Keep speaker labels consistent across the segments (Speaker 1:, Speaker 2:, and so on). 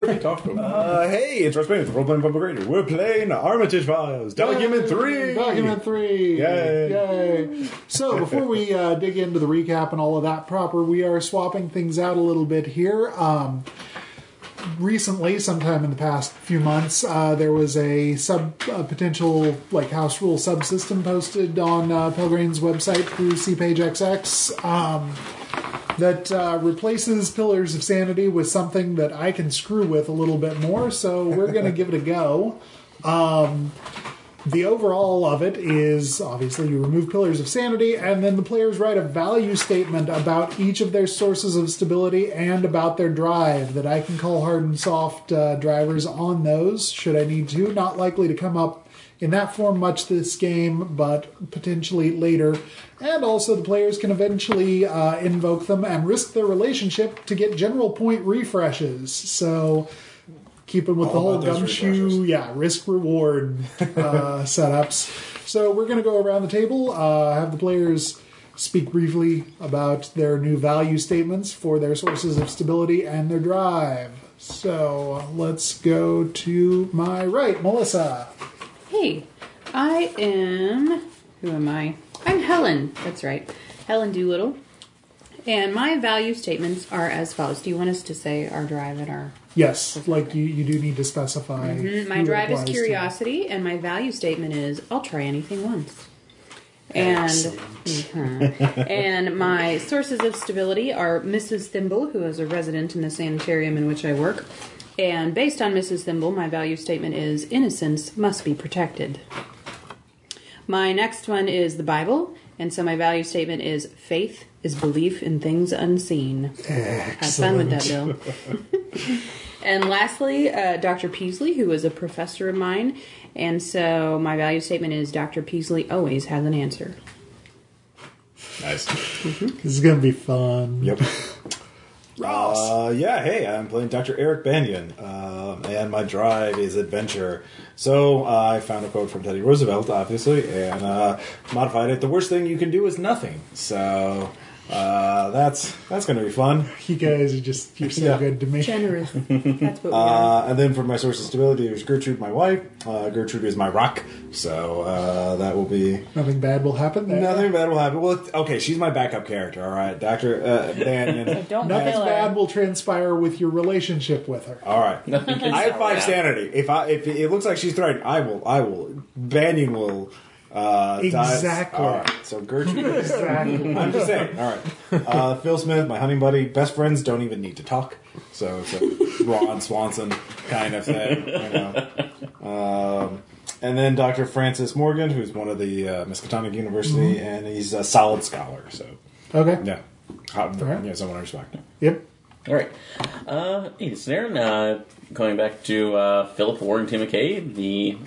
Speaker 1: What are you talking about?
Speaker 2: Uh, hey, it's Russ Payne, it's the Roleplaying Public Radio. We're playing Armitage Files, Document 3!
Speaker 1: Document three.
Speaker 2: Yay.
Speaker 1: Yay. So before we uh, dig into the recap and all of that proper, we are swapping things out a little bit here. Um, recently, sometime in the past few months, uh, there was a sub a potential like house rule subsystem posted on uh, Pelgrane's website through CPageXX. Um, that uh, replaces Pillars of Sanity with something that I can screw with a little bit more, so we're going to give it a go. Um, the overall of it is obviously you remove Pillars of Sanity, and then the players write a value statement about each of their sources of stability and about their drive that I can call hard and soft uh, drivers on those should I need to. Not likely to come up in that form much this game, but potentially later. And also, the players can eventually uh, invoke them and risk their relationship to get general point refreshes. So, keeping with the
Speaker 2: All
Speaker 1: whole
Speaker 2: about those
Speaker 1: gumshoe,
Speaker 2: refreshes.
Speaker 1: yeah, risk reward uh, setups. So, we're going to go around the table, uh, have the players speak briefly about their new value statements for their sources of stability and their drive. So, let's go to my right, Melissa.
Speaker 3: Hey, I am. Who am I? I'm Helen. That's right. Helen Doolittle. And my value statements are as follows. Do you want us to say our drive and our.
Speaker 1: Yes, like you, you do need to specify.
Speaker 3: Mm-hmm. My
Speaker 1: who it
Speaker 3: drive is
Speaker 1: applies to.
Speaker 3: curiosity, and my value statement is I'll try anything once. And Mhm. and my sources of stability are Mrs. Thimble, who is a resident in the sanitarium in which I work. And based on Mrs. Thimble, my value statement is innocence must be protected. My next one is the Bible, and so my value statement is faith is belief in things unseen. Have fun with that, Bill. and lastly, uh, Dr. Peasley, who is a professor of mine, and so my value statement is Dr. Peasley always has an answer.
Speaker 2: Nice.
Speaker 1: This is gonna be fun.
Speaker 2: Yep. Uh, yeah, hey, I'm playing Dr. Eric Banyan, um, and my drive is adventure. So uh, I found a quote from Teddy Roosevelt, obviously, and uh, modified it. The worst thing you can do is nothing. So uh, that's that's going to be fun.
Speaker 1: You guys are just you're so
Speaker 2: Yeah.
Speaker 1: good to me.
Speaker 3: Generous. That's what we are.
Speaker 2: Uh, and then for my source of stability, it was Gertrude, my wife. Uh, Gertrude is my rock, so uh, that will be
Speaker 1: Nothing bad will happen there.
Speaker 2: Nothing bad will happen. Well, okay, she's my backup character. All right, Doctor uh, Banyan.
Speaker 4: Don't
Speaker 1: Nothing
Speaker 4: kill her.
Speaker 1: bad will transpire with your relationship with her.
Speaker 2: All right,
Speaker 4: Nothing can
Speaker 2: I have
Speaker 4: stop
Speaker 2: five
Speaker 4: that.
Speaker 2: sanity. If I if it looks like she's threatened, I will. I will. Banyan will. Uh, die.
Speaker 1: Exactly.
Speaker 2: All right. So Gertrude. is-
Speaker 1: Exactly.
Speaker 2: I'm just saying. All right. Uh, Phil Smith, my hunting buddy, best friends don't even need to talk. So, so Ron Swanson kind of thing. You know. um, and then Dr. Francis Morgan, who's one of the uh, Miskatonic University, and he's a solid scholar. So,
Speaker 1: Okay.
Speaker 2: yeah, hot,
Speaker 1: right.
Speaker 2: yeah, someone I respect.
Speaker 1: Yep.
Speaker 4: All right. Uh, hey, it's Darren. Uh, going back to uh, Philip Warrington McKay, the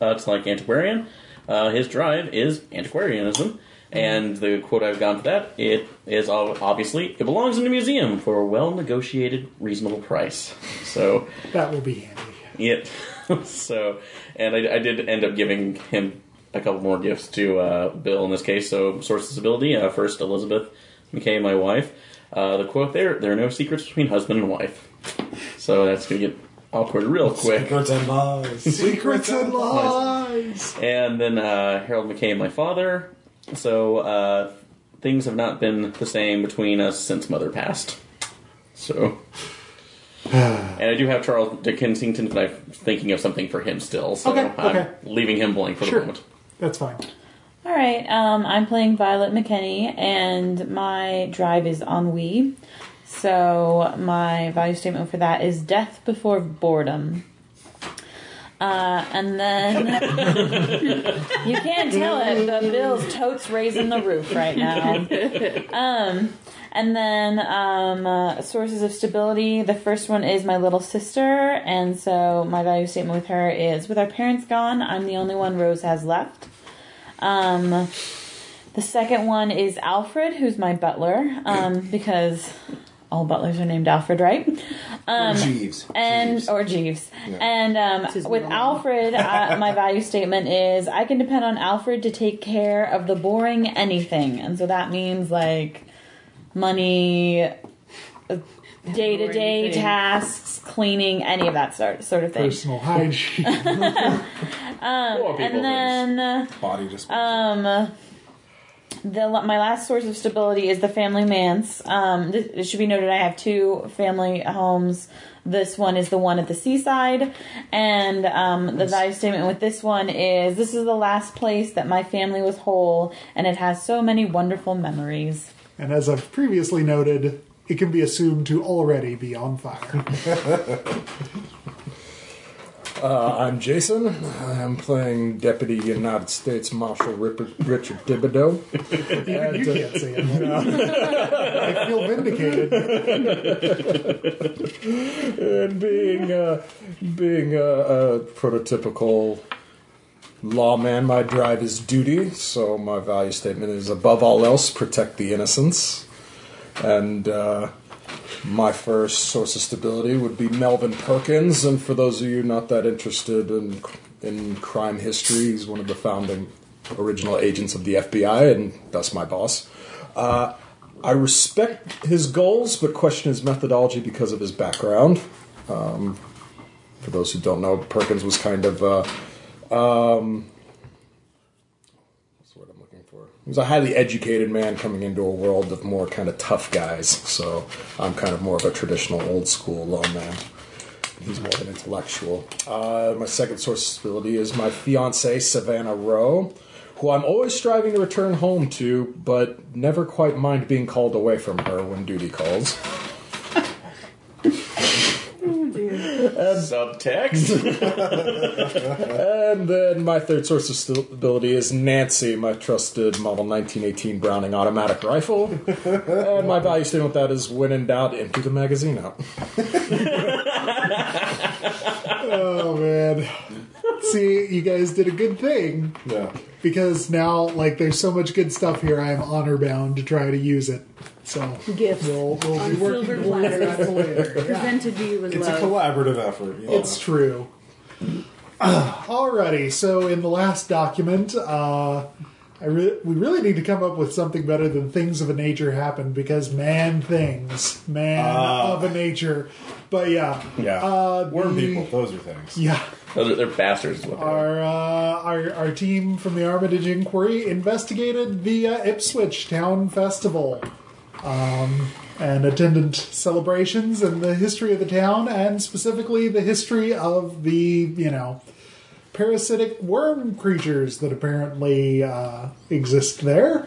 Speaker 4: uh, Tlonic antiquarian. Uh, his drive is antiquarianism, and the quote I've gotten for that it is ob- obviously it belongs in a museum for a well negotiated, reasonable price. So,
Speaker 1: That will be handy.
Speaker 4: it. so, and I, I did end up giving him a couple more gifts to uh, Bill in this case. So, source of ability uh, first, Elizabeth McKay, my wife. Uh, the quote there: "There are no secrets between husband and wife." So that's gonna get awkward real quick.
Speaker 2: Secrets and lies.
Speaker 1: Secrets and lies.
Speaker 4: And then uh, Harold McKay, my father. So uh, things have not been the same between us since mother passed. So. And I do have Charles Dick Kensington, but I'm thinking of something for him still, so
Speaker 1: Okay,
Speaker 4: I'm
Speaker 1: okay.
Speaker 4: leaving him blank for
Speaker 1: Sure.
Speaker 4: the moment.
Speaker 1: That's fine.
Speaker 4: All right.
Speaker 5: Um, I'm playing Violet McKinney, and my drive is ennui. So my value statement for that is death before boredom. Uh, and then you can't tell it, but Bill's totes raising the roof right now. Um, And then um, uh, sources of stability. The first one is my little sister, and so my value statement with her is: with our parents gone, I'm the only one Rose has left. Um, the second one is Alfred, who's my butler, um, because all butlers are named Alfred, right? Um,
Speaker 2: Jeeves.
Speaker 5: and
Speaker 2: Jeeves.
Speaker 5: or Jeeves.
Speaker 2: Yeah.
Speaker 5: And
Speaker 3: his
Speaker 5: um, with
Speaker 3: middle name.
Speaker 5: Alfred, uh, my value statement is I can depend on Alfred to take care of the boring uh, anything, and so that means like money, day to day
Speaker 3: Anything.
Speaker 5: tasks, cleaning, any of that sort sort of thing.
Speaker 1: Personal hygiene.
Speaker 3: Um,
Speaker 4: Poor people
Speaker 5: And
Speaker 4: things.
Speaker 5: then.
Speaker 2: Body just.
Speaker 5: Um, the my last source of stability is the family manse. Um, th- it should be noted I have two family homes. This one is the one at the seaside, and um, the value statement with this one is this is the last place that my family was whole, and it has so many wonderful memories.
Speaker 1: and as I've previously noted, it can be assumed to already be on fire.
Speaker 6: Uh, I'm Jason. I'm playing Deputy United States Marshal Ripper, Richard Thibodeau.
Speaker 1: Even you can't see it. uh, I feel vindicated.
Speaker 6: and being uh, being a, a prototypical lawman, my drive is duty. So my value statement is above all else, protect the innocents. And uh, my first source of stability would be Melvin Perkins. And for those of you not that interested in in crime history, he's one of the founding original agents of the FBI, and thus my boss. Uh, I respect his goals, but question his methodology because of his background. Um, for those who don't know, Perkins was kind of uh, um, what's the word I'm looking for? He was a highly educated man coming into a world of more kind of tough guys. So I'm kind of more of a traditional old school lawman. He's more of an intellectual. Uh, my second source of stability is my fiance Savannah Rowe, who I'm always striving to return home to, but never quite mind being called away from her when duty calls.
Speaker 4: Subtext.
Speaker 6: And then my third source of stability is Nancy, my trusted model 1918 Browning automatic rifle. and my value statement with that is when in doubt, empty the magazine out.
Speaker 1: Oh man. See, you guys did a good thing
Speaker 6: Yeah.
Speaker 1: because now, like, there's so much good stuff here. I am honor bound to try to use it. So
Speaker 3: Gifts.
Speaker 1: we'll, we'll
Speaker 3: On
Speaker 1: be working.
Speaker 3: silver platter. Presented to you with
Speaker 2: it's a
Speaker 3: love.
Speaker 2: collaborative effort. you know.
Speaker 1: It's true. Alrighty, so in the last document, uh, I re- we really need to come up with something better than things of a nature happen because man things, man of a nature. But yeah,
Speaker 2: yeah.
Speaker 1: uh,
Speaker 2: Worm
Speaker 1: the-
Speaker 2: people. Those are things.
Speaker 1: yeah.
Speaker 4: Those are, they're bastards. Is what they are.
Speaker 1: Our, uh, our our team from the Armitage Inquiry investigated the uh, Ipswich Town Festival um, and attendant celebrations and the history of the town, and specifically the history of the you know parasitic worm creatures that apparently uh, exist there.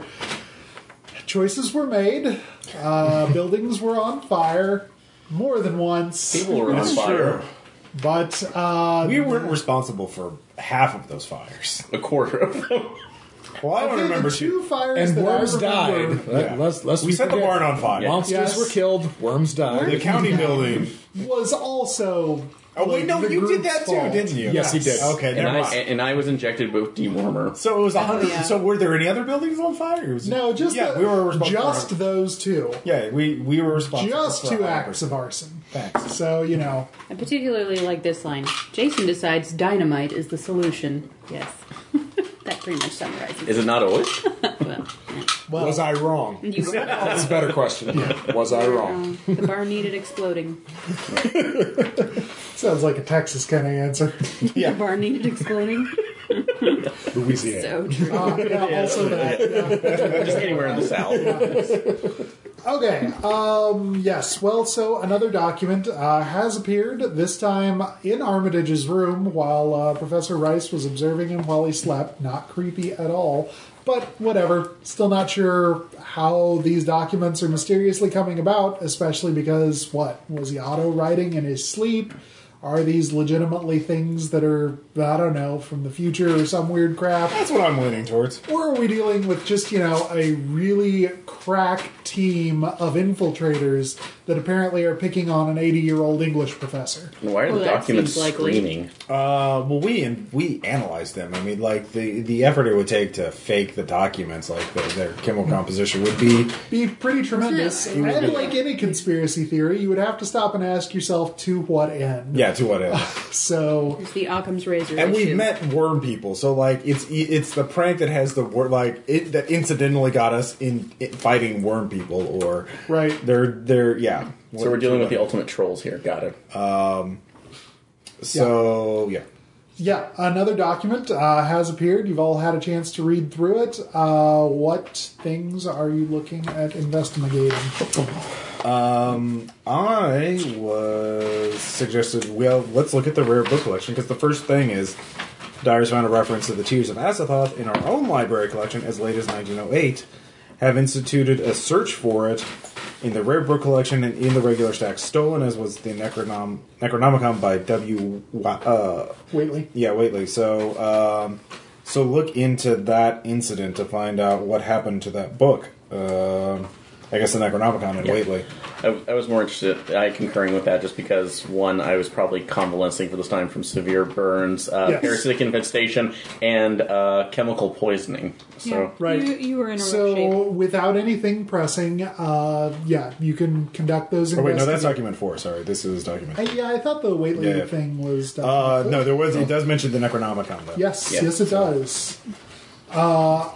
Speaker 1: Choices were made. Uh, buildings were on fire more than once,
Speaker 4: People were on fire.
Speaker 1: but uh,
Speaker 2: We weren't responsible for half of those fires.
Speaker 4: A quarter of them.
Speaker 2: Well, I don't
Speaker 1: Okay,
Speaker 2: remember.
Speaker 1: the two fires
Speaker 6: And
Speaker 1: that I
Speaker 6: worms
Speaker 1: remember-
Speaker 6: died. Let-
Speaker 2: Yeah.
Speaker 6: let's- let's
Speaker 2: we set the
Speaker 6: forget-
Speaker 2: barn on fire.
Speaker 4: Yeah.
Speaker 6: Monsters
Speaker 1: Yes.
Speaker 6: were killed, worms died.
Speaker 2: The county building.
Speaker 1: was also.
Speaker 2: Oh wait,
Speaker 1: like,
Speaker 2: no,
Speaker 1: the
Speaker 2: you did
Speaker 1: group's
Speaker 2: that too,
Speaker 1: fault.
Speaker 2: didn't you?
Speaker 6: Yes, he did.
Speaker 2: Okay,
Speaker 4: And
Speaker 2: never
Speaker 4: I,
Speaker 2: mind.
Speaker 4: and I was injected with dewormer.
Speaker 2: so it was a hundred.
Speaker 3: yeah.
Speaker 2: So were there any other buildings on fire? It was-
Speaker 1: No, just
Speaker 2: yeah,
Speaker 1: the-
Speaker 2: we were responsible.
Speaker 1: just
Speaker 2: for,
Speaker 1: those two,
Speaker 2: yeah, we we were responsible.
Speaker 1: just
Speaker 2: for
Speaker 1: two
Speaker 2: 100%.
Speaker 1: acts of arson.
Speaker 2: Thanks.
Speaker 1: So you know,
Speaker 3: I particularly like this line. Jason decides dynamite is the solution. Yes. that pretty much summarizes
Speaker 4: Is it not always?
Speaker 3: it well.
Speaker 1: well,
Speaker 6: Was I wrong?
Speaker 3: You were wrong.
Speaker 6: That's a better question. Was I wrong?
Speaker 3: Um, The bar needed exploding.
Speaker 1: sounds like a Texas kind of answer.
Speaker 3: The bar needed exploding.
Speaker 6: Louisiana.
Speaker 3: So true.
Speaker 1: Uh, yeah, also that. uh,
Speaker 4: Just anywhere in the south.
Speaker 1: Okay. Um, yes. Well, so another document uh, has appeared this time in Armitage's room while uh, Professor Rice was observing him while he slept. Not creepy at all. But whatever. Still not sure how these documents are mysteriously coming about, especially because what was he auto writing in his sleep? Are these legitimately things that are I don't know from the future or some weird crap?
Speaker 2: That's what I'm leaning towards.
Speaker 1: Or are we dealing with just, you know, a really crack team of infiltrators that apparently are picking on an 80 year old English professor?
Speaker 4: And Why are
Speaker 3: Well,
Speaker 4: the
Speaker 3: that
Speaker 4: documents
Speaker 3: seems likely.
Speaker 4: screaming?
Speaker 2: Uh, well, we and we analyzed them. I mean, like the the effort it would take to fake the documents, like their, their chemical composition, would be
Speaker 1: Be pretty tremendous.
Speaker 3: Yeah.
Speaker 1: And like any conspiracy theory, you would have to stop and ask yourself to what end.
Speaker 2: yeah to what else?
Speaker 1: So,
Speaker 3: It's the Occam's razor.
Speaker 2: And we've
Speaker 3: issue.
Speaker 2: met worm people, so like it's e, it's the prank that has the word like it that incidentally got us in, in fighting worm people, or
Speaker 1: Right.
Speaker 2: They're they're yeah.
Speaker 4: So we're dealing with the ultimate trolls here. Got it.
Speaker 2: So yeah.
Speaker 1: Yeah, another document uh, has appeared. You've all had a chance to read through it. Uh, what things are you looking at investigating?
Speaker 2: I was suggested, well, let's look at the rare book collection because the first thing is Dyer's found a reference to the Tears of Asathoth in our own library collection as late as 1908, have instituted a search for it in the rare book collection and in the regular stack stolen, as was the Necronom- Necronomicon by W. Wa- Uh,
Speaker 1: Waitley.
Speaker 2: yeah, Waitley. So, um, so look into that incident to find out what happened to that book. Um I guess the Necronomicon and Waitley.
Speaker 4: I, I was more interested. I concurring with that just because one, I was probably convalescing for this time from severe burns, uh,
Speaker 1: Yes.
Speaker 4: parasitic infestation, and uh, chemical poisoning. So
Speaker 1: Right.
Speaker 3: You, you were in a rough
Speaker 1: So,
Speaker 3: shape.
Speaker 1: without anything pressing, uh, yeah, you can conduct those.
Speaker 2: Oh wait, no, that's
Speaker 1: investigations.
Speaker 2: document four. Sorry, this is document.
Speaker 1: I, Oh. yeah, I thought the Waitley
Speaker 2: Yeah, yeah.
Speaker 1: thing was done.
Speaker 2: Uh, no, there was. It does mention the Necronomicon though.
Speaker 1: Yes,
Speaker 4: Yeah.
Speaker 1: yes, it does. Uh,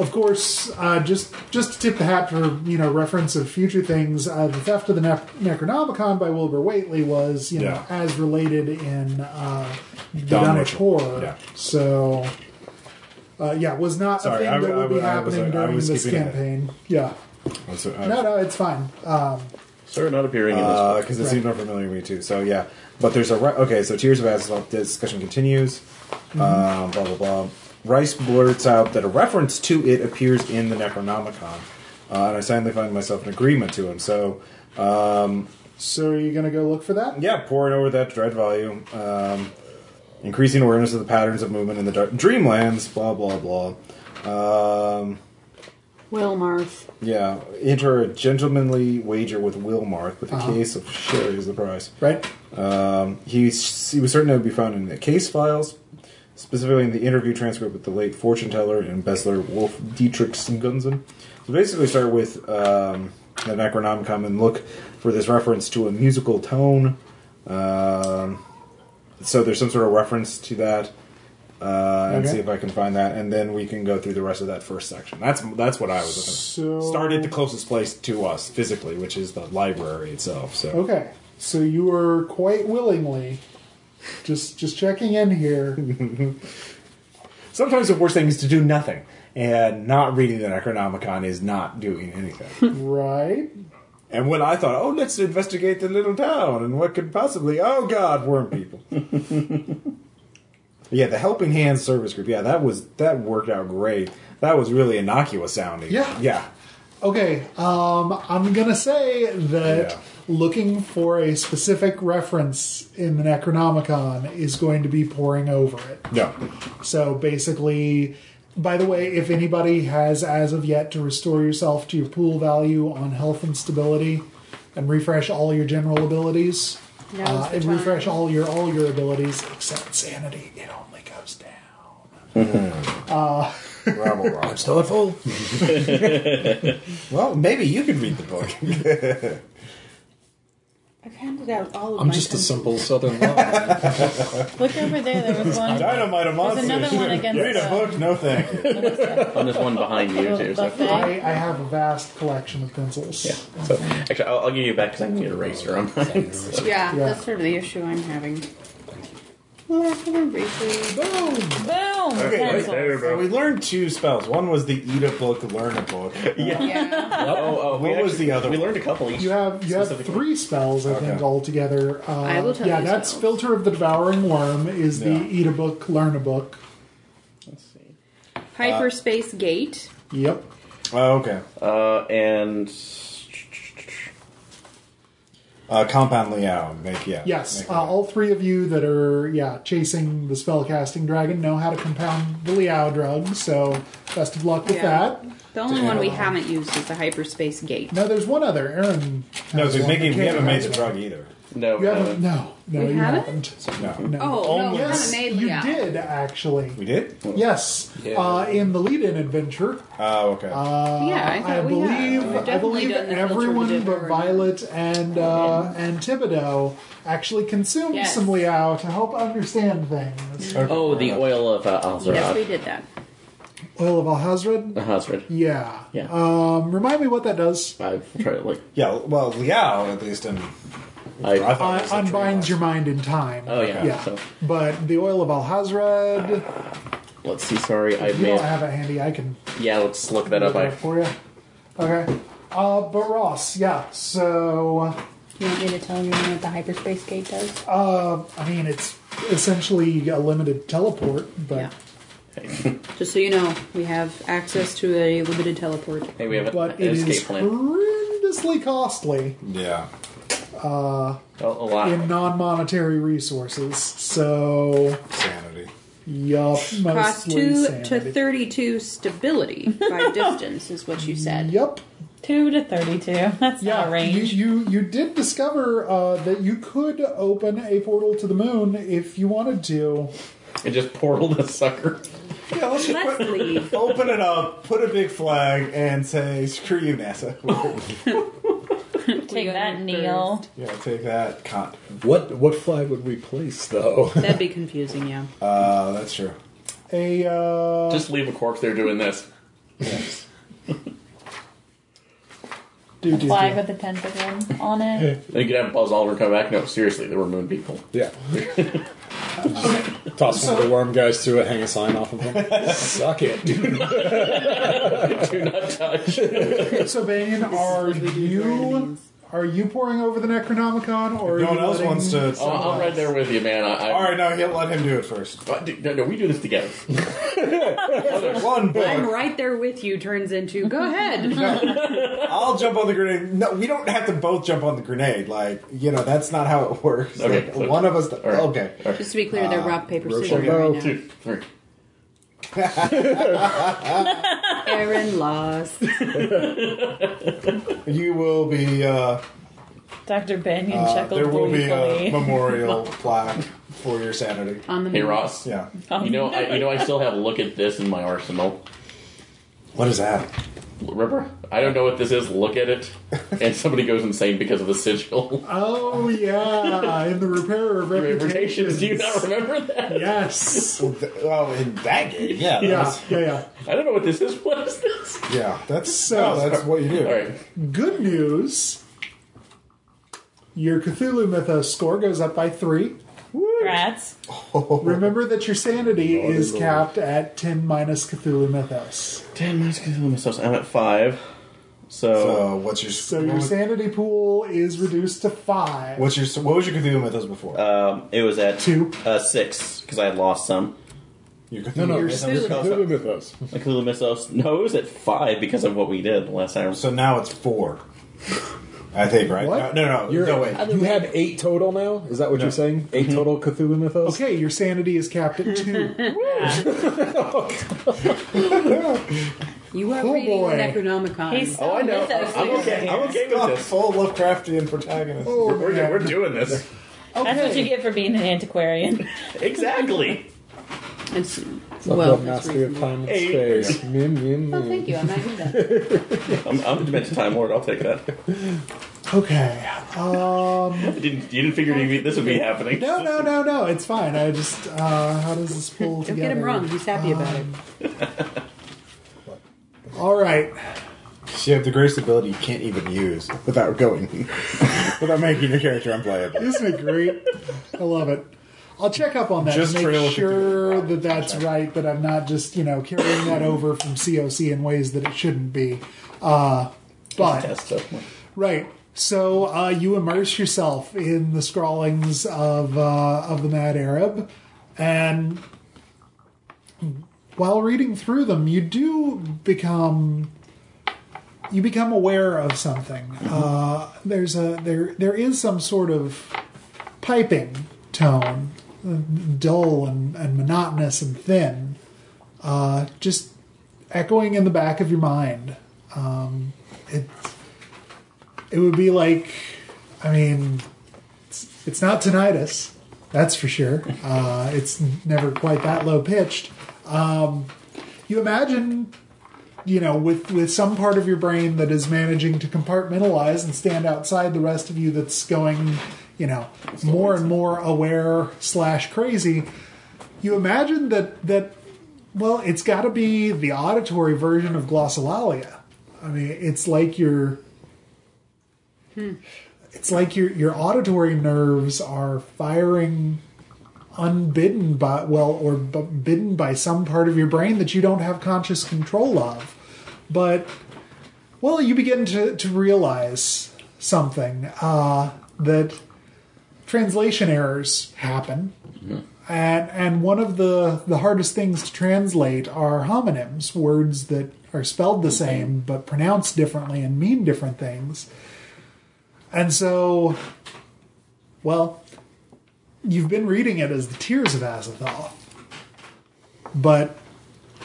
Speaker 1: of course, uh, just just to tip the hat for you know reference of future things, uh, the theft of the Nep- Necronomicon by Wilbur Whately was you know
Speaker 2: Yeah.
Speaker 1: as related in uh, the
Speaker 2: Don
Speaker 1: Don
Speaker 2: Mitchell.
Speaker 1: Horror.
Speaker 2: Yeah.
Speaker 1: So. Uh, yeah, was not
Speaker 2: Sorry,
Speaker 1: a
Speaker 2: I-
Speaker 1: thing that
Speaker 2: I-
Speaker 1: would be
Speaker 2: I was- uh,
Speaker 1: happening
Speaker 2: I
Speaker 1: during
Speaker 2: was
Speaker 1: this
Speaker 2: skipping ahead.
Speaker 1: campaign. Yeah,
Speaker 2: Because uh,
Speaker 1: no, no, it's fine. Um,
Speaker 4: so not appearing in this
Speaker 2: uh,
Speaker 4: book.
Speaker 2: 'cause it seemed unfamiliar to me too. So yeah, but there's a re- okay. So Tears of Azathoth discussion continues.
Speaker 1: Mm-hmm.
Speaker 2: Um, blah blah blah. Rice blurts out that a reference to it appears in the Necronomicon, uh, and I suddenly find myself in agreement to him. So um,
Speaker 1: so, are you going to go look for that?
Speaker 2: yeah, pouring over that dread volume, um, increasing awareness of the patterns of movement in the dark dreamlands. Blah blah blah. Um,
Speaker 3: Wilmarth.
Speaker 2: Yeah, enter a gentlemanly wager with Wilmarth with a case of sherry as the prize.
Speaker 1: Right.
Speaker 2: Um, he's, he was certain it would be found in the case files, specifically in the interview transcript with the late fortune teller and embezzler Wolf Dietrich Gunzen. So basically, start with um, the Necronomicon and look for this reference to a musical tone. Um, so there's some sort of reference to that. Uh, and
Speaker 1: Okay.
Speaker 2: see if I can find that, and then we can go through the rest of that first section. That's that's what I was looking.
Speaker 1: So-
Speaker 2: Start at the closest place to us physically, which is the library itself. So
Speaker 1: Okay, so you were quite willingly just just checking in here.
Speaker 2: Sometimes the worst thing is to do nothing, and not reading the Necronomicon is not doing anything.
Speaker 1: Right.
Speaker 2: and when I thought, oh, let's investigate the little town and what could possibly, oh God, worm people. yeah, the Helping Hands service group. Yeah, that was that worked out great. That was really innocuous sounding.
Speaker 1: Yeah.
Speaker 2: yeah,
Speaker 1: Okay, um, I'm gonna say that
Speaker 2: Yeah.
Speaker 1: looking for a specific reference in the Necronomicon is going to be pouring over it.
Speaker 2: no.
Speaker 1: So basically, by the way, if anybody has as of yet to restore yourself to your pool value on health and stability, and refresh all your general abilities,
Speaker 3: Now's
Speaker 1: uh,
Speaker 3: the
Speaker 1: and refresh
Speaker 3: time.
Speaker 1: all your all your abilities except sanity, it only goes down.
Speaker 2: Rabble I'm still at full. well, maybe you could read the book.
Speaker 3: I've handed out all of
Speaker 6: I'm
Speaker 3: my
Speaker 6: just a
Speaker 3: com-
Speaker 6: simple Southern law.
Speaker 5: Look over there. There was one.
Speaker 2: Dynamite a monster.
Speaker 5: another one against,
Speaker 2: Read a
Speaker 5: uh,
Speaker 2: book? No, thank you.
Speaker 4: And there's one behind you too. So.
Speaker 5: Buffet.
Speaker 1: I, I have a vast collection of pencils.
Speaker 4: Yeah. So actually, I'll, I'll give you back because I need an eraser on mine. So.
Speaker 3: Yeah,
Speaker 1: Yeah.
Speaker 3: that's sort of the issue I'm having. Well, that's what I'm briefly-
Speaker 5: Boom! Pencil.
Speaker 2: So we learned two spells. One was the eat a book, learn a book.
Speaker 3: Yeah.
Speaker 4: Oh, oh, we
Speaker 2: What was the other
Speaker 4: We
Speaker 2: one?
Speaker 4: learned a couple each.
Speaker 1: You have you have three spells, I think,
Speaker 2: Okay.
Speaker 1: altogether. Uh,
Speaker 3: I will tell
Speaker 1: yeah,
Speaker 3: you
Speaker 1: that's
Speaker 3: spells.
Speaker 1: filter of the devouring worm is the
Speaker 2: Yeah.
Speaker 1: eat a book, learn a book.
Speaker 4: Let's see.
Speaker 3: Hyperspace gate.
Speaker 1: Yep.
Speaker 2: Oh, okay.
Speaker 4: Uh, and
Speaker 2: Uh, compound Liao. Make, yeah.
Speaker 1: Yes,
Speaker 2: Make
Speaker 1: uh, all three of you that are yeah chasing the spellcasting dragon know how to compound the Liao drug. So best of luck with
Speaker 3: Yeah.
Speaker 1: that.
Speaker 3: The only one we haven't used is the hyperspace gate.
Speaker 1: No, there's one other. Aaron.
Speaker 2: no,
Speaker 1: has
Speaker 2: because
Speaker 1: one.
Speaker 2: making, we
Speaker 1: Karen
Speaker 2: haven't made
Speaker 1: has
Speaker 2: the
Speaker 1: one.
Speaker 2: drug either.
Speaker 4: no,
Speaker 1: You
Speaker 4: uh,
Speaker 1: haven't. No, no,
Speaker 3: We
Speaker 1: you
Speaker 3: haven't?
Speaker 1: haven't.
Speaker 2: No.
Speaker 1: No.
Speaker 3: Oh, no, we
Speaker 1: yes,
Speaker 3: haven't made
Speaker 1: you
Speaker 3: Liao.
Speaker 1: did actually.
Speaker 2: We did?
Speaker 1: Yes,
Speaker 6: Yeah.
Speaker 1: uh, in the lead-in adventure,
Speaker 2: Oh, okay.
Speaker 3: yeah, I
Speaker 1: Uh, I
Speaker 3: thought we had.
Speaker 1: believe
Speaker 3: We've
Speaker 1: I
Speaker 3: definitely
Speaker 1: believe
Speaker 3: done the filter
Speaker 1: everyone
Speaker 3: with
Speaker 1: but
Speaker 3: Everard.
Speaker 1: Violet and uh, and Thibodeau actually consumed
Speaker 3: Yes.
Speaker 1: some Liao to help understand things.
Speaker 4: oh, the oil of uh, Alzerod.
Speaker 3: Yes, we did that.
Speaker 1: Oil of Alhazred?
Speaker 4: The hazard.
Speaker 1: Yeah.
Speaker 4: Yeah.
Speaker 1: Um, remind me what that does.
Speaker 4: I've tried it like
Speaker 2: Yeah, well, Liao, at least in. I thought
Speaker 4: I.
Speaker 2: it
Speaker 1: Uh,
Speaker 2: was Oh, a
Speaker 1: unbinds
Speaker 2: tree
Speaker 1: your mind in time.
Speaker 4: Oh yeah.
Speaker 1: Yeah.
Speaker 4: So Uh,
Speaker 1: But the Oil of Alhazred,
Speaker 4: let's see. Sorry, I
Speaker 1: you don't
Speaker 4: made.
Speaker 1: have it handy. I can
Speaker 4: Yeah, let's look that
Speaker 1: look
Speaker 4: up.
Speaker 1: it
Speaker 4: I
Speaker 1: up for you. Okay. Uh, but Ross, yeah. So,
Speaker 3: You want me to tell everyone what the hyperspace gate does?
Speaker 1: I mean, it's essentially a limited teleport, but
Speaker 3: yeah. Just so you know, we have access to a limited teleport.
Speaker 4: Hey, we have an
Speaker 1: but it is
Speaker 4: escape plan.
Speaker 1: horrendously costly
Speaker 2: Yeah.
Speaker 4: Oh, a lot.
Speaker 1: in non-monetary resources. So,
Speaker 2: Sanity.
Speaker 1: yup, mostly
Speaker 3: Cost two
Speaker 1: sanity.
Speaker 3: to thirty-two stability by distance is what you said.
Speaker 1: Yup.
Speaker 5: Two to thirty-two. That's not
Speaker 1: Yeah,
Speaker 5: a range.
Speaker 1: You, you you did discover uh, that you could open a portal to the moon if you wanted to.
Speaker 4: It just portaled a sucker.
Speaker 2: Yeah, let's just
Speaker 3: Let's
Speaker 2: put,
Speaker 3: leave.
Speaker 2: open it up, put a big flag, and say, screw you, NASA.
Speaker 5: Take
Speaker 3: We
Speaker 5: that,
Speaker 3: are
Speaker 5: Neil.
Speaker 3: first.
Speaker 2: yeah, take that, cunt.
Speaker 6: What what flag would we place though?
Speaker 3: That'd be confusing, yeah.
Speaker 2: Uh, that's true.
Speaker 1: A uh,
Speaker 4: Just leave a corpse there doing this.
Speaker 1: do, do,
Speaker 5: Flag
Speaker 1: do.
Speaker 5: with a pentagon on it.
Speaker 4: Then you could have Buzz Aldrin come back. No, seriously, there were moon people.
Speaker 6: Yeah. Toss one of the worm guys through it, hang a sign off of them. Suck it, dude.
Speaker 4: Do not touch.
Speaker 1: So Bane, are you are you pouring over the Necronomicon, or are
Speaker 2: No
Speaker 1: you
Speaker 2: one else
Speaker 1: letting-
Speaker 2: wants to.
Speaker 4: Oh, I'm right there with you, man. I, I,
Speaker 2: All right, no, yeah, let him do it first.
Speaker 4: But, dude, no, no, we do this together.
Speaker 2: One
Speaker 3: I'm
Speaker 2: book.
Speaker 3: right there with you turns into go ahead.
Speaker 2: I'll jump on the grenade. No, we don't have to both jump on the grenade. Like, you know, that's not how it works.
Speaker 4: Okay,
Speaker 2: Like,
Speaker 4: so-
Speaker 2: one of us.
Speaker 4: right.
Speaker 2: Okay.
Speaker 3: Just to be clear, they're rock, paper,
Speaker 6: Rochambeau.
Speaker 3: scissors right now.
Speaker 4: Two, three.
Speaker 3: Aaron lost.
Speaker 2: You will be. Uh,
Speaker 5: Dr. Banyan
Speaker 2: uh,
Speaker 5: chuckled
Speaker 2: there will be
Speaker 5: gleefully.
Speaker 2: a memorial plaque for your sanity.
Speaker 3: On the
Speaker 4: Hey
Speaker 3: moon.
Speaker 4: Ross,
Speaker 2: Yeah.
Speaker 4: you know, I, you know, I still have look at this in my arsenal.
Speaker 2: What is that?
Speaker 4: Remember, I don't know what this is. Look at it, and somebody goes insane because of the sigil.
Speaker 1: Oh yeah, in the repairer of
Speaker 4: Reputations?
Speaker 1: reputations.
Speaker 4: Do you not remember that?
Speaker 1: Yes.
Speaker 2: Well, Oh, th- well, in that game, yeah.
Speaker 1: Yeah,
Speaker 2: That's,
Speaker 1: yeah, yeah.
Speaker 4: I don't know what this is. What is this?
Speaker 2: yeah, that's
Speaker 1: So-
Speaker 2: no, that's what you do.
Speaker 4: All right,
Speaker 1: Good news. Your Cthulhu Mythos score goes up by three.
Speaker 5: Rats.
Speaker 1: Remember that your sanity
Speaker 6: Lordy,
Speaker 1: is
Speaker 6: lordy.
Speaker 1: capped at 10 minus Cthulhu Mythos.
Speaker 4: ten minutes. I'm at five. So,
Speaker 2: So, what's your
Speaker 1: So your sanity pool is reduced to five.
Speaker 2: what's your what was your Cthulhu mythos before?
Speaker 4: um, it was at
Speaker 1: Two.
Speaker 4: uh, six because I had lost some.
Speaker 2: your Cthulhu
Speaker 6: No, no,
Speaker 1: You're
Speaker 6: you're
Speaker 1: still-
Speaker 6: completely with us.
Speaker 4: Like Hulu Mythos. No, it was at five because of what we did last time.
Speaker 2: So now it's four. I think right.
Speaker 1: What?
Speaker 2: No, no, no.
Speaker 6: You're,
Speaker 2: no wait.
Speaker 6: you have eight total now? Is that what you're saying? 8 total Cthulhu mythos?
Speaker 1: Okay, your sanity is capped at two.
Speaker 3: You are
Speaker 1: Oh,
Speaker 3: reading
Speaker 1: boy.
Speaker 3: the Necronomicon.
Speaker 5: He's
Speaker 4: Oh, I know.
Speaker 5: Mythos
Speaker 4: I'm okay. I'm okay with
Speaker 2: God,
Speaker 4: this.
Speaker 2: full Lovecraftian protagonist.
Speaker 1: Oh,
Speaker 4: We're,
Speaker 1: man.
Speaker 4: we're doing this.
Speaker 5: That's what
Speaker 1: Okay.
Speaker 5: you get for being an antiquarian.
Speaker 4: Exactly.
Speaker 3: It's,
Speaker 6: Of
Speaker 3: well,
Speaker 6: the
Speaker 3: that's
Speaker 6: mastery of
Speaker 3: reasonable.
Speaker 6: time and
Speaker 4: Eight.
Speaker 6: space. Min, min,
Speaker 3: Oh,
Speaker 6: min.
Speaker 3: thank you. I might need that.
Speaker 4: I'm, I'm a demented time lord. I'll take that.
Speaker 1: Okay. Um,
Speaker 4: I didn't, you didn't figure it'd be- this would be happening.
Speaker 1: no, no, no, no. It's fine. I just uh, how does this pull
Speaker 3: Don't
Speaker 1: together?
Speaker 3: get him wrong. He's happy about it.
Speaker 1: All right.
Speaker 2: You have the greatest ability you can't even use without going, without making your character unplayable.
Speaker 1: Isn't it great? I love it. I'll check up on that
Speaker 2: Just
Speaker 1: to
Speaker 2: trail
Speaker 1: make
Speaker 2: if you do it
Speaker 1: sure
Speaker 2: wrong.
Speaker 1: that that's right. That I'm not just you know carrying that over from COC in ways that it shouldn't be. Uh, but
Speaker 4: Test so.
Speaker 1: Right. So uh, you immerse yourself in the scrawlings of uh, of the Mad Arab, and while reading through them, you do become you become aware of something. Uh, there's a there there is some sort of piping tone, uh, dull and, and monotonous and thin, uh, just echoing in the back of your mind. Um, it's it would be like, I mean, it's, it's not tinnitus, that's for sure. Uh, it's never quite that low pitched. Um, you imagine, you know, with with some part of your brain that is managing to compartmentalize and stand outside the rest of you that's going, you know, more and more aware slash crazy. You imagine that that Well, it's got to be the auditory version of glossolalia. I mean, it's like your, it's like your your auditory nerves are firing unbidden by well or b- bidden by some part of your brain that you don't have conscious control of, but well, you begin to to realize something uh, that translation errors happen and and one of the the hardest things to translate are homonyms, words that are spelled the same but pronounced differently and mean different things. And so, well, you've been reading it as the Tears of Azathoth, but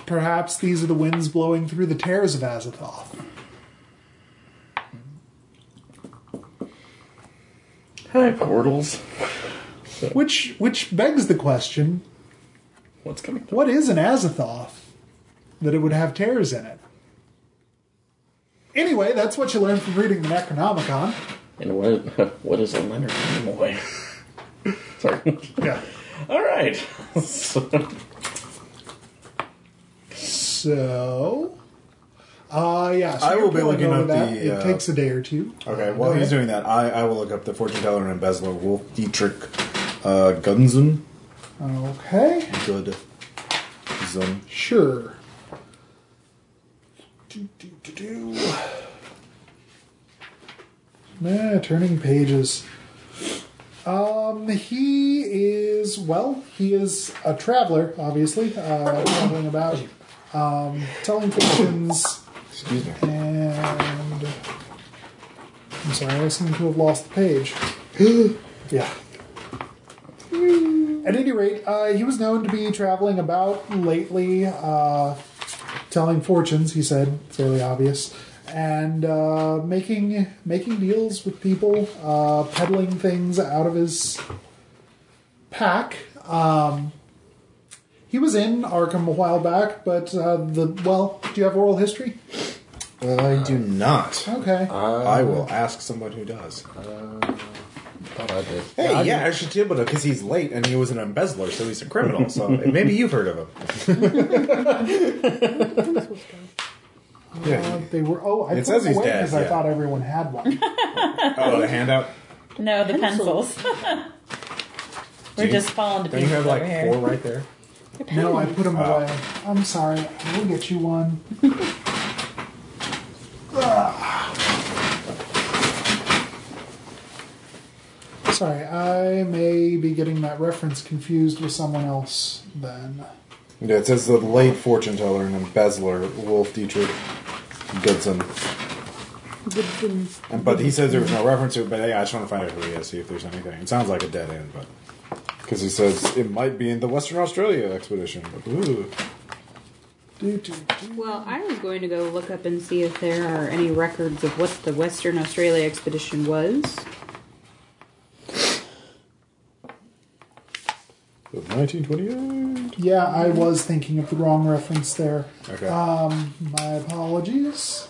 Speaker 1: perhaps these are the winds blowing through the tears of Azathoth.
Speaker 4: Hi, portals.
Speaker 1: Which which begs the question:
Speaker 4: What's coming?
Speaker 1: What is an Azathoth that it would have tears in it? Anyway, that's what you learn from reading the Necronomicon.
Speaker 4: And what what is a Leonard Nimoy? Sorry.
Speaker 1: Yeah.
Speaker 4: All right. So,
Speaker 1: So, uh, yeah. So
Speaker 2: I
Speaker 1: you're
Speaker 2: will be
Speaker 1: going
Speaker 2: looking
Speaker 1: over
Speaker 2: up
Speaker 1: that.
Speaker 2: the,
Speaker 1: it
Speaker 2: uh,
Speaker 1: takes a day or two.
Speaker 2: Okay, while he's doing that, I, I will look up the fortune teller and embezzler, Wolf Dietrich uh, Gunzen.
Speaker 1: Okay.
Speaker 2: Good. Zun.
Speaker 1: Sure. Do, do, do, do. Nah, turning pages. Um, he is well. He is a traveler, obviously, uh, traveling about, um, telling fictions,
Speaker 2: Excuse me.
Speaker 1: and I'm sorry, I seem to have lost the page. yeah. At any rate, uh, he was known to be traveling about lately, uh, telling fortunes. He said, fairly obvious, and uh, making making deals with people, uh, peddling things out of his pack. Um, he was in Arkham a while back, but uh, the well, do you have oral history?
Speaker 2: I do not.
Speaker 1: Okay.
Speaker 2: I will ask someone who does.
Speaker 6: Thought I did.
Speaker 2: Hey, yeah, I should be able to because he's late and he was an embezzler, so he's a criminal. So maybe you've heard of him.
Speaker 1: Uh,
Speaker 2: yeah.
Speaker 1: they were. Oh, I
Speaker 2: It
Speaker 1: put
Speaker 2: says
Speaker 1: them
Speaker 2: he's
Speaker 1: away
Speaker 2: dead,
Speaker 1: because I
Speaker 2: yeah.
Speaker 1: thought everyone had one.
Speaker 2: Oh, the handout.
Speaker 5: No, the pencils. We're
Speaker 2: you-
Speaker 5: just falling to
Speaker 2: Don't you
Speaker 5: pieces
Speaker 2: have like
Speaker 5: over here.
Speaker 2: four right there?
Speaker 1: No, I put them away. I'm sorry. I will get you one. Ah. sorry, I may be getting that reference confused with someone else then.
Speaker 2: Yeah, it says the late fortune teller and embezzler Wolf Dietrich Goodson. And- But he says there was no reference to it. But yeah, I just want to find out who he is, see if there's anything. It sounds like a dead end, but because he says it might be in the Western Australia expedition. But, ooh.
Speaker 1: Do, do, do.
Speaker 3: Well, I was going to go look up and see if there are any records of what the Western Australia expedition was.
Speaker 2: Of 1928.
Speaker 1: Yeah, I was thinking of the wrong reference there.
Speaker 2: Okay.
Speaker 1: Uh, My apologies.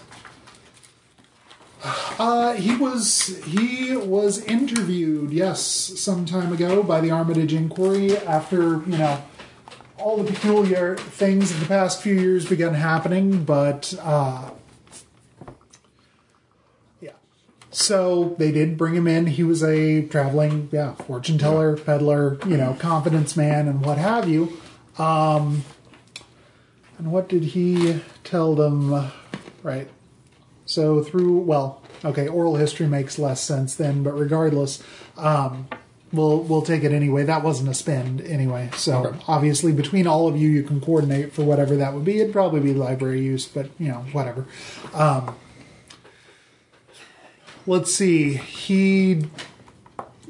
Speaker 1: Uh, he was he was interviewed, yes, some time ago by the Armitage Inquiry after you know all the peculiar things of the past few years began happening, but uh, yeah. So they did bring him in. He was a traveling, yeah, fortune teller, peddler, you know, confidence man, and what have you. And what did he tell them? uh, Right. So through well, okay, oral history makes less sense then, but regardless, um, we'll we'll take it anyway. That wasn't a spend anyway, so obviously between all of you, you can coordinate for whatever that would be. It'd probably be library use, but you know whatever. Um, let's see. He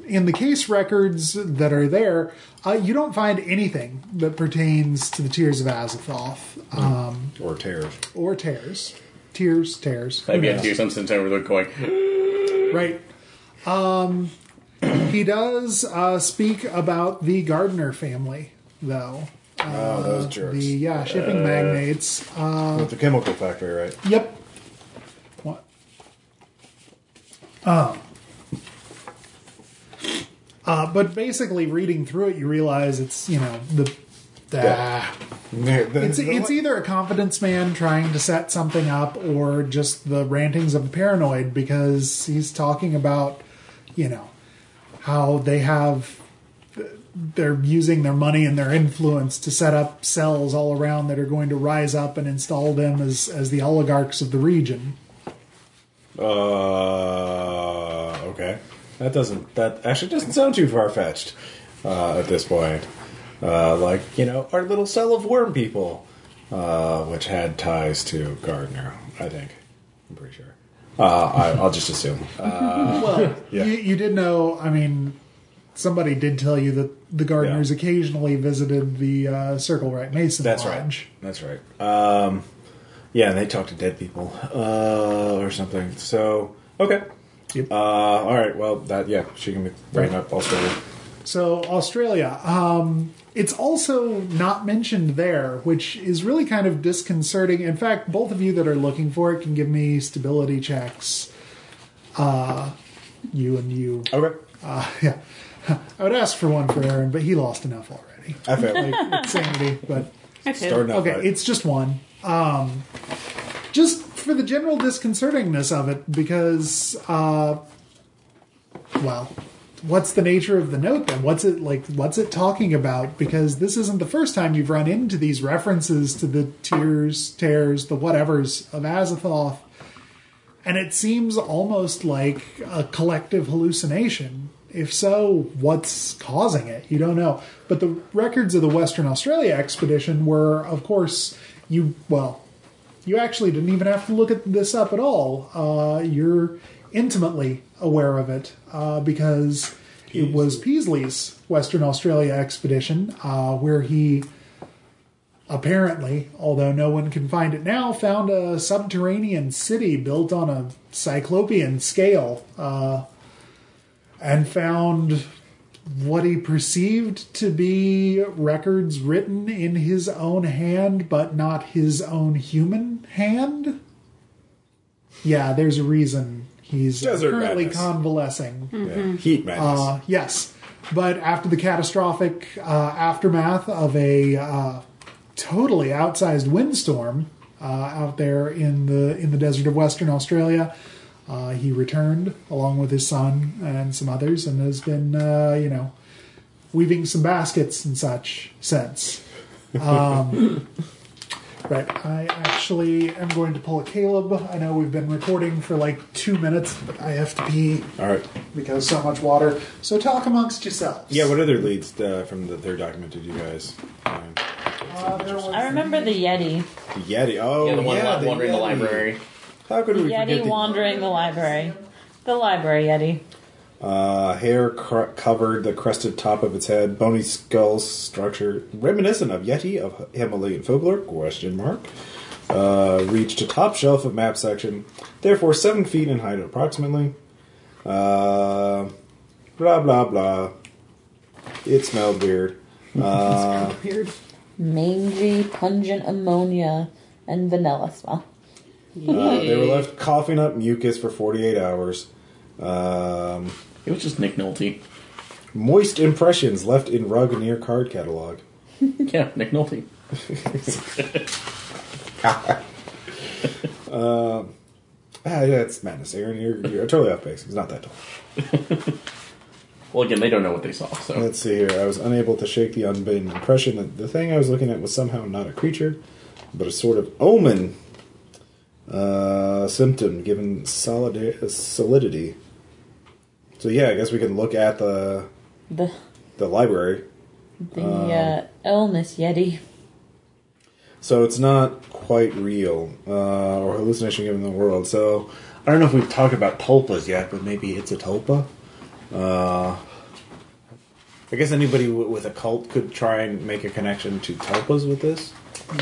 Speaker 1: in the case records that are there, uh, you don't find anything that pertains to the Tears of Azathoth um,
Speaker 2: or terrors.
Speaker 1: or tears, tears, tears.
Speaker 4: I've got two since September. They're going.
Speaker 1: Right. Um, he does uh, speak about the Gardner family, though.
Speaker 2: Oh, those jerks.
Speaker 1: The yeah, shipping magnates. Uh,
Speaker 2: With the chemical factory, right?
Speaker 1: yep. What? Uh, Um. Uh, but basically, reading through it, you realize it's you know the Ah. It's, it's either a confidence man trying to set something up or just the rantings of a paranoid because he's talking about, you know, how they have, they're using their money and their influence to set up cells all around that are going to rise up and install them as, as the oligarchs of the region.
Speaker 2: Uh, okay. That doesn't. That actually doesn't sound too far fetched uh, at this point. Uh, like you know, our little cell of worm people, uh, which had ties to Gardner. I think. I'm pretty sure. Uh, I, I'll just assume. Uh,
Speaker 1: Well,
Speaker 2: Yeah.
Speaker 1: you, you did know. I mean, somebody did tell you that the gardeners
Speaker 2: Yeah.
Speaker 1: occasionally visited the uh, Circle Right Mason
Speaker 2: that's right.
Speaker 1: Lodge.
Speaker 2: That's right. Um, yeah, and they talk to dead people uh, or something. So okay.
Speaker 1: Yep.
Speaker 2: Uh, all right. Well, that yeah, she can be bringing up Australia.
Speaker 1: So Australia. Um, it's also not mentioned there, which is really kind of disconcerting. In fact, both of you that are looking for it can give me stability checks. Uh, you and you.
Speaker 2: Okay.
Speaker 1: Uh, yeah. I would ask for one for Aaron, but he lost enough already.
Speaker 2: I failed.
Speaker 1: Like, sanity, but.
Speaker 3: I failed.
Speaker 2: Starting out
Speaker 1: okay,
Speaker 2: right.
Speaker 1: it's just one. Um, just for the general disconcertingness of it, because, uh, well, what's the nature of the note then? What's it like? What's it talking about? Because this isn't the first time you've run into these references to the tears, tears, the whatevers of Azathoth, and it seems almost like a collective hallucination. If so, what's causing it? You don't know. But the records of the Western Australia expedition were, of course, you, well, you actually didn't even have to look at this up at all. Uh, you're intimately aware of it uh, because it was Peasley's Western Australia expedition uh, where he apparently, although no one can find it now, found a subterranean city built on a cyclopean scale uh, and found what he perceived to be records written in his own hand, but not his own human hand. Yeah, there's a reason he's
Speaker 2: Desert
Speaker 1: currently
Speaker 2: madness.
Speaker 1: convalescing.
Speaker 2: Yeah. Heat madness.
Speaker 1: Uh, yes, but after the catastrophic uh, aftermath of a uh, totally outsized windstorm uh, out there in the in the desert of Western Australia, uh, he returned along with his son and some others, and has been uh, you know weaving some baskets and such since. Um, right, I actually am going to pull a Caleb. I know we've been recording for like two minutes, but I have to pee
Speaker 2: all right.
Speaker 1: because so much water. So talk amongst yourselves.
Speaker 2: Yeah, what other leads uh, from the third document did you guys find?
Speaker 1: Uh, there was-
Speaker 5: I remember the Yeti.
Speaker 2: The Yeti. Oh,
Speaker 4: Yeah, the one
Speaker 2: yeah,
Speaker 4: wa- wandering the
Speaker 2: Yeti.
Speaker 4: library.
Speaker 2: How could
Speaker 5: The
Speaker 2: we forget
Speaker 5: Yeti
Speaker 2: the
Speaker 5: wandering the library. The library Yeti.
Speaker 2: uh, hair cr- covered the crested top of its head, bony skull structure reminiscent of Yeti of Himalayan folklore? Question mark. Uh, reached a top shelf of map section, therefore seven feet in height approximately. Uh, blah blah blah. It smelled weird.
Speaker 3: Weird.
Speaker 5: Mangy, pungent ammonia and vanilla smell.
Speaker 2: Uh, they were left coughing up mucus for 48 hours. Um,
Speaker 4: It was just Nick Nolte.
Speaker 2: moist impressions left in rug near card catalog.
Speaker 4: Yeah, Nick Nolte.
Speaker 2: Ah, yeah, it's madness. Aaron, you're, you're totally off base. He's not that tall.
Speaker 4: Well, again, they don't know what they saw, so
Speaker 2: Let's see here. I was unable to shake the unbidden impression that the thing I was looking at was somehow not a creature, but a sort of omen uh, symptom given solid- solidity. So, yeah, I guess we can look at the,
Speaker 5: The
Speaker 2: the library.
Speaker 5: the
Speaker 2: Um,
Speaker 5: uh, illness Yeti.
Speaker 2: So it's not quite real uh, or hallucination given the world. So I don't know if we've talked about tulpas yet, but maybe it's a tulpa. Uh, I guess anybody w- with a cult could try and make a connection to tulpas with this,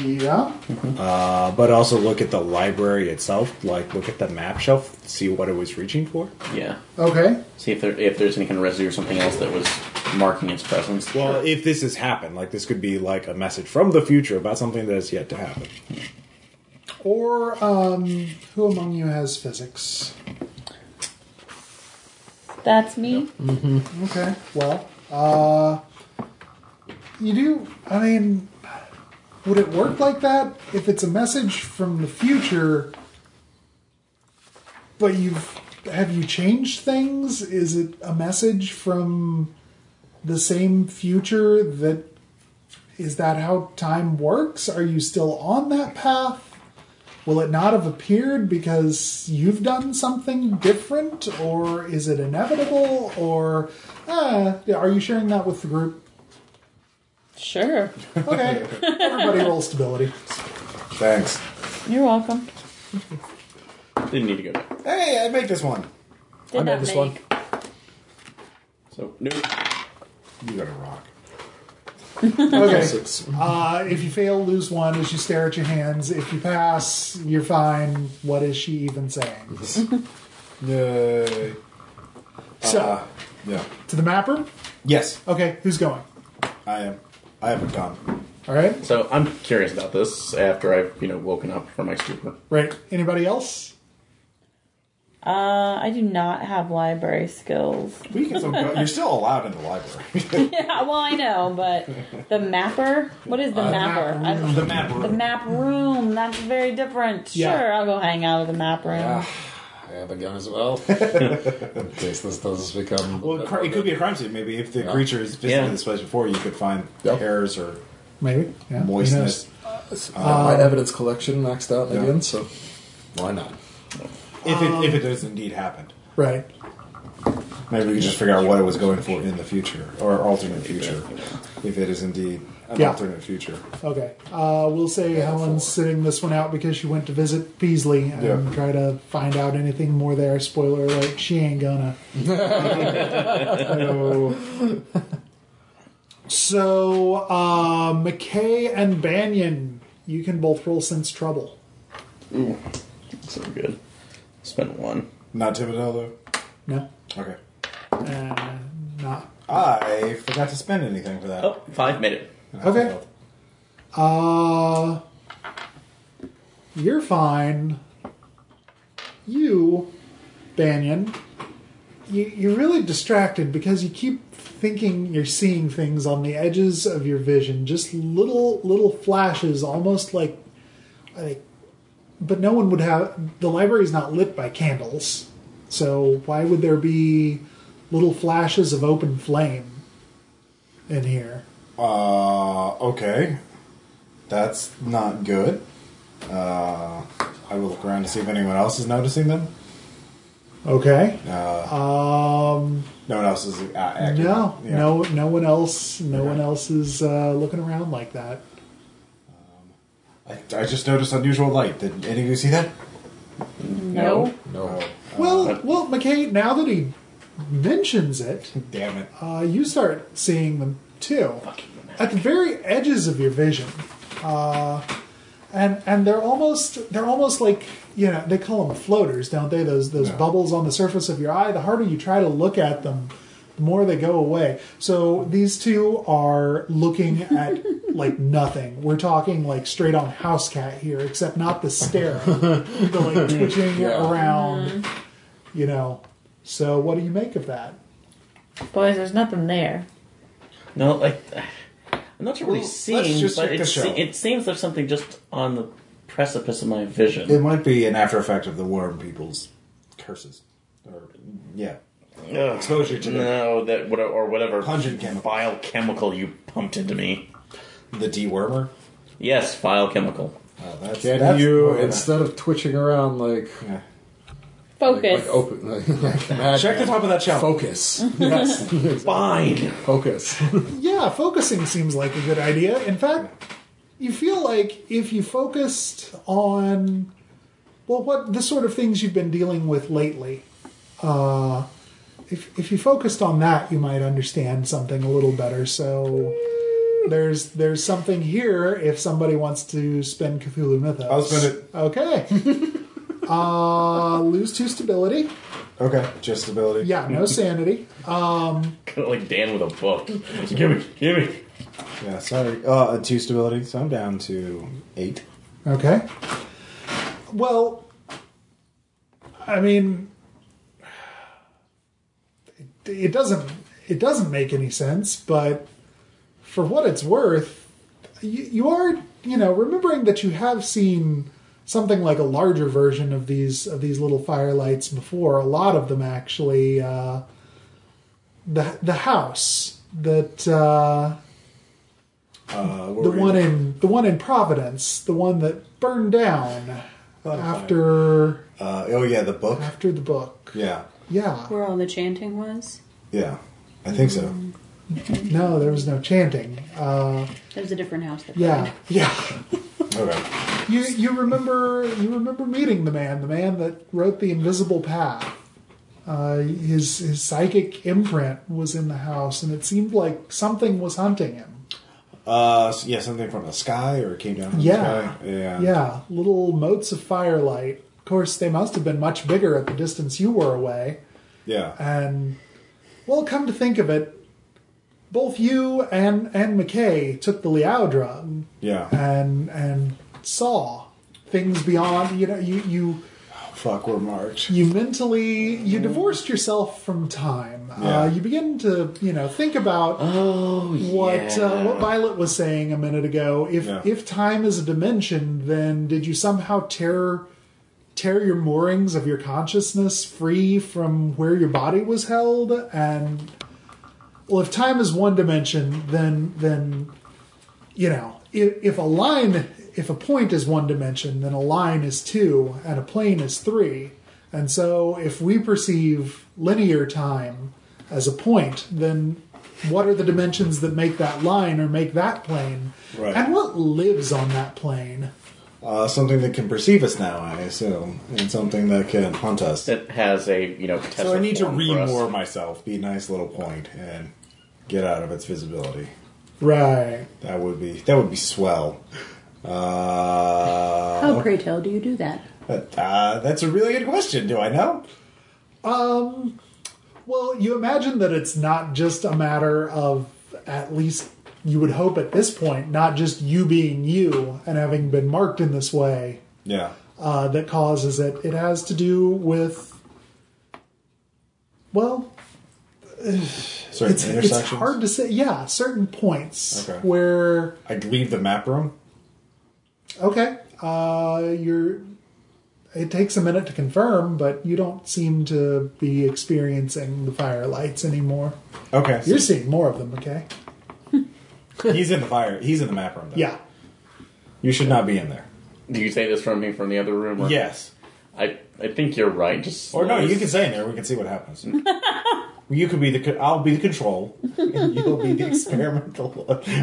Speaker 1: yeah.
Speaker 2: uh, but also look at the library itself. Like look at the map shelf, see what it was reaching for.
Speaker 4: yeah.
Speaker 1: Okay.
Speaker 4: See if there if there's any kind of residue or something else that was marking its presence.
Speaker 2: Well, if this has happened, like this could be like a message from the future about something that is yet to happen.
Speaker 1: Or um, who among you has physics?
Speaker 5: That's me.
Speaker 1: Okay. Well, uh, you do. I mean, Would it work like that if it's a message from the future? But you've have you changed things? Is it a message from the same future that is that how time works? Are you still on that path? Will it not have appeared because you've done something different, or is it inevitable, or uh, are you sharing that with the group?
Speaker 5: Sure.
Speaker 1: Okay, everybody roll stability.
Speaker 2: Thanks.
Speaker 5: You're welcome.
Speaker 4: Didn't need to go there.
Speaker 2: Hey, I made this one.
Speaker 5: Did
Speaker 6: I made
Speaker 5: not
Speaker 6: this
Speaker 5: make.
Speaker 6: one.
Speaker 4: So, nope.
Speaker 2: You got a rock.
Speaker 1: Okay,
Speaker 6: Six.
Speaker 1: uh, if you fail, lose one as you stare at your hands. If you pass, you're fine. What is she even saying?
Speaker 2: Yay.
Speaker 1: So,
Speaker 2: Yeah.
Speaker 1: to the mapper.
Speaker 2: Yes,
Speaker 1: Okay, who's going?
Speaker 2: I am. I haven't gone.
Speaker 1: All right,
Speaker 4: So I'm curious about this after I've, you know, woken up from my stupor.
Speaker 1: right. Anybody else?
Speaker 5: Uh, I do not have library skills.
Speaker 2: We can still go. You're still allowed in the library.
Speaker 5: Yeah, well, I know, but the mapper? What is the mapper? I don't-
Speaker 2: Uh, the map
Speaker 5: the map room. That's very different.
Speaker 1: Yeah.
Speaker 5: Sure, I'll go hang out at the map room.
Speaker 6: I have a gun as well. In case this does become.
Speaker 2: Well, cr- it could be a crime scene. Maybe if the creature has visited
Speaker 4: Yeah.
Speaker 2: this place before, you could find
Speaker 6: Yep.
Speaker 2: hairs or
Speaker 1: Maybe. Yeah. who knows?
Speaker 2: moistness.
Speaker 6: my
Speaker 3: Um,
Speaker 6: evidence collection maxed out
Speaker 2: Yeah.
Speaker 6: again, so why not?
Speaker 2: If it, if it does indeed happen,
Speaker 1: Right.
Speaker 2: maybe we could just figure out what it was going for in the future or alternate future, if it is indeed an
Speaker 1: Yeah.
Speaker 2: alternate future.
Speaker 1: Okay. Uh, we'll say Helen's sitting this one out because she went to visit Peasley and
Speaker 2: Yeah.
Speaker 1: try to find out anything more there. Spoiler alert, she ain't gonna. so, so uh, McKay and Banyan, you can both roll Sense Trouble.
Speaker 4: So good. Spent one.
Speaker 2: Not Thibodeau though.
Speaker 1: No?
Speaker 2: Okay.
Speaker 1: Uh, not.
Speaker 2: I forgot to spend anything for that.
Speaker 4: Oh, five made it.
Speaker 1: Okay. Uh, you're fine. You, Banyan, you, you're really distracted because you keep thinking you're seeing things on the edges of your vision, just little little flashes, almost like, like, but no one would have. The library's not lit by candles, so why would there be little flashes of open flame in here?
Speaker 2: Uh, okay. That's not good. Uh, I will look around to see if anyone else is noticing them.
Speaker 1: Okay.
Speaker 2: Uh,
Speaker 1: Um,
Speaker 2: no one else is uh, acting.
Speaker 1: no,
Speaker 2: Yeah.
Speaker 1: no, no one else, no
Speaker 2: Okay.
Speaker 1: one else is uh, looking around like that.
Speaker 2: I, I just noticed unusual light. Did any of you see that? Oh,
Speaker 5: No.
Speaker 6: No.
Speaker 2: Uh,
Speaker 1: well, well, McKay, now that he mentions it,
Speaker 2: Damn it.
Speaker 1: uh, you start seeing them too at the very edges of your vision, uh, and and they're almost they're almost like you know they call them floaters, don't they? Those those
Speaker 2: Yeah.
Speaker 1: bubbles on the surface of your eye. The harder you try to look at them, the more they go away. So these two are looking at like nothing. We're talking like straight on house cat here, except not the stare, the like twitching
Speaker 6: Yeah.
Speaker 1: around, you know. So what do you make of that?
Speaker 5: Boys, there's nothing there.
Speaker 4: No, like I'm not sure what
Speaker 2: Well,
Speaker 4: he's
Speaker 2: let's
Speaker 4: seeing,
Speaker 2: just
Speaker 4: but
Speaker 2: check
Speaker 4: it,
Speaker 2: the
Speaker 4: se-
Speaker 2: show.
Speaker 4: it seems there's something just on the precipice of my vision.
Speaker 2: It might be an after effect of the worm people's curses. Or, yeah.
Speaker 4: Ugh.
Speaker 2: Exposure to the,
Speaker 4: No, that what or whatever
Speaker 2: Pungent chemical.
Speaker 4: vile chemical you pumped into me.
Speaker 2: the dewormer.
Speaker 4: Yes, vile chemical.
Speaker 2: Oh, that's,
Speaker 6: Can
Speaker 2: that's more
Speaker 6: you,
Speaker 2: than-
Speaker 6: instead of twitching around like.
Speaker 2: Yeah.
Speaker 6: Like,
Speaker 5: Focus.
Speaker 6: like oh. open. Like, like mad
Speaker 2: Check the
Speaker 6: man.
Speaker 2: top of that shelf.
Speaker 6: Focus. Yes.
Speaker 4: Fine.
Speaker 6: Focus.
Speaker 1: Yeah, focusing seems like a good idea. In fact, you feel like if you focused on well, what the sort of things you've been dealing with lately, uh, if if you focused on that, you might understand something a little better. So there's there's something here if somebody wants to spend Cthulhu Mythos.
Speaker 2: I'll spend it.
Speaker 1: Okay. uh, lose two stability.
Speaker 2: Okay. Just ability.
Speaker 1: Yeah, no sanity.
Speaker 4: Kind of like Dan with a book. give me, give me.
Speaker 2: Yeah, sorry. Uh, two stability, so I'm down to eight.
Speaker 1: Okay. Well, I mean, it, it doesn't it doesn't make any sense, but for what it's worth, you, you are you know, remembering that you have seen something like a larger version of these of these little firelights before. A lot of them actually. Uh, the the house that uh,
Speaker 2: Uh, what
Speaker 1: the
Speaker 2: were you-
Speaker 1: one in the one in Providence, the one that burned down
Speaker 2: Bonfire.
Speaker 1: after
Speaker 2: Uh, oh yeah, the book.
Speaker 1: after the book.
Speaker 2: Yeah,
Speaker 1: Yeah.
Speaker 3: Where all the chanting was?
Speaker 2: yeah, I think so.
Speaker 1: Mm-hmm. No, there was no chanting. Uh,
Speaker 3: That was a different house. That
Speaker 1: yeah, yeah.
Speaker 2: Okay.
Speaker 1: You you remember you remember meeting the man, the man that wrote the Invisible Path. Uh, his his psychic imprint was in the house, and it seemed like something was hunting him.
Speaker 2: Uh, s- yeah, something from the sky or it came down from
Speaker 1: Yeah,
Speaker 2: the sky. Yeah,
Speaker 1: yeah. Little motes of firelight. Of course, they must have been much bigger at the distance you were away.
Speaker 2: yeah.
Speaker 1: And well, come to think of it, both you and and McKay took the Liao drug. uh,
Speaker 2: yeah.
Speaker 1: and and saw things beyond you know you you
Speaker 2: Fuck, we're March.
Speaker 1: you mentally you divorced yourself from time uh,
Speaker 2: Mm-hmm. Yeah.
Speaker 1: you begin to you know think about
Speaker 4: Oh,
Speaker 1: what uh, what Violet was saying a minute ago if
Speaker 2: Yeah.
Speaker 1: if time is a dimension then did you somehow tear tear your moorings of your consciousness free from where your body was held and well if time is one dimension then then you know if, if a line if a point is one dimension then a line is two and a plane is three and so if we perceive linear time as a point then what are the dimensions that make that line or make that plane
Speaker 2: Right.
Speaker 1: and what lives on that plane
Speaker 2: Uh, something that can perceive us now, I assume, and something that can hunt us.
Speaker 4: That has a you know. Tesla
Speaker 2: so I need to
Speaker 4: form for
Speaker 2: read
Speaker 4: us.
Speaker 2: more myself, be a nice little point, and get out of its visibility.
Speaker 1: right
Speaker 2: That would be that would be swell. Uh,
Speaker 3: How, pray tell, do you do that?
Speaker 2: But, uh, that's a really good question. Do I know?
Speaker 1: Well, you imagine that it's not just a matter of, at least you would hope at this point, not just you being you and having been marked in this way
Speaker 2: Yeah.
Speaker 1: uh, that causes it. It has to do with, well,
Speaker 2: Certain
Speaker 1: it's, it's
Speaker 2: intersections.
Speaker 1: hard to say. Yeah, certain points
Speaker 2: Okay.
Speaker 1: where,
Speaker 2: I'd leave the map room.
Speaker 1: okay, uh, you're. It takes a minute to confirm, but you don't seem to be experiencing the firelights anymore.
Speaker 2: Okay.
Speaker 1: You're seeing more of them, okay?
Speaker 2: he's in the fire. He's in the map room. Though.
Speaker 1: Yeah.
Speaker 2: You should not be in there.
Speaker 4: Do you say this from me from the other room? Or?
Speaker 2: Yes.
Speaker 4: I I think you're right. Just
Speaker 2: Or no,
Speaker 4: slow-
Speaker 2: you can stay in there. We can see what happens. you could be the. co- I'll be the control, and you'll be the experimental.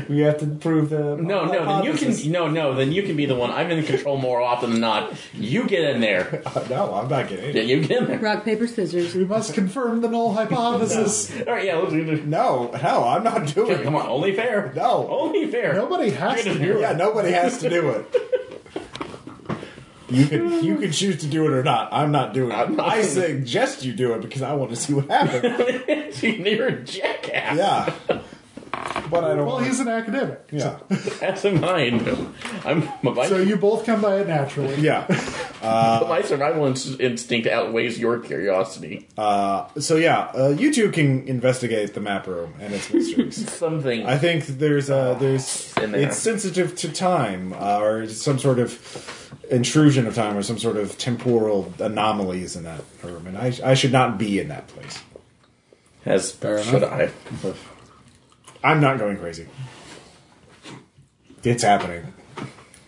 Speaker 2: we have to prove the.
Speaker 4: No, no, then you can. No, no, then you can be the one. I'm in control more often than not. You get in there.
Speaker 2: Uh, No, I'm not kidding.
Speaker 4: Yeah, you get in there.
Speaker 3: Rock, paper, scissors.
Speaker 1: We must confirm the null hypothesis.
Speaker 4: All right, yeah, let's do this.
Speaker 2: No, no, I'm not
Speaker 4: Yeah,
Speaker 2: doing.
Speaker 4: Come on, only fair.
Speaker 2: No.
Speaker 4: only fair.
Speaker 1: Nobody has to do
Speaker 2: Yeah, nobody has to do it. You can you can choose to do it or not. I'm not doing it.
Speaker 4: I'm not
Speaker 2: I
Speaker 4: doing it.
Speaker 2: suggest you do it because I want to see what happens.
Speaker 4: You're a jackass.
Speaker 2: yeah, but I don't.
Speaker 1: Well, he's an academic.
Speaker 2: yeah,
Speaker 4: That's in mind. I'm my,
Speaker 1: So you both come by it naturally.
Speaker 2: yeah.
Speaker 4: my survival ins- instinct outweighs your curiosity.
Speaker 2: Uh, so yeah, uh, you two can investigate the map room and its mysteries.
Speaker 4: Something.
Speaker 2: I think there's uh, there's
Speaker 4: in there.
Speaker 2: it's sensitive to time uh, or some sort of intrusion of time or some sort of temporal anomalies in that room, and I I should not be in that place.
Speaker 4: As should I?
Speaker 2: I'm not going crazy. It's happening.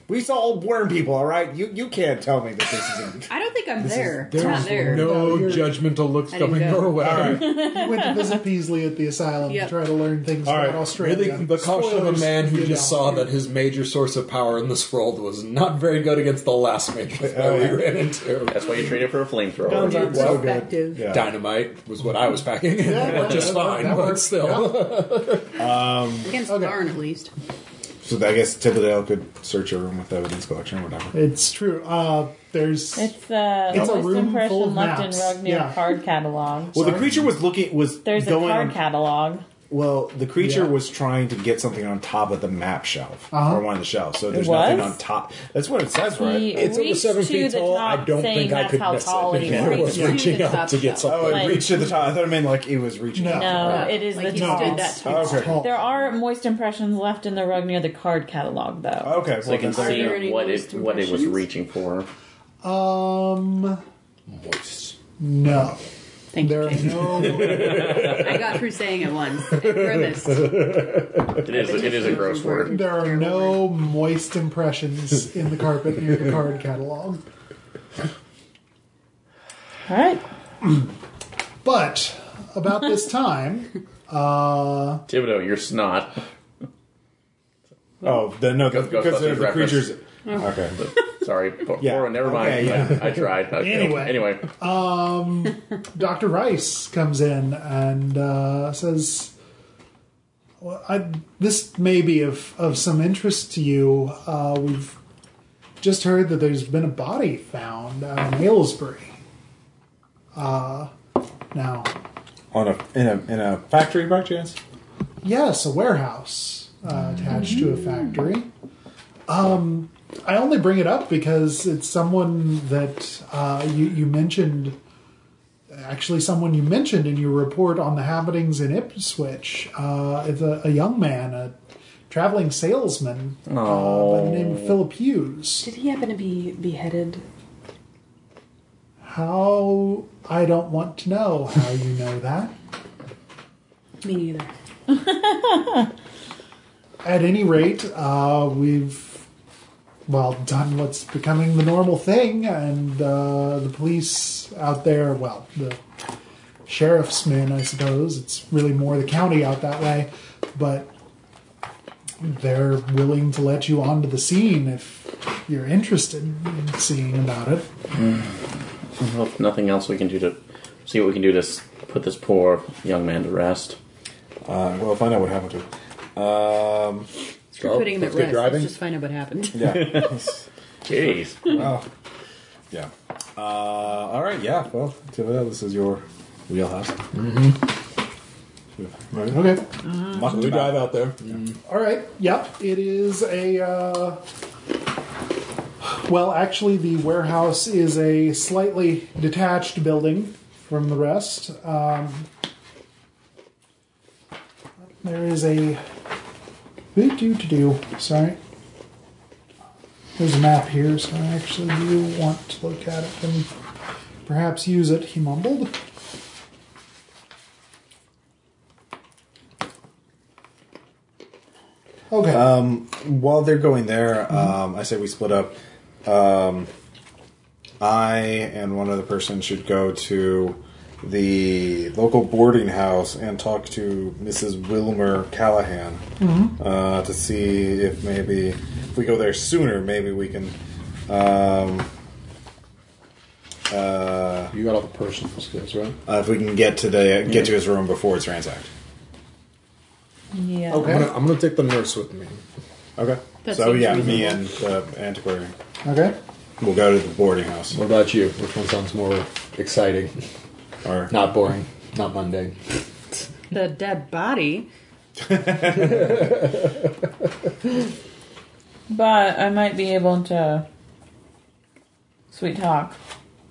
Speaker 2: We saw old worm people, all right? You you can't tell me that this isn't.
Speaker 3: I don't think I'm
Speaker 2: is-
Speaker 3: there.
Speaker 2: there
Speaker 3: I'm not
Speaker 2: is
Speaker 3: there.
Speaker 6: No
Speaker 1: you're-
Speaker 6: judgmental looks
Speaker 3: I didn't
Speaker 6: coming
Speaker 3: go.
Speaker 6: your way.
Speaker 1: You went to visit Peasley at the asylum
Speaker 3: Yep.
Speaker 1: to try to learn things
Speaker 2: All
Speaker 1: about
Speaker 2: right.
Speaker 1: Australia.
Speaker 6: Really, the caution of a
Speaker 1: Spoilers,
Speaker 6: man who
Speaker 1: you
Speaker 6: just
Speaker 1: know.
Speaker 6: saw that his major source of power in this world was not very good against the last major threat we ran into.
Speaker 4: That's why you trade it for a flamethrower.
Speaker 2: Guns aren't so good.
Speaker 3: Perspective.
Speaker 2: Yeah.
Speaker 6: Dynamite was what I was packing, and that worked just fine,
Speaker 1: that
Speaker 6: but
Speaker 1: works.
Speaker 6: still.
Speaker 3: Against
Speaker 1: Okay.
Speaker 3: Darn, at least.
Speaker 2: So I guess Tibbledale could search a room with evidence collection or whatever.
Speaker 1: It's true. Uh, there's
Speaker 5: It's uh,
Speaker 1: It's a
Speaker 5: first
Speaker 1: room full of
Speaker 5: impression left in
Speaker 1: maps.
Speaker 5: Rugnir
Speaker 1: Yeah.
Speaker 5: card catalog.
Speaker 2: Well, the creature was looking was
Speaker 5: There's a
Speaker 2: going
Speaker 5: card
Speaker 2: on,
Speaker 5: catalog.
Speaker 2: Well, the creature
Speaker 1: Yeah.
Speaker 2: was trying to get something on top of the map shelf
Speaker 1: Uh-huh.
Speaker 2: or one of the shelves. So there's
Speaker 5: was?
Speaker 2: nothing on top. That's what it says, right?
Speaker 5: He
Speaker 6: It's over
Speaker 5: reached
Speaker 6: seven
Speaker 5: to
Speaker 6: feet
Speaker 5: the
Speaker 6: tall. I
Speaker 5: top,
Speaker 6: don't
Speaker 5: saying
Speaker 6: think I
Speaker 5: that's
Speaker 6: could
Speaker 5: how
Speaker 6: miss
Speaker 5: tall it
Speaker 6: it.
Speaker 5: is.
Speaker 2: Yeah.
Speaker 6: I was
Speaker 3: Reached to
Speaker 6: reaching
Speaker 3: the
Speaker 6: out
Speaker 3: top
Speaker 6: to get
Speaker 3: shelf.
Speaker 6: something.
Speaker 2: oh, it
Speaker 5: Like-
Speaker 2: reached to the top. I thought I meant like it was reaching.
Speaker 1: No.
Speaker 2: up.
Speaker 5: No,
Speaker 2: Okay.
Speaker 5: it is
Speaker 3: Like
Speaker 5: the
Speaker 3: he
Speaker 5: top.
Speaker 3: did that to
Speaker 2: Oh, okay.
Speaker 1: Tall.
Speaker 5: There are moist impressions left in the rug near the card catalog, though.
Speaker 1: Oh.
Speaker 2: Okay, well,
Speaker 4: So you can
Speaker 2: then there you go.
Speaker 3: any
Speaker 4: see what it
Speaker 3: moist
Speaker 4: what it was
Speaker 3: impressions?
Speaker 4: reaching for.
Speaker 1: Um,
Speaker 6: Moist.
Speaker 1: no.
Speaker 3: Thank
Speaker 1: There are
Speaker 3: you.
Speaker 1: no.
Speaker 3: I got through saying it once. I grimaced. It
Speaker 4: It is it is a gross word.
Speaker 1: There are no moist impressions in the carpet near the card catalog.
Speaker 5: All right.
Speaker 1: But about this time, uh,
Speaker 4: Thibodeau, you're snot.
Speaker 2: Oh, the, no, the, because
Speaker 4: Ghostbusters
Speaker 2: of the
Speaker 4: reference.
Speaker 2: creatures.
Speaker 5: Mm-hmm.
Speaker 2: Okay.
Speaker 4: Sorry, Bo-
Speaker 2: Yeah.
Speaker 4: Boro, never mind.
Speaker 2: Okay, yeah.
Speaker 4: I, I tried. I failed.
Speaker 1: Anyway.
Speaker 4: anyway,
Speaker 1: Dr. Rice comes in and uh, says, well, I, This may be of, of some interest to you. Uh, we've just heard that there's been a body found out in Aylesbury. Uh, now,
Speaker 2: On a in a in a factory by chance?
Speaker 1: Yes, a warehouse uh, attached to a factory. Um, I only bring it up because it's someone that uh, you, you mentioned, actually, someone you mentioned in your report on the happenings in Ipswich. Uh, it's a, a young man, a traveling salesman uh, by the name of Philip Hughes.
Speaker 3: Did he happen to be beheaded?
Speaker 1: How I don't want to know how you know that.
Speaker 3: Me neither.
Speaker 1: at any rate, uh, we've well done what's becoming the normal thing, and uh, the police out there, well, the sheriff's men, I suppose. It's really more the county out that way, but they're willing to let you onto the scene if you're interested in seeing about it.
Speaker 4: well, if nothing else we can do to see what we can do to s- put this poor young man to rest.
Speaker 2: Uh, well, find out what happened to him. Um,
Speaker 3: You're putting him at
Speaker 6: that's good
Speaker 3: rest.
Speaker 6: driving.
Speaker 3: Let's just find out what happened.
Speaker 2: yeah.
Speaker 4: Jeez.
Speaker 2: well, yeah. Uh, all right. Yeah. Well, Thibodeau, this is your wheelhouse. Mm-hmm.
Speaker 1: Okay.
Speaker 6: We drive out there.
Speaker 1: All right. Yep. It is a. Uh, well, actually, the warehouse is a slightly detached building from the rest. Um, there is a. Do do to do. Sorry. There's a map here, so I actually do want to look at it and perhaps use it. He mumbled. Okay.
Speaker 2: While they're going
Speaker 3: Mm-hmm.
Speaker 2: there, um, I say we split up. Um, I and one other person should go to the local boarding house and talk to Mrs. Wilmer Callahan
Speaker 3: Mm-hmm.
Speaker 2: uh, to see if maybe if we go there sooner, maybe we can. Um, uh,
Speaker 6: You got all the personal skills, right?
Speaker 2: if we can get to the get to his room before it's ransacked.
Speaker 5: Yeah.
Speaker 1: Okay.
Speaker 6: I'm gonna, I'm gonna take the nurse with me.
Speaker 2: Okay.
Speaker 3: That
Speaker 2: so
Speaker 3: seems
Speaker 2: yeah, me
Speaker 3: reasonable.
Speaker 2: and the antiquarian
Speaker 1: okay.
Speaker 2: will go to the boarding house.
Speaker 6: What about you? Which one sounds more exciting?
Speaker 2: Or
Speaker 6: Not boring. Not mundane.
Speaker 3: The dead body.
Speaker 5: But I might be able to sweet talk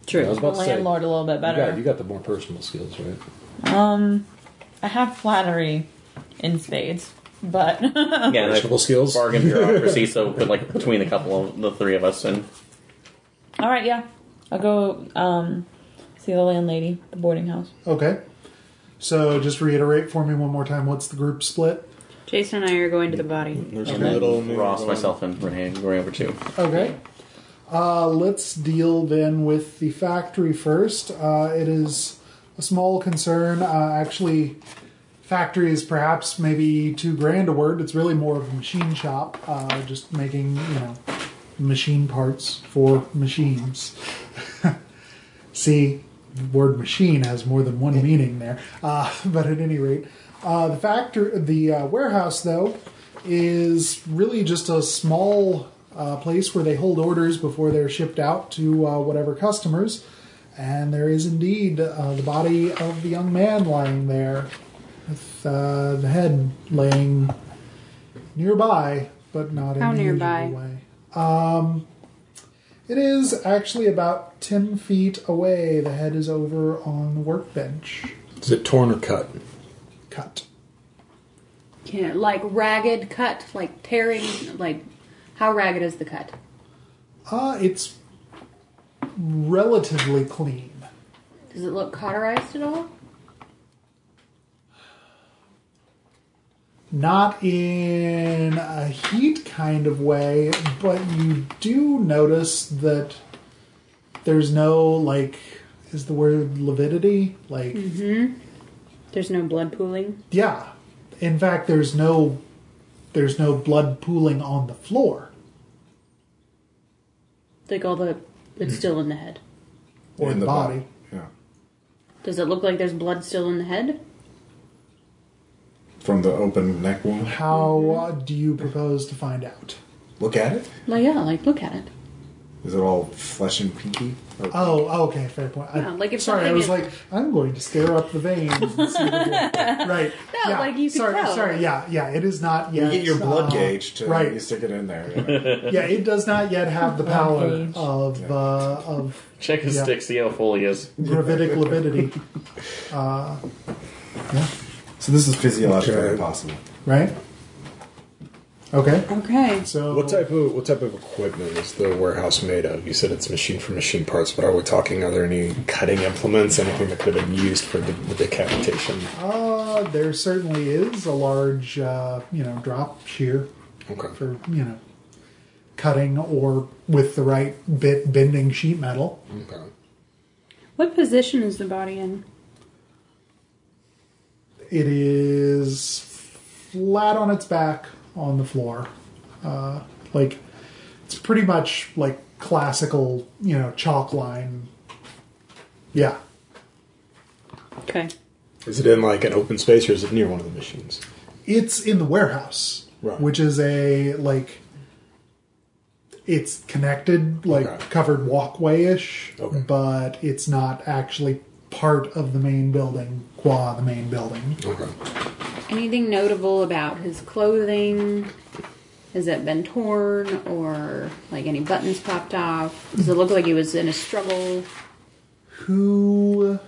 Speaker 3: True.
Speaker 6: I was
Speaker 5: the
Speaker 6: about to say.
Speaker 5: landlord a little bit
Speaker 6: You
Speaker 5: better.
Speaker 6: got, you got the more personal skills, right?
Speaker 5: Um, I have flattery in spades, but
Speaker 4: Yeah, and I-
Speaker 6: Personal skills.
Speaker 4: bargain bureaucracy. So, but like between the couple of the three of us, and
Speaker 5: all right, yeah, I'll go um see the landlady, the boarding house.
Speaker 1: Okay. So just reiterate for me one more time. What's the group split?
Speaker 3: Jason and I are going to the body.
Speaker 2: there's
Speaker 4: and then Ross, myself, and Renee going over too.
Speaker 1: Okay. Uh, let's deal then with the factory first. Uh, it is a small concern. Uh, actually, factory is perhaps maybe too grand a word. It's really more of a machine shop, uh, just making, you know, machine parts for machines. See, the word machine has more than one meaning there. Uh, but at any rate, uh, the factor, the uh, warehouse though, is really just a small uh, place where they hold orders before they're shipped out to uh, whatever customers. And there is indeed uh, the body of the young man lying there. with uh, the head laying nearby, but not
Speaker 3: How
Speaker 1: in the usual
Speaker 3: nearby?
Speaker 1: way. Um, it is actually about ten feet away. The head is over on the workbench.
Speaker 6: Is it torn or cut?
Speaker 1: Cut.
Speaker 3: Can it, like ragged cut, like tearing, like how ragged is the cut?
Speaker 1: Uh, it's relatively clean.
Speaker 3: Does it look cauterized at all?
Speaker 1: not in a heat kind of way, but you do notice that there's no like is the word lividity like
Speaker 3: There's no blood pooling.
Speaker 1: yeah. In fact, there's no there's no blood pooling on the floor
Speaker 3: Like all the, it's still in the head.
Speaker 1: or
Speaker 2: In
Speaker 1: the
Speaker 2: the
Speaker 1: body.
Speaker 2: body. Yeah.
Speaker 3: Does it look like there's blood still in the head?
Speaker 2: From the open neck wound.
Speaker 1: How uh, do you propose to find out?
Speaker 2: Look at it.
Speaker 3: Like yeah, like look at it.
Speaker 2: Is it all flesh and pinky? Or-
Speaker 1: Oh, okay, fair point. I-
Speaker 3: Yeah, like if
Speaker 1: sorry, I
Speaker 3: something
Speaker 1: was
Speaker 3: is-
Speaker 1: like, I'm going to stare up the veins. And see what it- right?
Speaker 3: No, like, you could
Speaker 1: sorry,
Speaker 3: tell.
Speaker 1: sorry. Yeah, yeah. It is not
Speaker 2: You
Speaker 1: yet.
Speaker 2: get your blood
Speaker 1: uh,
Speaker 2: gauge to
Speaker 1: right.
Speaker 2: you stick it in there.
Speaker 1: yeah, it does not yet have the power
Speaker 5: Rampage.
Speaker 1: of uh, of
Speaker 4: Check his
Speaker 1: Yeah.
Speaker 4: stick, see how full he is.
Speaker 1: gravitic lividity,
Speaker 2: so this is physiologically
Speaker 6: Okay.
Speaker 2: impossible.
Speaker 1: right? Okay,
Speaker 3: Okay.
Speaker 1: so
Speaker 6: What type of what type of equipment is the warehouse made of? You said it's machine for machine parts, but are we talking? Are there any cutting implements? Anything that could have been used for the, the decapitation?
Speaker 1: Uh, there certainly is a large, uh, you know, drop shear
Speaker 6: Okay.
Speaker 1: for you know cutting or with the right bit bending sheet metal.
Speaker 6: okay.
Speaker 3: What position is the body in?
Speaker 1: It is flat on its back on the floor. Uh, like it's pretty much like classical, you know, chalk line. Yeah.
Speaker 3: Okay.
Speaker 6: Is it in like an open space or is it near one of the machines?
Speaker 1: it's in the warehouse,
Speaker 6: Right.
Speaker 1: which is a like it's connected, like
Speaker 6: Okay.
Speaker 1: covered walkway ish,
Speaker 6: Okay.
Speaker 1: but it's not actually part of the main building, qua the main building.
Speaker 6: Okay.
Speaker 3: Anything notable about his clothing? Has it been torn or like any buttons popped off? Does it look like he was in a struggle?
Speaker 1: Who?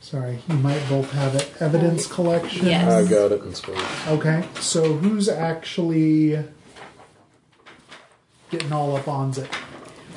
Speaker 1: Sorry, you might both have it. Evidence collection.
Speaker 3: Yes.
Speaker 2: Uh,
Speaker 6: I got it. That's what-
Speaker 1: Okay, so who's actually getting all up on it?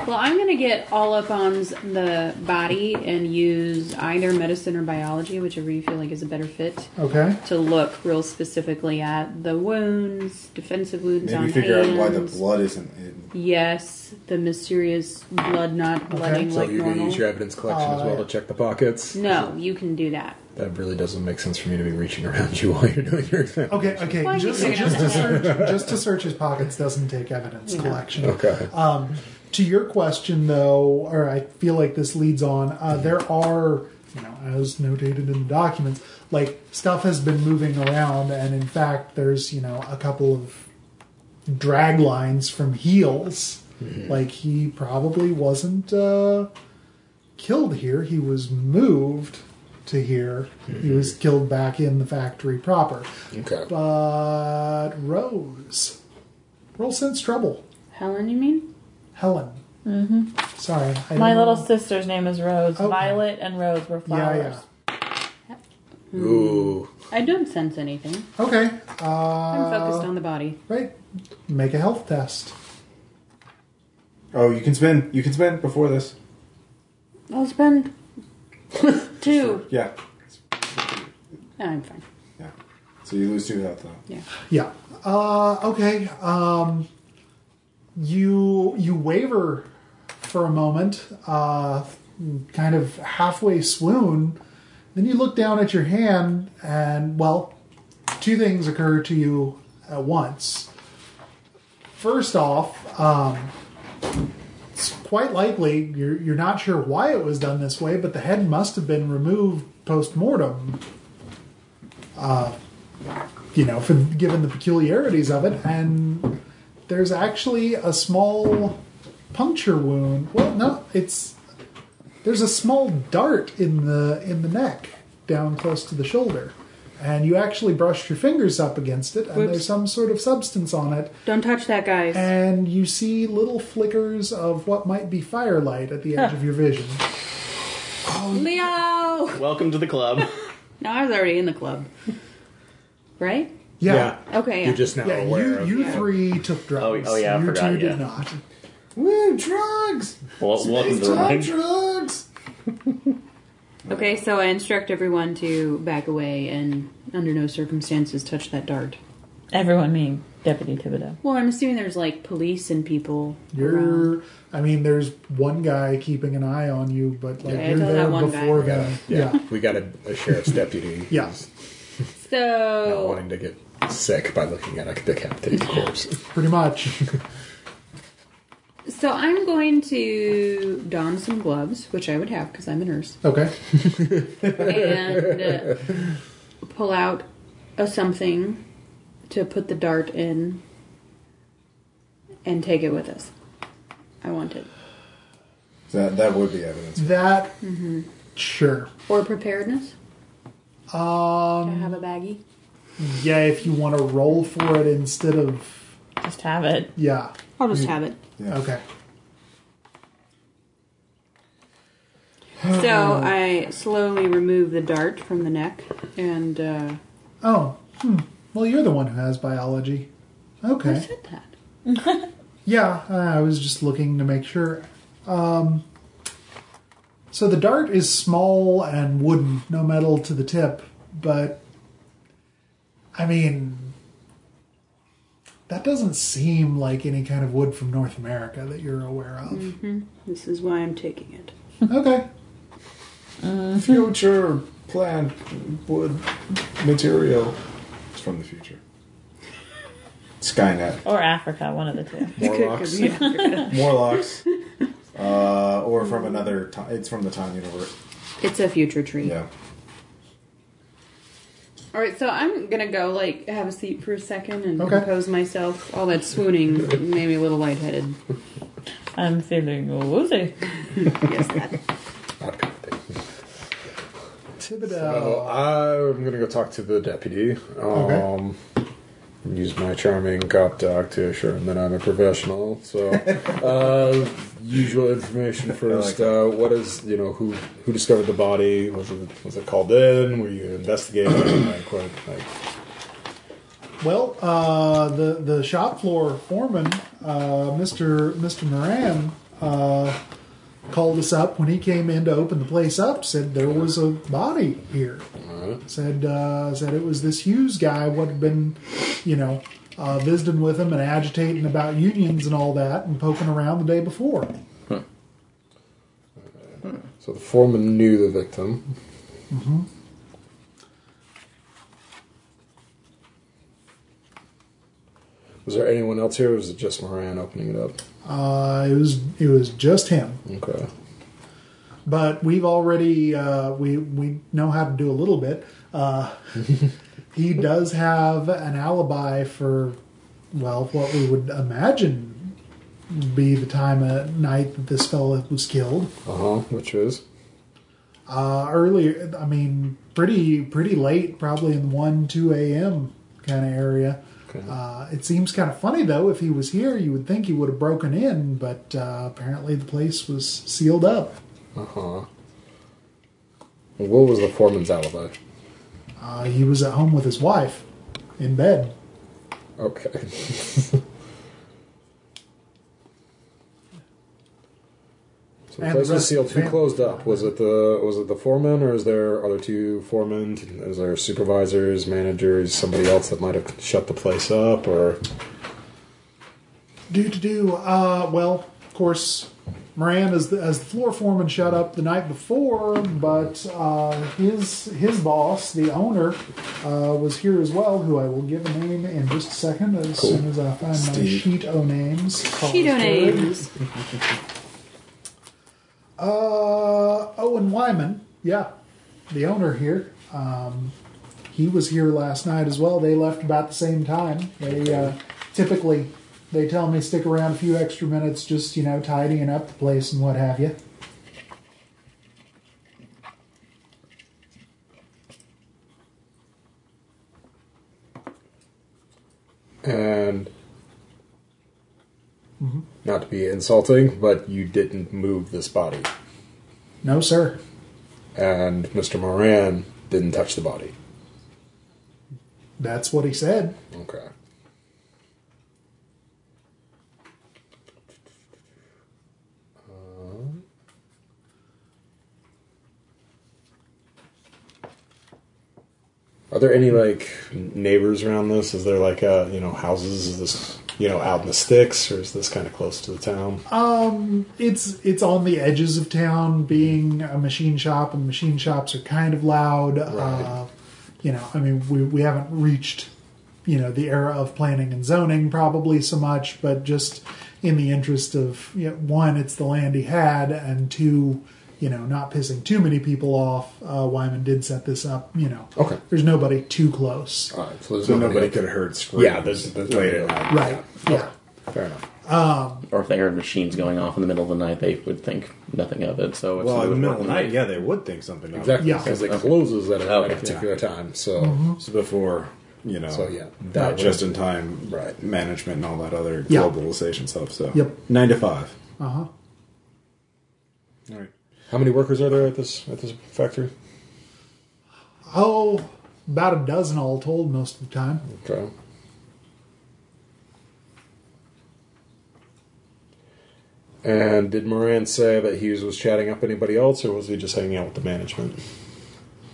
Speaker 3: Well, I'm going to get all up on the body and use either medicine or biology, whichever you feel like is a better fit,
Speaker 1: Okay.
Speaker 3: to look real specifically at the wounds, defensive wounds on
Speaker 2: Maybe figure
Speaker 3: hands.
Speaker 2: out why the blood isn't in.
Speaker 3: Yes, the mysterious blood not blooding
Speaker 6: So
Speaker 3: like
Speaker 6: you're gonna
Speaker 3: normal.
Speaker 6: use your evidence collection as well to check the pockets.
Speaker 3: No, you can do that.
Speaker 6: That really doesn't make sense for me to be reaching around you while you're doing your exam.
Speaker 1: Okay, okay.
Speaker 3: Why are you
Speaker 1: just,
Speaker 3: picking
Speaker 1: just
Speaker 3: up
Speaker 1: to
Speaker 3: the
Speaker 1: search, just to search his pockets doesn't take evidence collection.
Speaker 6: Okay.
Speaker 1: Uh, To your question, though, or I feel like this leads on. Uh, there are, you know, as notated in the documents, like stuff has been moving around, and in fact, there's you know a couple of drag lines from heels. Like he probably wasn't uh, killed here; he was moved to here. He was killed back in the factory proper.
Speaker 6: okay.
Speaker 1: But Rose, roll sense trouble.
Speaker 3: Helen, you mean?
Speaker 1: Helen. Mm-hmm. Sorry, I
Speaker 5: My
Speaker 1: didn't-
Speaker 5: little sister's name is Rose.
Speaker 1: Okay.
Speaker 5: Violet and Rose were
Speaker 1: Yeah,
Speaker 5: flowers.
Speaker 1: yeah.
Speaker 6: Ooh.
Speaker 3: I don't sense anything.
Speaker 1: Okay.
Speaker 3: I'm
Speaker 1: Uh,
Speaker 3: focused on the body.
Speaker 1: right. Make a health test.
Speaker 2: Oh, you can spend. You can spend before this.
Speaker 3: I'll spend two.
Speaker 2: Yeah.
Speaker 3: No, I'm fine.
Speaker 2: Yeah. So you lose two health though.
Speaker 3: Yeah.
Speaker 1: Yeah. Uh, okay. Um, you you waver for a moment, uh, kind of halfway swoon. Then you look down at your hand, and well, two things occur to you at once. First off, um, it's quite likely you're you're not sure why it was done this way, but the head must have been removed post mortem you know, for given the peculiarities of it, and there's actually a small puncture wound. Well, no, it's there's a small dart in the in the neck down close to the shoulder. and you actually brush your fingers up against it, and
Speaker 3: Whoops.
Speaker 1: there's some sort of substance on it,
Speaker 3: Don't touch that, guys.
Speaker 1: and you see little flickers of what might be firelight at the edge of your vision.
Speaker 3: Leo!
Speaker 4: Welcome to the club.
Speaker 3: No, I was already in the club. Right?
Speaker 1: Yeah,
Speaker 3: Okay.
Speaker 6: You're just now
Speaker 1: yeah.
Speaker 6: aware
Speaker 1: you
Speaker 6: of
Speaker 1: you
Speaker 3: Yeah.
Speaker 1: three took drugs.
Speaker 4: oh, yeah, I
Speaker 1: you
Speaker 4: forgot,
Speaker 1: two
Speaker 4: yeah.
Speaker 1: did not.
Speaker 2: Woo, drugs!
Speaker 4: Well, welcome to the
Speaker 2: Time
Speaker 4: reminder.
Speaker 2: drugs!
Speaker 3: Okay, so I instruct everyone to back away and under no circumstances touch that dart.
Speaker 5: Everyone meaning Deputy Thibodeau.
Speaker 3: Well, I'm assuming there's like police and people. around.
Speaker 1: You're. I mean, there's one guy keeping an eye on you, but like
Speaker 3: Yeah,
Speaker 1: you're
Speaker 3: I know that
Speaker 1: there
Speaker 3: one guy.
Speaker 1: before
Speaker 6: Yeah,
Speaker 1: them.
Speaker 6: yeah.
Speaker 1: yeah.
Speaker 6: We got a, a sheriff's deputy. who's
Speaker 1: Yeah.
Speaker 6: Not
Speaker 3: So
Speaker 6: wanting to get sick by looking at a decapitated corpse.
Speaker 1: Pretty much.
Speaker 3: So I'm going to don some gloves, which I would have because I'm a nurse,
Speaker 1: Okay.
Speaker 3: and uh, pull out a something to put the dart in and take it with us. I want it.
Speaker 2: That, that would be evidence.
Speaker 1: That. Sure.
Speaker 3: Or preparedness? Um, to have a baggie?
Speaker 1: Yeah, if you want to roll for it instead of.
Speaker 5: Just have it.
Speaker 1: Yeah.
Speaker 3: I'll just have it.
Speaker 2: Yeah.
Speaker 1: Okay.
Speaker 3: So I slowly remove the dart from the neck and uh,
Speaker 1: Oh. Hmm. Well, you're the one who has biology.
Speaker 3: I
Speaker 1: Okay.
Speaker 3: said that.
Speaker 1: Yeah, uh, I was just looking to make sure. Um, so the dart is small and wooden, no metal to the tip, but I mean, that doesn't seem like any kind of wood from North America that you're aware of.
Speaker 3: This is why I'm taking it.
Speaker 1: Okay.
Speaker 2: Future plant wood material. It's from the future. Skynet.
Speaker 5: Or Africa, one of the two.
Speaker 2: Morlocks. Morlocks. Uh, or from another time. It's from the time universe.
Speaker 3: It's a future tree.
Speaker 2: Yeah.
Speaker 3: All right, so I'm gonna go like have a seat for a second and
Speaker 1: Okay.
Speaker 3: compose myself. All that swooning made me a little lightheaded.
Speaker 5: I'm feeling woozy.
Speaker 3: Yes, that.
Speaker 6: Not good.
Speaker 1: Thibodeau.
Speaker 6: Oh, I'm gonna go talk to the deputy. Um,
Speaker 1: Okay.
Speaker 6: Use my charming cop talk to assure him that I'm a professional. So, uh, usual information first.
Speaker 2: like
Speaker 6: uh, what is you know who who discovered the body? Was it was it called in? Were you investigating? like, what, like,
Speaker 1: Well, uh, the the shop floor foreman, uh, Mister Mister Moran, uh, called us up when he came in to open the place up. Said there was a body here. Said uh, said it was this Hughes guy. What had been, you know, uh, visiting with him and agitating about unions and all that, and poking around the day before.
Speaker 6: so the foreman knew the victim. Was there anyone else here? or Was it just Moran opening it up?
Speaker 1: Uh, it was it was just him.
Speaker 6: Okay.
Speaker 1: but we've already uh, we we know how to do a little bit. Uh, he does have an alibi for well what we would imagine be the time at night that this fella was killed.
Speaker 6: Uh huh. Which is.
Speaker 1: Uh, earlier, I mean, pretty pretty late, probably in one two a.m. kind of area.
Speaker 6: Okay.
Speaker 1: Uh, it seems kind of funny though. If he was here, you would think he would have broken in, but uh, apparently the place was sealed up.
Speaker 6: Uh huh. What was the foreman's alibi?
Speaker 1: Uh, he was at home with his wife in bed.
Speaker 6: Okay. So the
Speaker 1: And
Speaker 6: place
Speaker 1: the
Speaker 6: was
Speaker 1: rest
Speaker 6: sealed.
Speaker 1: of the
Speaker 6: Who
Speaker 1: fam-
Speaker 6: closed up? Was it the was it the foreman, or is there other two foremen? Is there supervisors, managers, somebody else that might have shut the place up, or
Speaker 1: Do to do. Uh, well, of course, Moran as the, as the floor foreman shut up the night before, but uh, his his boss, the owner, uh, was here as well. Who I will give a name in just a second as
Speaker 6: Cool.
Speaker 1: soon as I find my
Speaker 2: Steve.
Speaker 1: sheet o names.
Speaker 3: Cheeto names.
Speaker 1: Uh, Owen Wyman, yeah, the owner here. Um, he was here last night as well. They left about the same time. They uh, typically they tell me stick around a few extra minutes, just you know tidying up the place and what have you.
Speaker 6: and
Speaker 1: Mm-hmm.
Speaker 6: not to be insulting, but you didn't move this body,
Speaker 1: No, sir.
Speaker 6: and Mr. Moran didn't touch the body.
Speaker 1: That's what he said.
Speaker 6: Okay. Um, Are there any like neighbors around this? Is there like uh, you know houses? Is this you know out in the sticks, or is this kind of close to the town?
Speaker 1: It's it's on the edges of town, being a machine shop, and machine shops are kind of loud. Uh,
Speaker 6: Right.
Speaker 1: you know, I mean, we we haven't reached you know the era of planning and zoning probably so much, but just in the interest of you know, one, it's the land he had, and two. You know, not pissing too many people off. Uh, Wyman did set this up. You know,
Speaker 6: Okay. Uh,
Speaker 1: There's nobody too close.
Speaker 6: All right, so there's
Speaker 2: So
Speaker 6: nobody-
Speaker 2: nobody could have heard screams.
Speaker 6: Yeah, there's, there's
Speaker 2: later.
Speaker 6: nobody-
Speaker 1: Right. Yeah.
Speaker 6: Fair enough.
Speaker 4: Or if they heard machines going off in the middle of the night, they would think nothing of it. So if
Speaker 2: Well,
Speaker 4: somebody
Speaker 2: in the
Speaker 4: was
Speaker 2: middle of the
Speaker 4: working
Speaker 2: night, yeah, they would think something. of it.
Speaker 6: Exactly.
Speaker 1: Yeah.
Speaker 6: Because it closes at a, at a
Speaker 4: Okay.
Speaker 6: particular time. So
Speaker 2: It's before you know.
Speaker 6: So, yeah, that
Speaker 2: that
Speaker 6: would-
Speaker 2: just in time
Speaker 6: Right.
Speaker 2: management and all that other
Speaker 1: Yeah.
Speaker 2: globalization stuff. So
Speaker 1: Yep.
Speaker 2: nine to five.
Speaker 1: Uh huh.
Speaker 2: All right.
Speaker 6: how many workers are there at this at this factory?
Speaker 1: Oh, about a dozen all told most of the time.
Speaker 6: Okay. And did Moran say that Hughes was chatting up anybody else, or was he just hanging out with the management?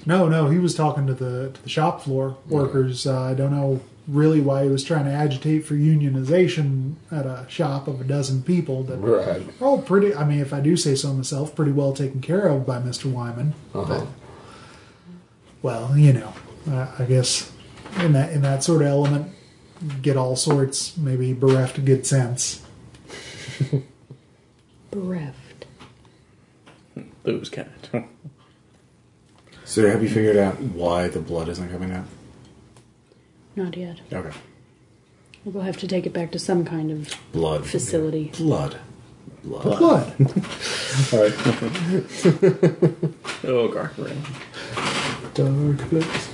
Speaker 1: No, no, he was talking to the to the shop floor workers. Uh, I don't know really why he was trying to agitate for unionization at a shop of a dozen people that
Speaker 6: Right.
Speaker 1: are all pretty. I mean, if I do say so myself, pretty well taken care of by Mister Wyman.
Speaker 6: Uh-huh.
Speaker 1: Well, you know, I, I guess in that in that sort of element, you get all sorts. Maybe bereft of good sense.
Speaker 3: Bereft.
Speaker 4: Booze cat.
Speaker 2: So have you figured out why the blood isn't coming out?
Speaker 3: Not yet.
Speaker 2: Okay.
Speaker 3: We'll have to take it back to some kind of
Speaker 2: Blood.
Speaker 3: facility.
Speaker 2: Blood. Blood.
Speaker 1: Blood.
Speaker 6: All right.
Speaker 4: oh, Gargoyle.
Speaker 2: Dark place.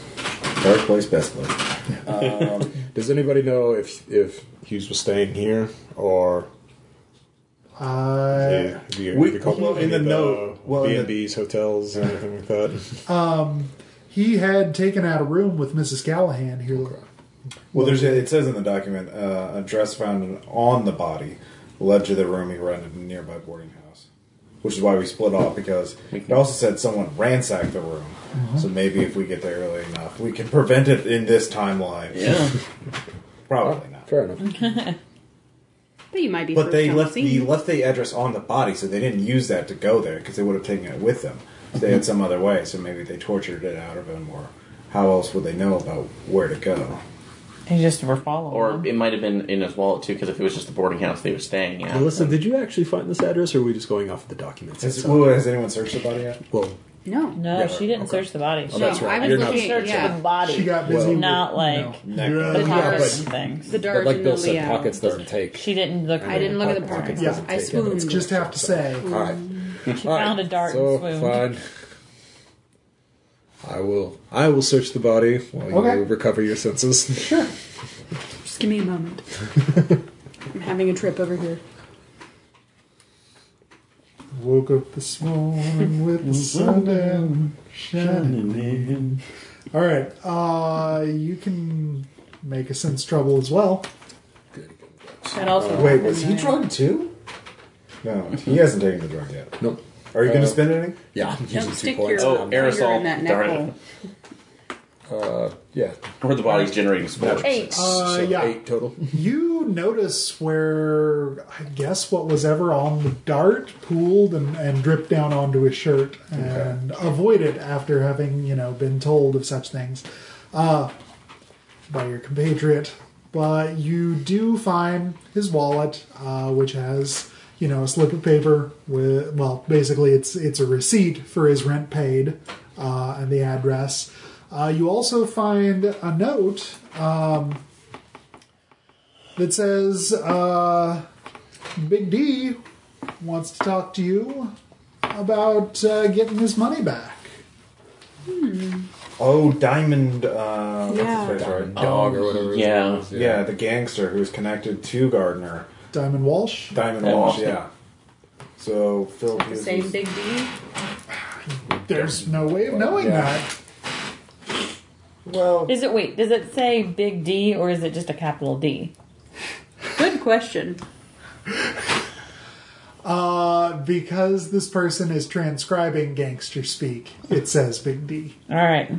Speaker 2: Dark place, best place.
Speaker 6: Does anybody know if if Hughes was staying here or
Speaker 1: Uh,
Speaker 6: yeah, have you, have
Speaker 2: we-
Speaker 6: you called
Speaker 2: well,
Speaker 6: any
Speaker 2: in the
Speaker 6: of
Speaker 2: note- well, in
Speaker 6: B
Speaker 2: the-
Speaker 6: and B's hotels or anything like that?
Speaker 1: He had taken out a room with Mrs. Callahan here.
Speaker 2: Well, there's a, it says in the document uh, a dress found on the body led to the room he rented in a nearby boarding house, which is why we split off because it also said someone ransacked the room.
Speaker 3: Mm-hmm.
Speaker 2: So maybe if we get there early enough, we can prevent it in this timeline.
Speaker 4: Yeah.
Speaker 2: Probably not.
Speaker 6: Fair enough.
Speaker 3: But you might be
Speaker 2: But
Speaker 3: first
Speaker 2: they
Speaker 3: on
Speaker 2: left
Speaker 3: the
Speaker 2: the
Speaker 3: scene.
Speaker 2: left the address on the body, so they didn't use that to go there because they would have taken it with them. They had some other way, so maybe they tortured it out of him, or how else would they know about where to go?
Speaker 5: They just were following.
Speaker 4: Or
Speaker 5: them.
Speaker 4: it might have been in his wallet too, because if it was just the boarding house they were staying at.
Speaker 6: Alyssa, did you actually find this address, or are we just going off of the documents?
Speaker 2: Has, ooh, has anyone searched the body yet?
Speaker 6: well,
Speaker 3: no.
Speaker 5: no,
Speaker 2: Yeah,
Speaker 5: she didn't
Speaker 2: okay.
Speaker 5: search the body. She
Speaker 3: No,
Speaker 6: Oh, that's right.
Speaker 3: I was
Speaker 6: You're not
Speaker 5: didn't
Speaker 3: looking.
Speaker 5: search
Speaker 3: yeah.
Speaker 5: the body.
Speaker 1: She got busy.
Speaker 6: Well,
Speaker 1: with,
Speaker 5: not like
Speaker 1: you know,
Speaker 3: The
Speaker 1: drugs.
Speaker 3: pockets.
Speaker 5: and things.
Speaker 3: The
Speaker 6: but
Speaker 3: dart
Speaker 6: like
Speaker 3: and
Speaker 6: Bill
Speaker 3: the
Speaker 6: said,
Speaker 3: Leo.
Speaker 6: pockets doesn't take.
Speaker 5: She didn't look.
Speaker 3: I didn't look at the
Speaker 6: Pockets
Speaker 3: pockets.
Speaker 1: doesn't
Speaker 3: I
Speaker 6: take evidence.
Speaker 3: swooned.
Speaker 1: Just have to say,
Speaker 6: All right.
Speaker 5: She found a dart
Speaker 6: so
Speaker 5: and swooned.
Speaker 6: fine. I will. I will search the body while
Speaker 1: Okay.
Speaker 6: you recover your senses.
Speaker 3: Just give me a moment. I'm having a trip over here.
Speaker 1: woke up this morning with the sun down shining in. All right, uh, you can make a sense trouble as well.
Speaker 5: That also
Speaker 2: Wait, was he
Speaker 5: happened, right?
Speaker 2: drugged too? No, he hasn't taken the drug yet.
Speaker 6: nope.
Speaker 2: Are you going
Speaker 6: Uh,
Speaker 2: to spend any?
Speaker 6: Yeah. using two
Speaker 3: Don't stick your
Speaker 6: points.
Speaker 4: Oh,
Speaker 3: finger in
Speaker 4: aerosol.
Speaker 3: that neck
Speaker 4: Darn it.
Speaker 3: hole.
Speaker 6: Yeah.
Speaker 4: Where the body's generating spores.
Speaker 5: Eight.
Speaker 1: Uh,
Speaker 6: so
Speaker 1: yeah.
Speaker 6: Eight total.
Speaker 1: You notice where I guess what was ever on the dart pooled and, and dripped down onto his shirt and avoided after having, you know, been told of such things uh, by your compatriot. But you do find his wallet, uh, which has, you know, a slip of paper with, well, basically it's it's a receipt for his rent paid uh, and the address. Uh, you also find a note that says uh, Big D wants to talk to you about uh, getting his money back.
Speaker 2: Oh, Diamond. Uh,
Speaker 3: Yeah.
Speaker 2: What's his face, right?
Speaker 6: Dog or whatever. his
Speaker 4: Um, yeah.
Speaker 6: name is,
Speaker 2: Yeah. the gangster who's connected to Gardner,
Speaker 1: Diamond Walsh.
Speaker 2: Diamond
Speaker 4: Diamond
Speaker 2: Walsh.
Speaker 4: Walsh.
Speaker 2: Yeah. So Phil.
Speaker 3: The
Speaker 2: Hughes
Speaker 3: same
Speaker 2: was-
Speaker 3: Big D.
Speaker 1: There's no way of knowing
Speaker 6: Yeah.
Speaker 1: that.
Speaker 2: Well,
Speaker 5: Is it wait? Does it say big D or is it just a capital D?
Speaker 3: Good question.
Speaker 1: Uh, because this person is transcribing gangster speak, it says Big D.
Speaker 5: All right.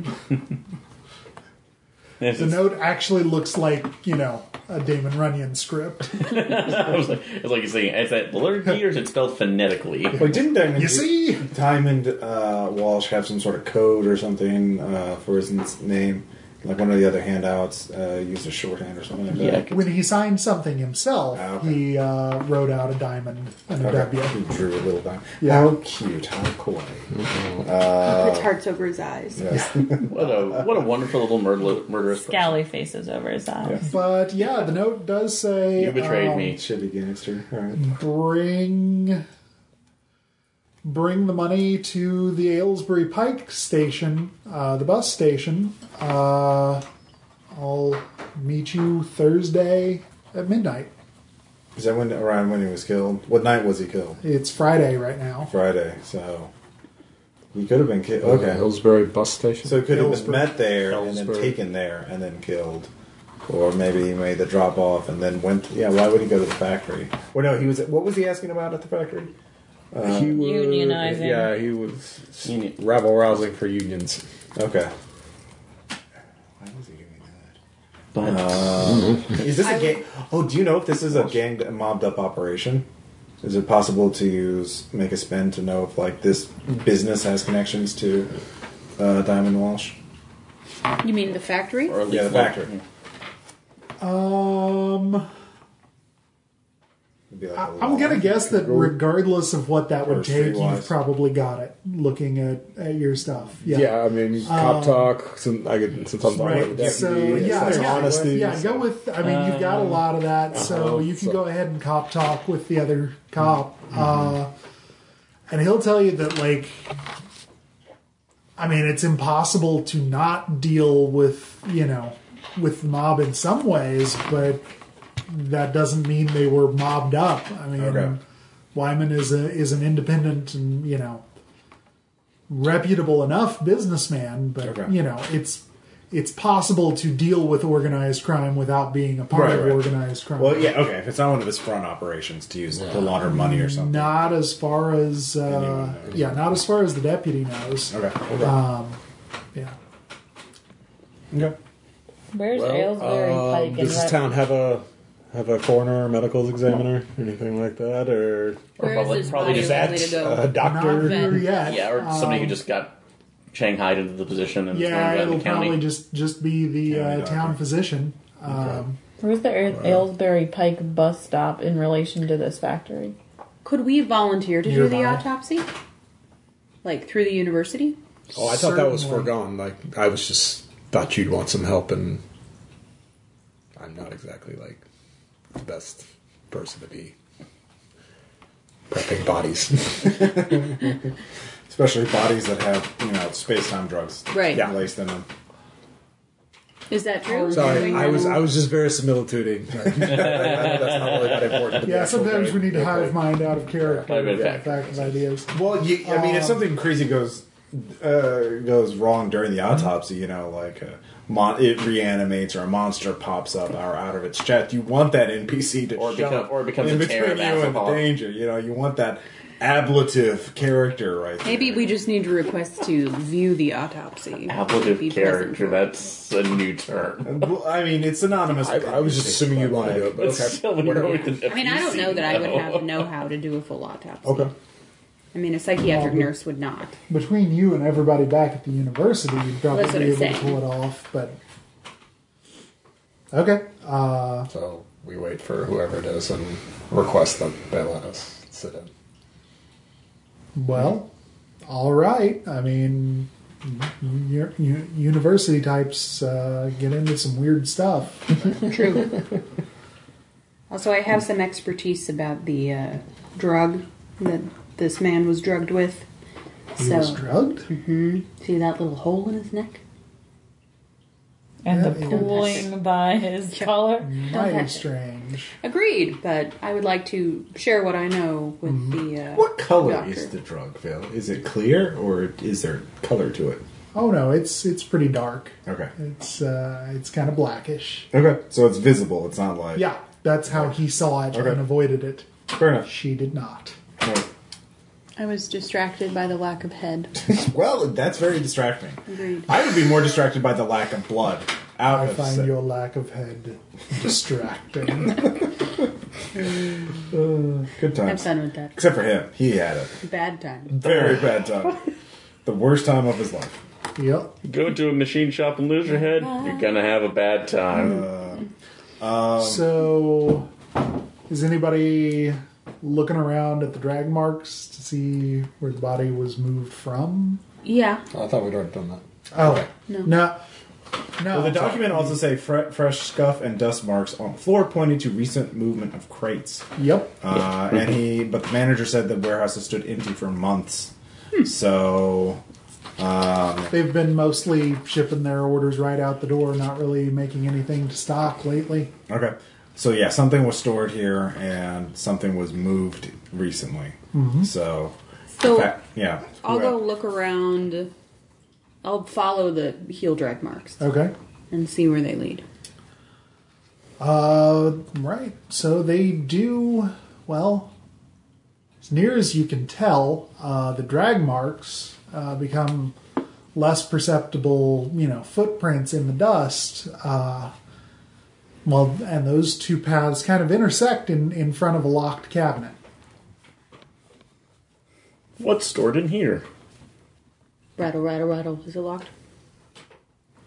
Speaker 4: This
Speaker 1: The
Speaker 4: is-
Speaker 1: note actually looks like, you know, a Damon Runyon script.
Speaker 4: I was like, it's like you see, it's that blurred D or is it spelled phonetically?
Speaker 2: wait, didn't Diamond?
Speaker 1: You see?
Speaker 2: Diamond uh, Walsh have some sort of code or something uh, for his n- name? Like one of the other handouts uh, used a shorthand or something like that.
Speaker 4: Yeah.
Speaker 1: When he signed something himself,
Speaker 2: Ah, okay.
Speaker 1: he uh, wrote out a diamond and a
Speaker 2: Okay.
Speaker 1: W.
Speaker 2: He drew a little diamond.
Speaker 1: Yeah.
Speaker 2: How cute! How coy!
Speaker 3: it's hearts over his eyes.
Speaker 2: Yes.
Speaker 4: What a what a wonderful little murder, murderous. person.
Speaker 5: Scally faces over his eyes.
Speaker 1: But yeah, the note does say
Speaker 4: You betrayed
Speaker 2: Oh.
Speaker 1: um,
Speaker 4: me.
Speaker 2: Shitty gangster. All right.
Speaker 1: Bring bring the money to the Aylesbury Pike station, uh, the bus station. Uh, I'll meet you Thursday at midnight.
Speaker 2: Is that when around when he was killed? What night was he killed?
Speaker 1: It's Friday right now.
Speaker 2: Friday. So he could have been killed.
Speaker 6: Uh,
Speaker 2: Okay.
Speaker 6: Hillsbury bus station.
Speaker 2: So he could have been
Speaker 1: Hillsborough.
Speaker 2: met there and then
Speaker 6: Hillsborough.
Speaker 2: taken there and then killed, or maybe he made the drop off and then went. Yeah. Why would he go to the factory? Well, no. He was. What was he asking about at the factory?
Speaker 6: he was,
Speaker 5: Unionizing.
Speaker 6: Yeah, he was
Speaker 4: Union.
Speaker 6: Uh, rabble rousing for unions.
Speaker 2: Okay. Why was he doing that?
Speaker 4: But
Speaker 2: Is this a gang? Oh, do you know if this is a gang mobbed up operation? Is it possible to use make a spin to know if like this business has connections to uh, Diamond Walsh?
Speaker 3: You mean the factory?
Speaker 4: or at least
Speaker 2: Yeah, the
Speaker 4: like-
Speaker 2: factory.
Speaker 1: Um,
Speaker 2: It'd be like a
Speaker 1: I-
Speaker 2: law.
Speaker 1: I'm gonna guess that regardless of what that
Speaker 2: Or
Speaker 1: would take,
Speaker 2: streetwise.
Speaker 1: you've probably got it. Looking at, at your stuff,
Speaker 6: Yeah, I mean, cop talk. Some, I could, since I'm talking about the
Speaker 1: Right. So
Speaker 6: deputy,
Speaker 1: yeah,
Speaker 2: there's
Speaker 6: it's like
Speaker 1: yeah,
Speaker 2: honesty.
Speaker 1: yeah. Go with. I mean, you've got a lot of that, so you can
Speaker 6: Uh-huh. so- Mm-hmm.
Speaker 1: go ahead and cop talk with the other cop, uh, and he'll tell you that like. I mean, it's impossible to not deal with you know with the mob in some ways, but that doesn't mean they were mobbed up. I mean,
Speaker 2: Okay.
Speaker 1: Wyman is a is an independent and you know reputable enough businessman, but
Speaker 2: Okay.
Speaker 1: you know it's it's possible to deal with organized crime without being a part
Speaker 2: Right,
Speaker 1: of
Speaker 2: right.
Speaker 1: organized crime.
Speaker 2: Well, yeah, okay. If it's not one of his front operations to use to launder money or something.
Speaker 1: Not as far as uh,
Speaker 2: Anyone knows.
Speaker 1: yeah, not as far as the deputy knows.
Speaker 2: Okay. Okay.
Speaker 1: Yeah.
Speaker 2: okay.
Speaker 5: Where's
Speaker 6: Well,
Speaker 5: Aylesbury
Speaker 6: um,
Speaker 5: Pike?
Speaker 6: Does
Speaker 5: in
Speaker 6: this
Speaker 5: Ru-
Speaker 6: town have a have a coroner, medical examiner, anything like that, or
Speaker 3: Where
Speaker 4: probably-
Speaker 3: is his
Speaker 4: probably
Speaker 3: body
Speaker 4: just
Speaker 3: likely to go?
Speaker 6: a
Speaker 1: Not
Speaker 6: doctor?
Speaker 1: here
Speaker 3: Then-
Speaker 1: yet.
Speaker 4: yeah, or somebody who
Speaker 1: Um,
Speaker 4: just got shanghaied into the position and
Speaker 1: yeah,
Speaker 4: is going
Speaker 1: it'll
Speaker 4: to the county.
Speaker 1: probably just just be the
Speaker 2: County
Speaker 1: uh,
Speaker 2: doctor.
Speaker 1: town physician. Um,
Speaker 5: Where's the Ail- Aylesbury Pike bus stop in relation to this factory?
Speaker 3: Could we volunteer to do the
Speaker 1: Nearby.
Speaker 3: autopsy? Like through the university?
Speaker 6: Oh, I thought that was
Speaker 1: Certainly.
Speaker 6: foregone. Like I was just thought you'd want some help, and I'm not exactly like the best person to be prepping bodies.
Speaker 2: Especially bodies that have, you know, space time drugs.
Speaker 3: Right. Yeah.
Speaker 2: Laced in them.
Speaker 3: Is that true?
Speaker 6: Sorry,
Speaker 3: Doing
Speaker 6: I was
Speaker 3: that?
Speaker 6: I was just verisimilituding. Like, that's not really that important. to the
Speaker 1: yeah,
Speaker 6: actual
Speaker 1: sometimes
Speaker 6: game.
Speaker 1: we need to
Speaker 6: Okay.
Speaker 1: hive mind out of character.
Speaker 4: Quite a bit of
Speaker 1: yeah,
Speaker 4: fact.
Speaker 1: fact of ideas.
Speaker 2: Well, you, I mean, if something crazy goes uh, goes wrong during the autopsy, you know, like a mon- it reanimates or a monster pops up or out of its chest, you want that NPC to
Speaker 4: Or
Speaker 2: show
Speaker 4: become-
Speaker 2: up
Speaker 4: or becomes
Speaker 2: in
Speaker 4: a
Speaker 2: between
Speaker 4: terror
Speaker 2: you and the
Speaker 4: basketball.
Speaker 2: danger. You know, you want that ablative character right there.
Speaker 3: Maybe we just need to request to view the autopsy. Be
Speaker 4: Applicative
Speaker 3: present.
Speaker 4: character. That's a new term.
Speaker 2: Well, I mean, it's synonymous.
Speaker 6: I, I was just assuming you wanted to do it, but
Speaker 4: But still,
Speaker 6: okay.
Speaker 4: we know what the
Speaker 3: I mean, I don't know
Speaker 4: FEC
Speaker 3: that I would have
Speaker 4: know.
Speaker 3: know how to do a full autopsy.
Speaker 2: Okay.
Speaker 3: I mean, a psychiatric nurse would not.
Speaker 1: between you and everybody back at the university, you'd probably
Speaker 3: That's what
Speaker 1: be able
Speaker 3: I'm
Speaker 1: to
Speaker 3: saying.
Speaker 1: pull it off. But okay, uh,
Speaker 6: So we wait for whoever it is and request them. They let us sit in.
Speaker 1: well, all right. I mean, your, your university types uh, get into some weird stuff.
Speaker 3: True. also, I have some expertise about the uh, drug that this man was drugged with.
Speaker 1: He
Speaker 3: so,
Speaker 1: was drugged.
Speaker 3: see that little hole in his neck?
Speaker 5: and the
Speaker 1: Yeah.
Speaker 5: pulling by his collar.
Speaker 1: Mighty
Speaker 3: touch it.
Speaker 1: strange.
Speaker 3: Agreed, but I would like to share what I know with the. Uh,
Speaker 2: What color
Speaker 3: doctor.
Speaker 2: is the drug, Phil? Is it clear or is there color to it?
Speaker 1: Oh no, it's it's pretty dark.
Speaker 2: Okay.
Speaker 1: It's uh, it's kind of blackish.
Speaker 2: Okay, so it's visible. It's not like
Speaker 1: Yeah, that's how he saw it
Speaker 2: Okay.
Speaker 1: and avoided it.
Speaker 2: Fair enough.
Speaker 1: She did not.
Speaker 2: Alright.
Speaker 3: I was distracted by the lack of head.
Speaker 2: well, that's very distracting.
Speaker 3: Agreed.
Speaker 2: I would be more distracted by the lack of blood. Out
Speaker 1: I
Speaker 2: of
Speaker 1: find
Speaker 2: sight.
Speaker 1: your lack of head distracting.
Speaker 2: good
Speaker 3: Have
Speaker 2: times,
Speaker 3: fun with that.
Speaker 2: except for him. He had a
Speaker 3: Bad time.
Speaker 2: very bad time, the worst time of his life.
Speaker 1: yep.
Speaker 4: Go to a machine shop and lose your head. You're gonna have a bad
Speaker 1: Hmm.
Speaker 4: time.
Speaker 1: so, is anybody looking around at the drag marks to see where the body was moved from?
Speaker 3: Yeah.
Speaker 6: I thought we'd already done that.
Speaker 1: Oh no, no.
Speaker 2: Well, the document also say fre- fresh scuff and dust marks on the floor, pointing to recent movement of crates.
Speaker 1: Yep.
Speaker 2: Uh, and he, but the manager said the warehouse has stood empty for months.
Speaker 3: Hmm.
Speaker 2: So, um,
Speaker 1: They've been mostly shipping their orders right out the door, not really making anything to stock lately.
Speaker 2: okay. So yeah, something was stored here, and something was moved recently. So,
Speaker 3: Mm-hmm. So
Speaker 2: fa- yeah.
Speaker 3: I'll go
Speaker 2: Well,
Speaker 3: look around. I'll follow the heel drag marks
Speaker 1: Okay.
Speaker 3: and see where they lead.
Speaker 1: Uh, right. So they do, well, as near as you can tell, uh, the drag marks uh, become less perceptible, you know, footprints in the dust. Uh, well, and those two paths kind of intersect in, in front of a locked cabinet.
Speaker 4: What's stored in here?
Speaker 3: Rattle, rattle, rattle. Is it locked?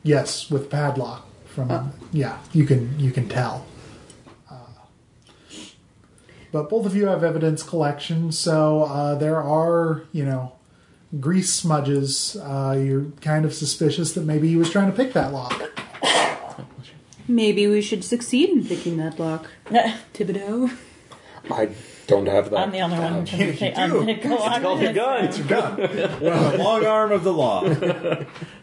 Speaker 1: Yes, with padlock. From yeah, you can you can tell. Uh, but both of you have evidence collection, so uh, there are you know grease smudges. Uh, you're kind of suspicious that maybe he was trying to pick that lock.
Speaker 3: Maybe we should succeed in picking that lock. Thibodeau.
Speaker 6: I don't have that.
Speaker 5: I'm the only one who can say unpick a lot.
Speaker 4: Call your gun.
Speaker 2: it's your gun. Well, long arm of the law.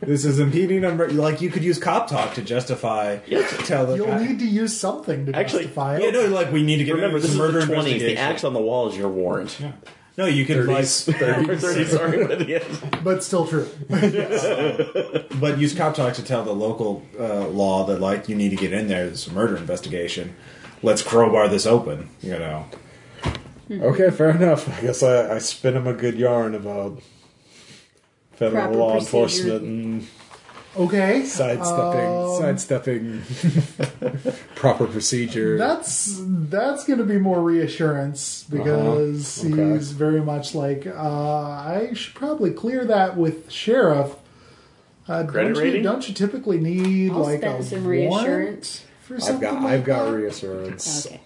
Speaker 2: this is impeding number. Like you could use cop talk to justify. Tell the
Speaker 1: You'll
Speaker 2: guy-
Speaker 1: need to use something to
Speaker 4: Actually,
Speaker 1: justify it.
Speaker 2: Yeah, no, like we need to get
Speaker 4: Remember, this is
Speaker 2: murder
Speaker 4: the 20s. The
Speaker 2: investigation.
Speaker 4: axe on the wall is your warrant.
Speaker 2: No, you could like,
Speaker 4: 30, sorry, but yes.
Speaker 1: But still true.
Speaker 2: but use cop talk to tell the local uh, law that like you need to get in there. There's a murder investigation. Let's crowbar this open. You know.
Speaker 6: Okay, fair enough. I guess I, I spin him a good yarn about federal
Speaker 3: Proper
Speaker 6: law
Speaker 3: procedure.
Speaker 6: enforcement and
Speaker 1: Okay,
Speaker 6: sidestepping, sidestepping proper procedure.
Speaker 1: That's that's going to be more reassurance because
Speaker 6: Uh-huh. Okay.
Speaker 1: he's very much like uh, I should probably clear that with sheriff. Uh,
Speaker 4: Credit
Speaker 1: don't you
Speaker 4: rating?
Speaker 1: don't you typically need
Speaker 3: I'll
Speaker 1: like a
Speaker 3: spend some
Speaker 1: warrant
Speaker 3: reassurance.
Speaker 1: for
Speaker 6: I've
Speaker 1: something?
Speaker 6: got
Speaker 1: like
Speaker 6: I've got
Speaker 1: that?
Speaker 6: reassurance
Speaker 3: Okay.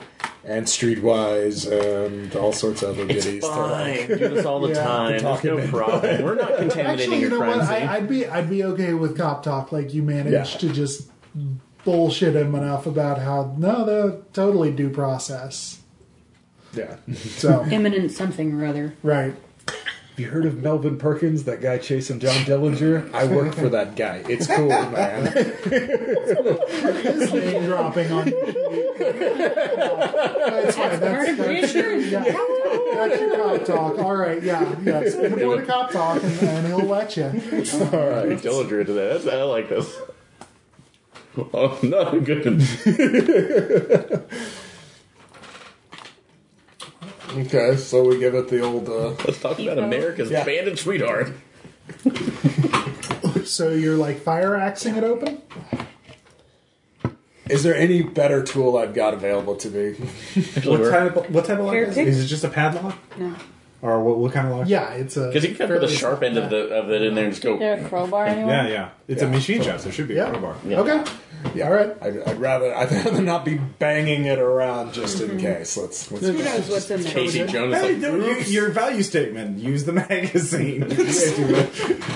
Speaker 6: and streetwise and all sorts of other
Speaker 4: It's
Speaker 6: goodies. to, like,
Speaker 4: fine. Do this all the
Speaker 1: Yeah.
Speaker 4: time. There's no problem. We're not contaminating
Speaker 1: Actually, you know
Speaker 4: your
Speaker 1: what?
Speaker 4: frenzy.
Speaker 1: I, I'd be I'd be okay with cop talk. Like you managed to
Speaker 6: Yeah.
Speaker 1: just bullshit him enough about how no, they're totally due process.
Speaker 6: Yeah. Have
Speaker 1: So
Speaker 3: Imminent something or other.
Speaker 1: right.
Speaker 6: you heard of Melvin Perkins? That guy chasing John Dillinger. I work for that guy. It's cool, man.
Speaker 1: His name dropping on. That's fine.
Speaker 3: Part
Speaker 1: That's,
Speaker 3: of
Speaker 1: that's,
Speaker 3: reassurance.
Speaker 1: Yeah. That's your cop talk. All right, yeah, yeah. Spin him on a cop talk, and, and he'll let you.
Speaker 6: all right.
Speaker 4: Dillinger to that. That's- I like this. Oh, no, good.
Speaker 6: Okay, so we give it the old. Uh,
Speaker 4: Let's talk about America's
Speaker 6: Yeah.
Speaker 4: bandit sweetheart.
Speaker 1: So you're like fire axing it open.
Speaker 6: is there any better tool I've got available to me?
Speaker 4: Actually,
Speaker 2: What
Speaker 4: we're-
Speaker 2: type? Of, what type of lock
Speaker 3: Hair
Speaker 2: is it?
Speaker 3: pick?
Speaker 2: Is it just a padlock,
Speaker 3: No.
Speaker 2: or what, what kind of lock?
Speaker 1: Yeah, it's a
Speaker 4: Because you can put the
Speaker 1: fairly-
Speaker 4: sharp end of the of it in there and just
Speaker 5: Is there
Speaker 4: go.
Speaker 5: a crowbar anywhere?
Speaker 2: yeah, yeah. It's a
Speaker 6: Yeah.
Speaker 2: machine shop, so it should be
Speaker 1: Yeah.
Speaker 2: a crowbar.
Speaker 4: Yeah.
Speaker 1: Okay. All right.
Speaker 6: I'd, I'd rather I'd rather not be banging it around just in case. Let's, let's
Speaker 3: Who knows what's in there?
Speaker 4: Casey Jones.
Speaker 2: Hey,
Speaker 4: Like,
Speaker 2: don't you- your value statement. Use the magazine.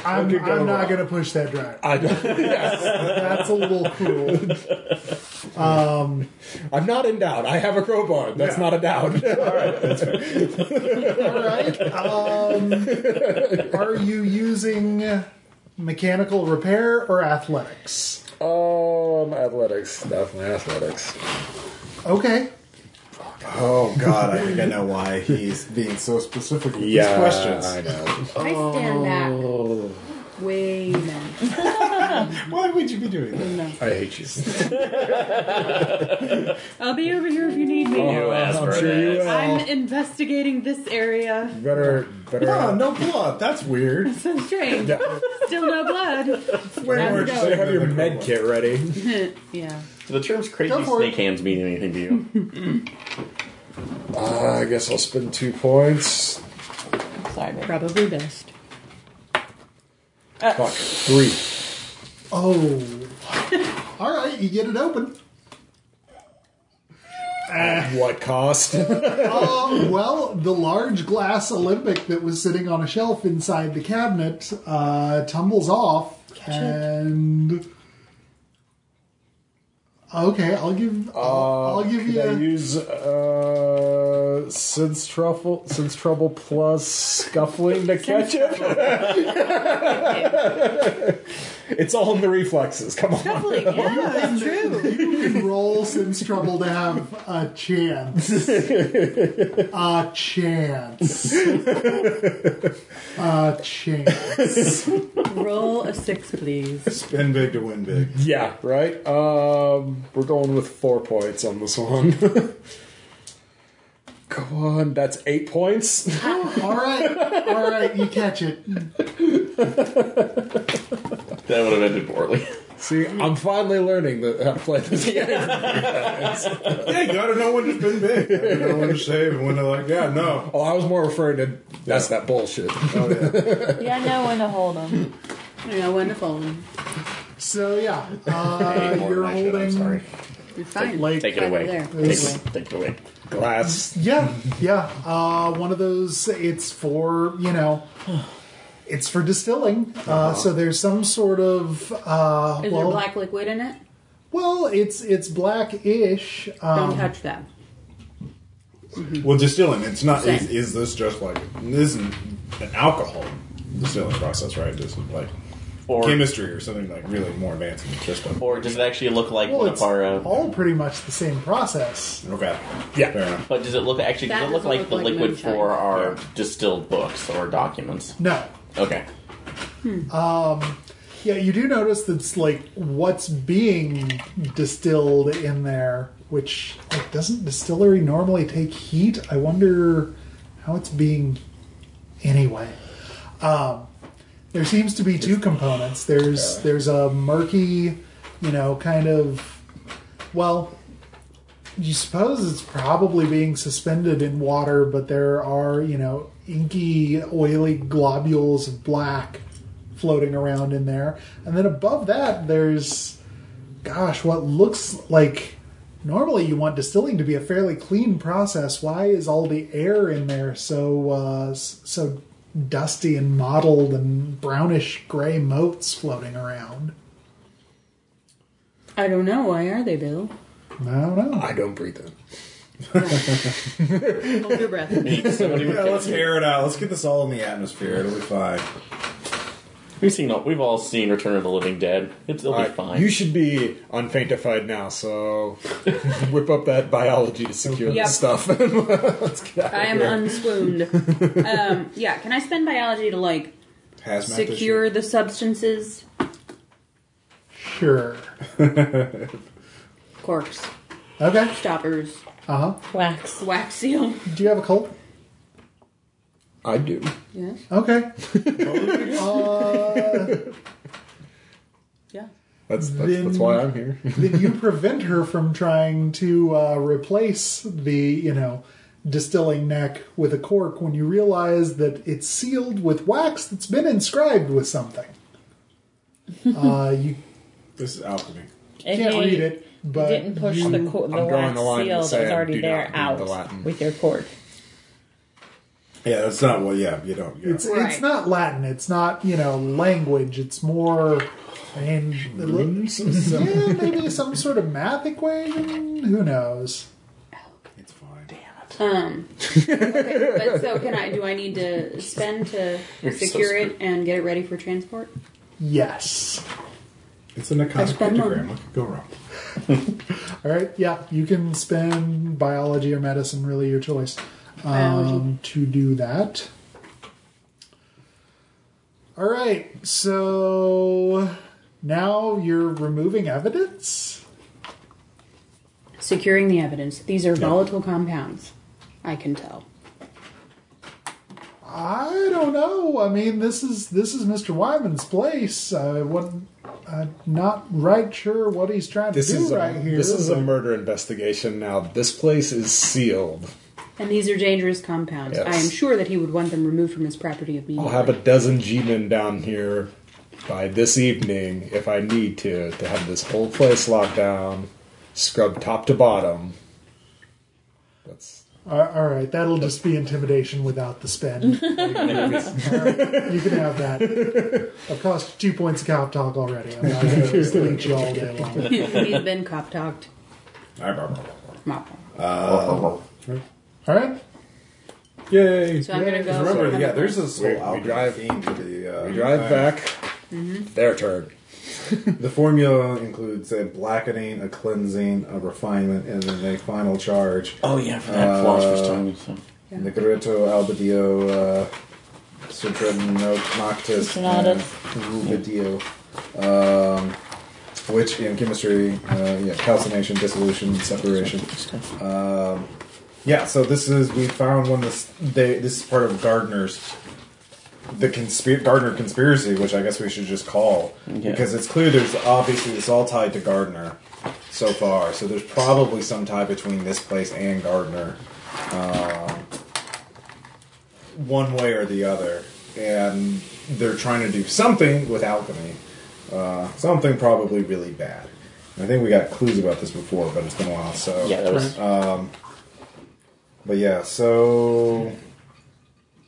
Speaker 1: I'm,
Speaker 6: could go
Speaker 1: I'm not
Speaker 6: wrong?
Speaker 1: going to push that drive.
Speaker 6: I don't- yes,
Speaker 1: That's a little cruel.
Speaker 6: I'm not in doubt. I have a crowbar. That's
Speaker 2: Yeah.
Speaker 6: not a doubt.
Speaker 1: All right. Um, are you using mechanical repair or athletics?
Speaker 6: Um, athletics. Definitely athletics.
Speaker 1: Okay.
Speaker 2: Oh God, I think I know why he's being so specific with
Speaker 6: Yeah,
Speaker 2: these questions.
Speaker 6: I know.
Speaker 3: I stand back.
Speaker 1: Oh.
Speaker 3: Way back.
Speaker 2: Why would you be doing that?
Speaker 6: I hate you.
Speaker 3: I'll be over here if you need me.
Speaker 4: You asked for
Speaker 6: sure you
Speaker 4: this.
Speaker 6: will.
Speaker 3: I'm investigating this area.
Speaker 6: Better, better.
Speaker 2: No, Oh, no blood. That's weird.
Speaker 3: So strange.
Speaker 6: Yeah.
Speaker 3: Still no blood.
Speaker 2: It's way more
Speaker 3: go.
Speaker 2: interesting
Speaker 6: Better have
Speaker 2: than
Speaker 6: your
Speaker 2: the
Speaker 6: med
Speaker 2: cool
Speaker 6: kit ready.
Speaker 3: yeah.
Speaker 4: So the terms crazy
Speaker 1: Go for it.
Speaker 4: snake hands mean anything to you?
Speaker 6: Uh, I guess I'll spend two points.
Speaker 5: Sorry, babe.
Speaker 3: Probably best.
Speaker 6: Fuck. Three.
Speaker 1: Oh. All right, you get it open.
Speaker 6: What cost?
Speaker 1: Uh, well, the large glass Olympic that was sitting on a shelf inside the cabinet uh, tumbles off, and okay, I'll give I'll,
Speaker 4: Uh,
Speaker 1: I'll give
Speaker 6: Could
Speaker 1: you.
Speaker 6: I use uh, since trouble since trouble plus scuffling to catch it? it's all in the reflexes. Come on.
Speaker 3: Probably, yeah, it's true.
Speaker 1: you can roll since trouble to have a chance. a chance. a chance.
Speaker 3: Roll a six, please.
Speaker 2: Spin big to win big.
Speaker 6: Yeah, right. Um, we're going with four points on this one. Come on, that's eight points.
Speaker 1: All right, all right, you catch it.
Speaker 4: that would have ended poorly.
Speaker 6: See, I'm finally learning that how to play this game.
Speaker 2: Yeah, you gotta know when to spin big. You gotta know when to shave and when to like. Yeah, no.
Speaker 6: Oh, I was more referring to that's that bullshit.
Speaker 2: Oh yeah.
Speaker 5: Yeah, I know when to hold them.
Speaker 3: I know when to fold them.
Speaker 1: So yeah, uh,
Speaker 4: Hey, more
Speaker 1: you're
Speaker 4: than I should, I'm
Speaker 1: holding.
Speaker 4: sorry.
Speaker 3: You're fine.
Speaker 1: Like-
Speaker 4: Take it
Speaker 3: Over
Speaker 4: away.
Speaker 3: there.
Speaker 4: Take, it- take it away.
Speaker 6: Glass.
Speaker 1: Yeah, yeah. Uh, one of those. It's for you know. It's for distilling. Uh, so there's some sort of uh,
Speaker 3: Is there
Speaker 1: well,
Speaker 3: black liquid in it?
Speaker 1: well, it's it's blackish.
Speaker 3: Don't
Speaker 1: Um,
Speaker 3: touch that.
Speaker 2: Well, distilling. It's not.
Speaker 3: Same.
Speaker 2: Is, is this just like this isn't an alcohol distilling process, right? This is like
Speaker 4: Or,
Speaker 2: chemistry or something like really more advanced than just a.
Speaker 4: or does it actually look like
Speaker 1: well,
Speaker 4: one
Speaker 1: it's
Speaker 4: of our? Uh,
Speaker 1: all pretty much the same process.
Speaker 2: Okay.
Speaker 6: Yeah.
Speaker 2: Fair enough.
Speaker 4: but does it look actually?
Speaker 3: That
Speaker 4: Does it look
Speaker 3: doesn't look
Speaker 4: like the
Speaker 3: like
Speaker 4: liquid
Speaker 3: moonshine.
Speaker 4: for our
Speaker 2: Yeah.
Speaker 4: distilled books or documents?
Speaker 1: No.
Speaker 4: Okay.
Speaker 1: Yeah, you do notice that's like what's being distilled in there, which like, doesn't distillery normally take heat? I wonder how it's being anyway. Um, there seems to be two components. There's there's a murky, you know, kind of well, you suppose it's probably being suspended in water, but there are, you know, inky, oily globules of black floating around in there. And then above that, there's, gosh, what looks like. Normally, you want distilling to be a fairly clean process. Why is all the air in there so uh, s- so dusty and mottled and brownish gray motes floating around?
Speaker 3: I don't know. Why are they, Bill?
Speaker 1: I don't know.
Speaker 6: I don't breathe in.
Speaker 3: Hold your breath.
Speaker 4: Somebody would
Speaker 2: Yeah,
Speaker 4: kill
Speaker 2: let's
Speaker 4: you.
Speaker 2: air it out. Let's get this all in the atmosphere. It'll be fine.
Speaker 4: We've seen. all- We've all seen Return of the Living Dead. It's, it'll be
Speaker 6: Alright,
Speaker 4: fine.
Speaker 6: You should be unfaintified now, so whip up that biology to secure
Speaker 3: Yep.
Speaker 6: this stuff. Let's get out
Speaker 3: I am unswooned. um, yeah, can I spend biology to like
Speaker 2: Hazmat this
Speaker 3: secure
Speaker 2: shit.
Speaker 3: the substances?
Speaker 1: Sure.
Speaker 3: Corks,
Speaker 1: Okay.
Speaker 3: stoppers,
Speaker 1: Uh huh.
Speaker 5: Wax.
Speaker 3: wax seal.
Speaker 1: Do you have a cold?
Speaker 6: I do.
Speaker 3: Yes.
Speaker 1: Okay.
Speaker 3: Yeah.
Speaker 6: That's that's,
Speaker 1: Then-
Speaker 6: that's why I'm here.
Speaker 1: then you prevent her from trying to uh, replace the, you know, distilling neck with a cork when you realize that it's sealed with wax that's been inscribed with something. uh, you
Speaker 2: This is alchemy.
Speaker 5: If
Speaker 1: can't
Speaker 5: you
Speaker 1: read it, but
Speaker 5: didn't push
Speaker 1: you-
Speaker 5: the, co- the
Speaker 6: I'm drawing
Speaker 5: wax
Speaker 6: the line to
Speaker 5: seal that
Speaker 6: say
Speaker 5: was
Speaker 6: do
Speaker 5: already
Speaker 6: not
Speaker 5: there
Speaker 6: read the
Speaker 5: out
Speaker 6: Latin.
Speaker 5: with your cord.
Speaker 2: Yeah, that's not what. Yeah, you don't. You
Speaker 1: It's
Speaker 2: don't.
Speaker 3: Right.
Speaker 1: it's not Latin. It's not you know language. It's more. And yeah, maybe some sort of math equation. Who knows?
Speaker 2: It's fine.
Speaker 3: Um. okay, but so can I? Do I need to spend to
Speaker 4: You're so
Speaker 3: secure it and get it ready for transport?
Speaker 1: Yes.
Speaker 2: It's an iconic
Speaker 1: spent money.
Speaker 2: pentagram. What could go wrong?
Speaker 1: All right, yeah, you can spend biology or medicine, really your choice, um,
Speaker 3: Biology.
Speaker 1: to do that. All right, so now you're removing evidence.
Speaker 3: Securing the evidence. These are volatile compounds. I can tell.
Speaker 1: I don't know. I mean, this is this is Mr. Wyman's place. I wouldn't. I'm not right sure what he's trying
Speaker 6: This
Speaker 1: to do
Speaker 6: is a,
Speaker 1: right here.
Speaker 6: this is a
Speaker 1: but-
Speaker 6: murder investigation. Now this place is sealed.
Speaker 3: And these are dangerous compounds.
Speaker 6: Yes.
Speaker 3: I am sure that he would want them removed from his property immediately.
Speaker 6: I'll have a dozen G-men down here by this evening if I need to to have this whole place locked down, scrubbed top to bottom. That's
Speaker 1: Uh, all right, that'll just be intimidation without the spend. All right, you can have that. I've cost two points of cop talk already. I'm not going to just leech you all day long.
Speaker 3: He's been cop talked. Mop.
Speaker 1: All right,
Speaker 2: Yay!
Speaker 3: So I'm gonna go.
Speaker 2: Remember, yeah, there's this whole
Speaker 6: We- we
Speaker 2: alchemy
Speaker 6: drive-
Speaker 2: theme to the. Uh,
Speaker 6: we drive
Speaker 2: uh,
Speaker 6: back. Their turn.
Speaker 2: The formula includes a blackening, a cleansing, a refinement, and then a final charge. Uh,
Speaker 4: Oh yeah, for that philosopher's tongue. So.
Speaker 2: Negretto, Albedio, uh, Sutradino, Noctis, and
Speaker 5: Sonatus.
Speaker 2: Rubidio. Um, which in chemistry, uh, yeah, calcination, dissolution, separation. Um, yeah, so this is we found one. This they, this is part of Gardner's the conspir- Gardner conspiracy, which I guess we should just call
Speaker 4: Yeah.
Speaker 2: because it's clear there's obviously it's all tied to Gardner so far. So there's probably some tie between this place and Gardner, um, one way or the other. And they're trying to do something with alchemy, uh, something probably really bad. And I think we got clues about this before, but it's been a while. So
Speaker 4: Yeah, that was
Speaker 2: but yeah, so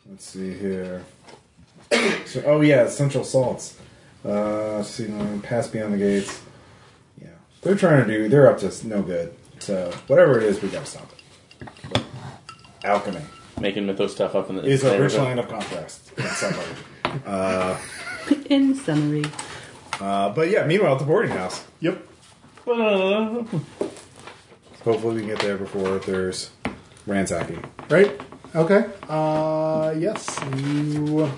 Speaker 2: let's see here. So, oh yeah, essential salts. Uh, see, no, pass beyond the gates. Yeah, they're trying to do. They're up to s- no good. So whatever it is, we gotta stop it. Alchemy
Speaker 4: making mythos stuff up in the.
Speaker 2: is a
Speaker 4: there we
Speaker 2: rich
Speaker 4: go.
Speaker 2: line of contrast. in some way.
Speaker 3: In summary,
Speaker 2: Uh, but yeah, meanwhile, at the boarding house.
Speaker 1: yep.
Speaker 2: Hopefully, we can get there before there's ransacking.
Speaker 1: Right? Okay. Uh, yes, you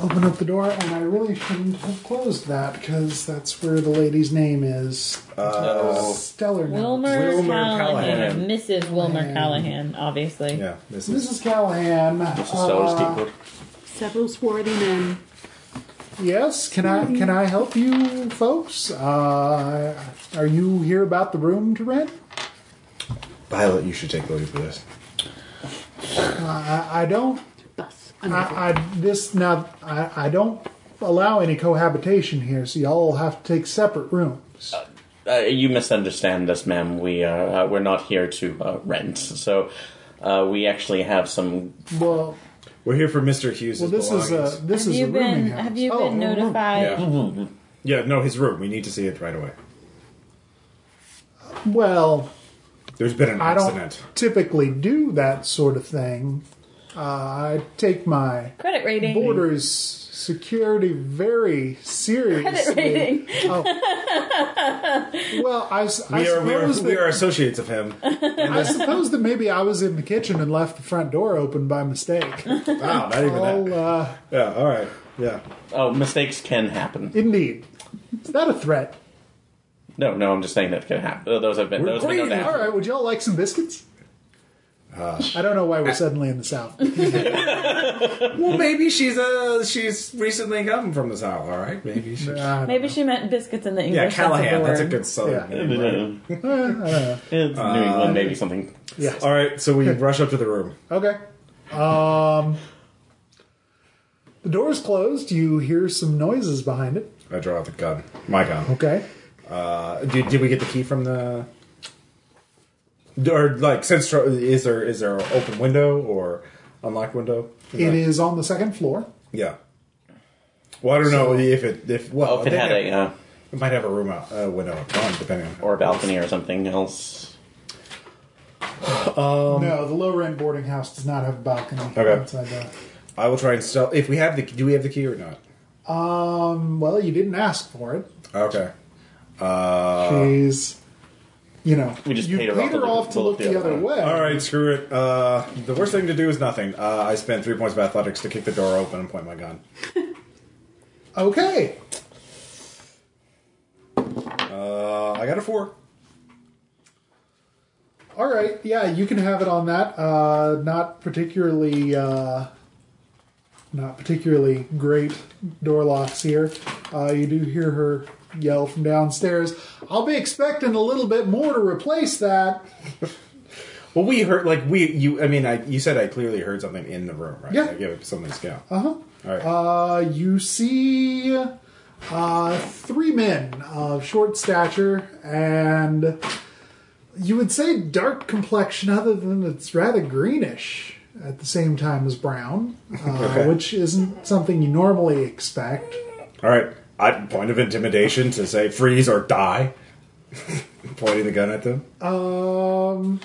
Speaker 1: open up the door, and I really shouldn't have closed that because that's where the lady's name is.
Speaker 4: Oh.
Speaker 1: Stellar now.
Speaker 5: Wilmer,
Speaker 2: Wilmer
Speaker 5: Callahan.
Speaker 4: Callahan.
Speaker 5: Mrs. Wilmer
Speaker 1: Yeah.
Speaker 5: Callahan, obviously.
Speaker 2: Yeah, this is
Speaker 1: Mrs. Callahan.
Speaker 4: This is Stellar's
Speaker 1: uh,
Speaker 4: deep
Speaker 3: several swarthy men.
Speaker 1: Yes, can I can I help you folks? Uh, are you here about the room to rent?
Speaker 2: Violet. You should take the lead for this.
Speaker 1: I, I don't.
Speaker 3: Bus.
Speaker 1: I, I this now. I, I don't allow any cohabitation here, so y'all will have to take separate rooms.
Speaker 4: Uh, you misunderstand us, ma'am. We are uh, we're not here to uh, rent. So uh, we actually have some.
Speaker 1: Well,
Speaker 2: We're here for Mr. Hughes.
Speaker 1: well, this is uh, a this
Speaker 5: Have
Speaker 1: is
Speaker 5: you
Speaker 1: a rooming
Speaker 5: been
Speaker 1: house.
Speaker 5: have you
Speaker 1: Oh,
Speaker 5: been
Speaker 1: a room.
Speaker 5: notified?
Speaker 2: Yeah. yeah, no, his room. We need to see it right away.
Speaker 1: Well,
Speaker 2: There's been an
Speaker 1: I don't
Speaker 2: accident.
Speaker 1: typically do that sort of thing. Uh, I take my
Speaker 5: Credit rating.
Speaker 1: borders security very seriously. Oh.
Speaker 5: Credit rating.
Speaker 1: Well, I, s- I
Speaker 2: We are, we, are,
Speaker 1: suppose
Speaker 2: we
Speaker 1: that-
Speaker 2: are associates of him.
Speaker 1: I suppose that maybe I was in the kitchen and left the front door open by mistake.
Speaker 2: wow, not even
Speaker 1: Well,
Speaker 2: that.
Speaker 1: uh,
Speaker 2: Yeah, all right. Yeah.
Speaker 4: Oh, mistakes can happen.
Speaker 1: indeed. Is that a threat?
Speaker 4: No, no, I'm just saying that can happen. Uh, Those have been. Those have been known to
Speaker 1: All
Speaker 4: happen.
Speaker 1: right, would y'all like some biscuits? I don't know why we're suddenly in the South.
Speaker 2: Well, maybe she's uh she's recently come from the south. All right, maybe she.
Speaker 1: Uh,
Speaker 5: Maybe she meant biscuits in the English.
Speaker 2: yeah,
Speaker 5: sense of the
Speaker 2: Callahan. That's a
Speaker 5: word.
Speaker 2: good southern
Speaker 1: Yeah.
Speaker 2: name. right?
Speaker 4: It's New England, maybe something.
Speaker 1: yes.
Speaker 2: All right, so we rush up to the room.
Speaker 1: Okay. Um, the door's closed. You hear some noises behind it.
Speaker 2: I draw out the gun. My gun.
Speaker 1: Okay.
Speaker 2: Uh, did, did we get the key from the? Or like, since is there is there an open window or unlocked window?
Speaker 1: It is on the second floor.
Speaker 2: Yeah. Well, I don't know if it if well
Speaker 4: Oh, if it
Speaker 2: they
Speaker 4: had
Speaker 2: have-
Speaker 4: a uh,
Speaker 2: It might have a room out, uh, window up front, depending on.
Speaker 4: or a balcony or something else.
Speaker 1: no, the low rent boarding house does not have a balcony
Speaker 2: Okay.
Speaker 1: outside the.
Speaker 2: I will try and stealth. If we have the, do we have the key or not?
Speaker 1: Um, well, you didn't ask for it.
Speaker 6: Okay. Uh,
Speaker 1: She's, you know,
Speaker 4: We just
Speaker 1: you
Speaker 4: paid her off to look-
Speaker 1: to look the other way.
Speaker 6: all
Speaker 1: All
Speaker 6: right, screw it.
Speaker 2: Uh, the worst thing to do is nothing. Uh, I spent three points of athletics to kick the door open and point my gun.
Speaker 1: Okay.
Speaker 2: Uh, I got a four.
Speaker 1: All right. Yeah, you can have it on that. Uh, not particularly, uh, not particularly great door locks here. Uh, you do hear her yell from downstairs. I'll be expecting a little bit more to replace that.
Speaker 2: Well, we heard like we you. I mean, I you said I clearly heard something in the room, right?
Speaker 1: Yeah.
Speaker 2: I gave it something scout.
Speaker 1: Uh huh.
Speaker 2: All right.
Speaker 1: Uh, you see uh, three men of short stature and you would say dark complexion, other than it's rather greenish at the same time as brown, uh, which isn't something you normally expect.
Speaker 2: All right. I, point of intimidation to say freeze or die. Pointing the gun at them,
Speaker 1: Um,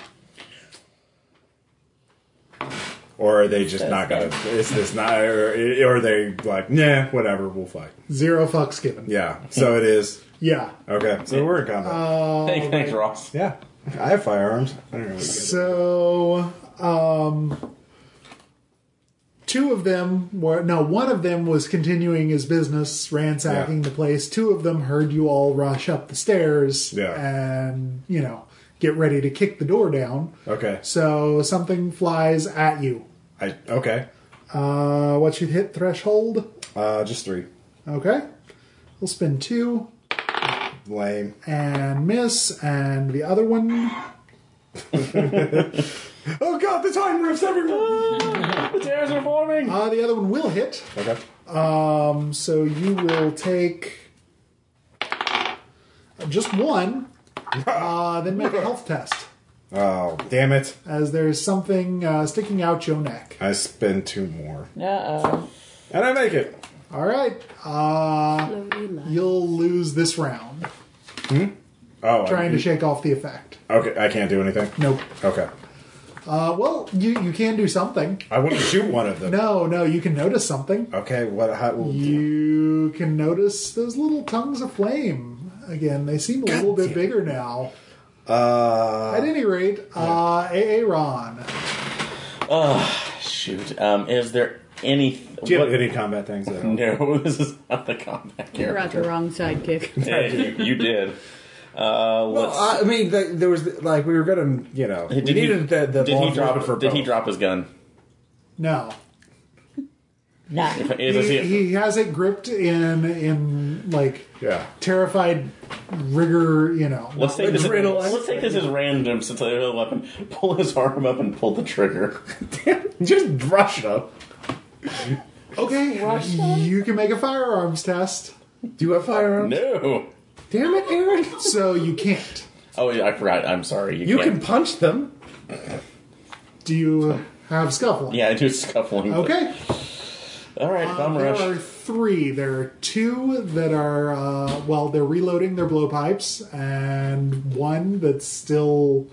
Speaker 2: or are they just not gonna? Is this not? Or, or are they like, nah, whatever, we'll fight.
Speaker 1: zero fucks given.
Speaker 2: Yeah. So it is.
Speaker 1: Yeah.
Speaker 2: Okay. So we're in combat.
Speaker 4: Thanks, thanks, Ross.
Speaker 2: yeah. I have firearms. I don't know.
Speaker 1: So, um, two of them were no, one of them was continuing his business, ransacking
Speaker 2: Yeah.
Speaker 1: the place. Two of them heard you all rush up the stairs
Speaker 2: Yeah.
Speaker 1: and you know get ready to kick the door down.
Speaker 2: Okay.
Speaker 1: So something flies at you.
Speaker 2: I okay.
Speaker 1: Uh, what's your hit threshold?
Speaker 2: Uh, just three.
Speaker 1: Okay, we'll spin two
Speaker 2: Lame.
Speaker 1: and miss, and the other one.
Speaker 2: Oh god, the time rips everywhere.
Speaker 4: The stairs are forming.
Speaker 1: Uh, the other one will hit.
Speaker 2: okay.
Speaker 1: So you will take uh, just one, uh, then make a health test,
Speaker 2: Oh damn it!
Speaker 1: as there's something uh, sticking out your neck.
Speaker 2: I spend two more,
Speaker 5: Uh oh.
Speaker 2: and I make it.
Speaker 1: All right, uh, you'll lose this round
Speaker 2: Oh, I-
Speaker 1: trying to shake off the effect.
Speaker 2: Okay, I can't do anything.
Speaker 1: Nope.
Speaker 2: Okay,
Speaker 1: Uh, well, you you can do something.
Speaker 2: I want to shoot one of them.
Speaker 1: No, no, you can notice something.
Speaker 2: Okay, what? How,
Speaker 1: You can notice those little tongues of flame again. They seem a little bit bigger now.
Speaker 2: uh,
Speaker 1: At any rate, uh, Aaron.
Speaker 4: Shoot. Um, is there any?
Speaker 2: do you have
Speaker 4: what-
Speaker 2: any combat things? That help?
Speaker 4: No, this is not the combat
Speaker 3: You brought the
Speaker 4: character.
Speaker 3: wrong sidekick.
Speaker 4: Yeah, you, you did. Uh,
Speaker 2: Well,
Speaker 4: let's-
Speaker 2: I mean, the, there was like we were gonna, you know, we
Speaker 4: did he-
Speaker 2: needed the, the
Speaker 4: did
Speaker 2: law
Speaker 4: he drop
Speaker 2: enforcement for
Speaker 4: Did he
Speaker 2: both.
Speaker 4: drop his gun?
Speaker 1: No.
Speaker 5: Nah.
Speaker 4: Is- is
Speaker 1: he,
Speaker 4: he-
Speaker 1: he has it gripped in in like
Speaker 2: Yeah.
Speaker 1: terrified rigor you know
Speaker 4: Let's take this.
Speaker 2: Adrenaline.
Speaker 4: Let's take this as random. Since I have a weapon, pull his arm up and pull the trigger.
Speaker 2: Just rush up.
Speaker 1: okay you can make a firearms test
Speaker 2: Do you have firearms?
Speaker 4: No.
Speaker 2: Damn it, Aaron!
Speaker 1: so you can't
Speaker 4: Oh, yeah, I forgot. I'm sorry.
Speaker 2: You
Speaker 4: can't-
Speaker 2: can punch them.
Speaker 1: do you have scuffling
Speaker 4: Yeah, I do scuffling. but-
Speaker 1: okay
Speaker 4: All right,
Speaker 1: Uh,
Speaker 4: bum
Speaker 1: there
Speaker 4: rush.
Speaker 1: are three there are two that are uh, well they're reloading their blowpipes and one that's still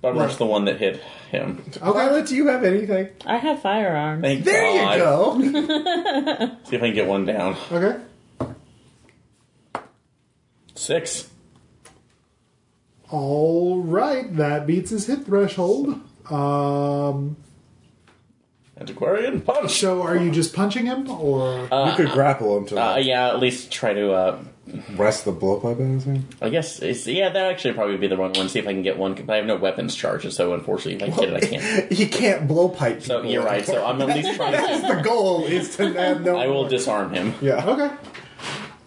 Speaker 4: Bum rush, the one that hit him.
Speaker 1: okay
Speaker 2: Violet, do you have anything?
Speaker 5: I have firearms.
Speaker 4: Thank
Speaker 2: There
Speaker 4: God.
Speaker 2: you go.
Speaker 4: See if I can get one down.
Speaker 1: okay
Speaker 4: Six.
Speaker 1: all right that beats his hit threshold um
Speaker 4: Antiquarian punch.
Speaker 1: So are you just punching him, or
Speaker 2: you could grapple him to
Speaker 4: Uh, yeah, at least try to. Uh,
Speaker 2: rest the blowpipe in his hand.
Speaker 4: I guess it's, yeah, that actually probably would be the one one. See if I can get one. But I have no weapons charges, so unfortunately, if I get it, I can't.
Speaker 2: He can't blowpipe.
Speaker 4: So
Speaker 2: people.
Speaker 4: you're right. So I'm at least trying. To,
Speaker 2: That's the goal is to have no.
Speaker 4: I will disarm him.
Speaker 2: Yeah.
Speaker 1: okay?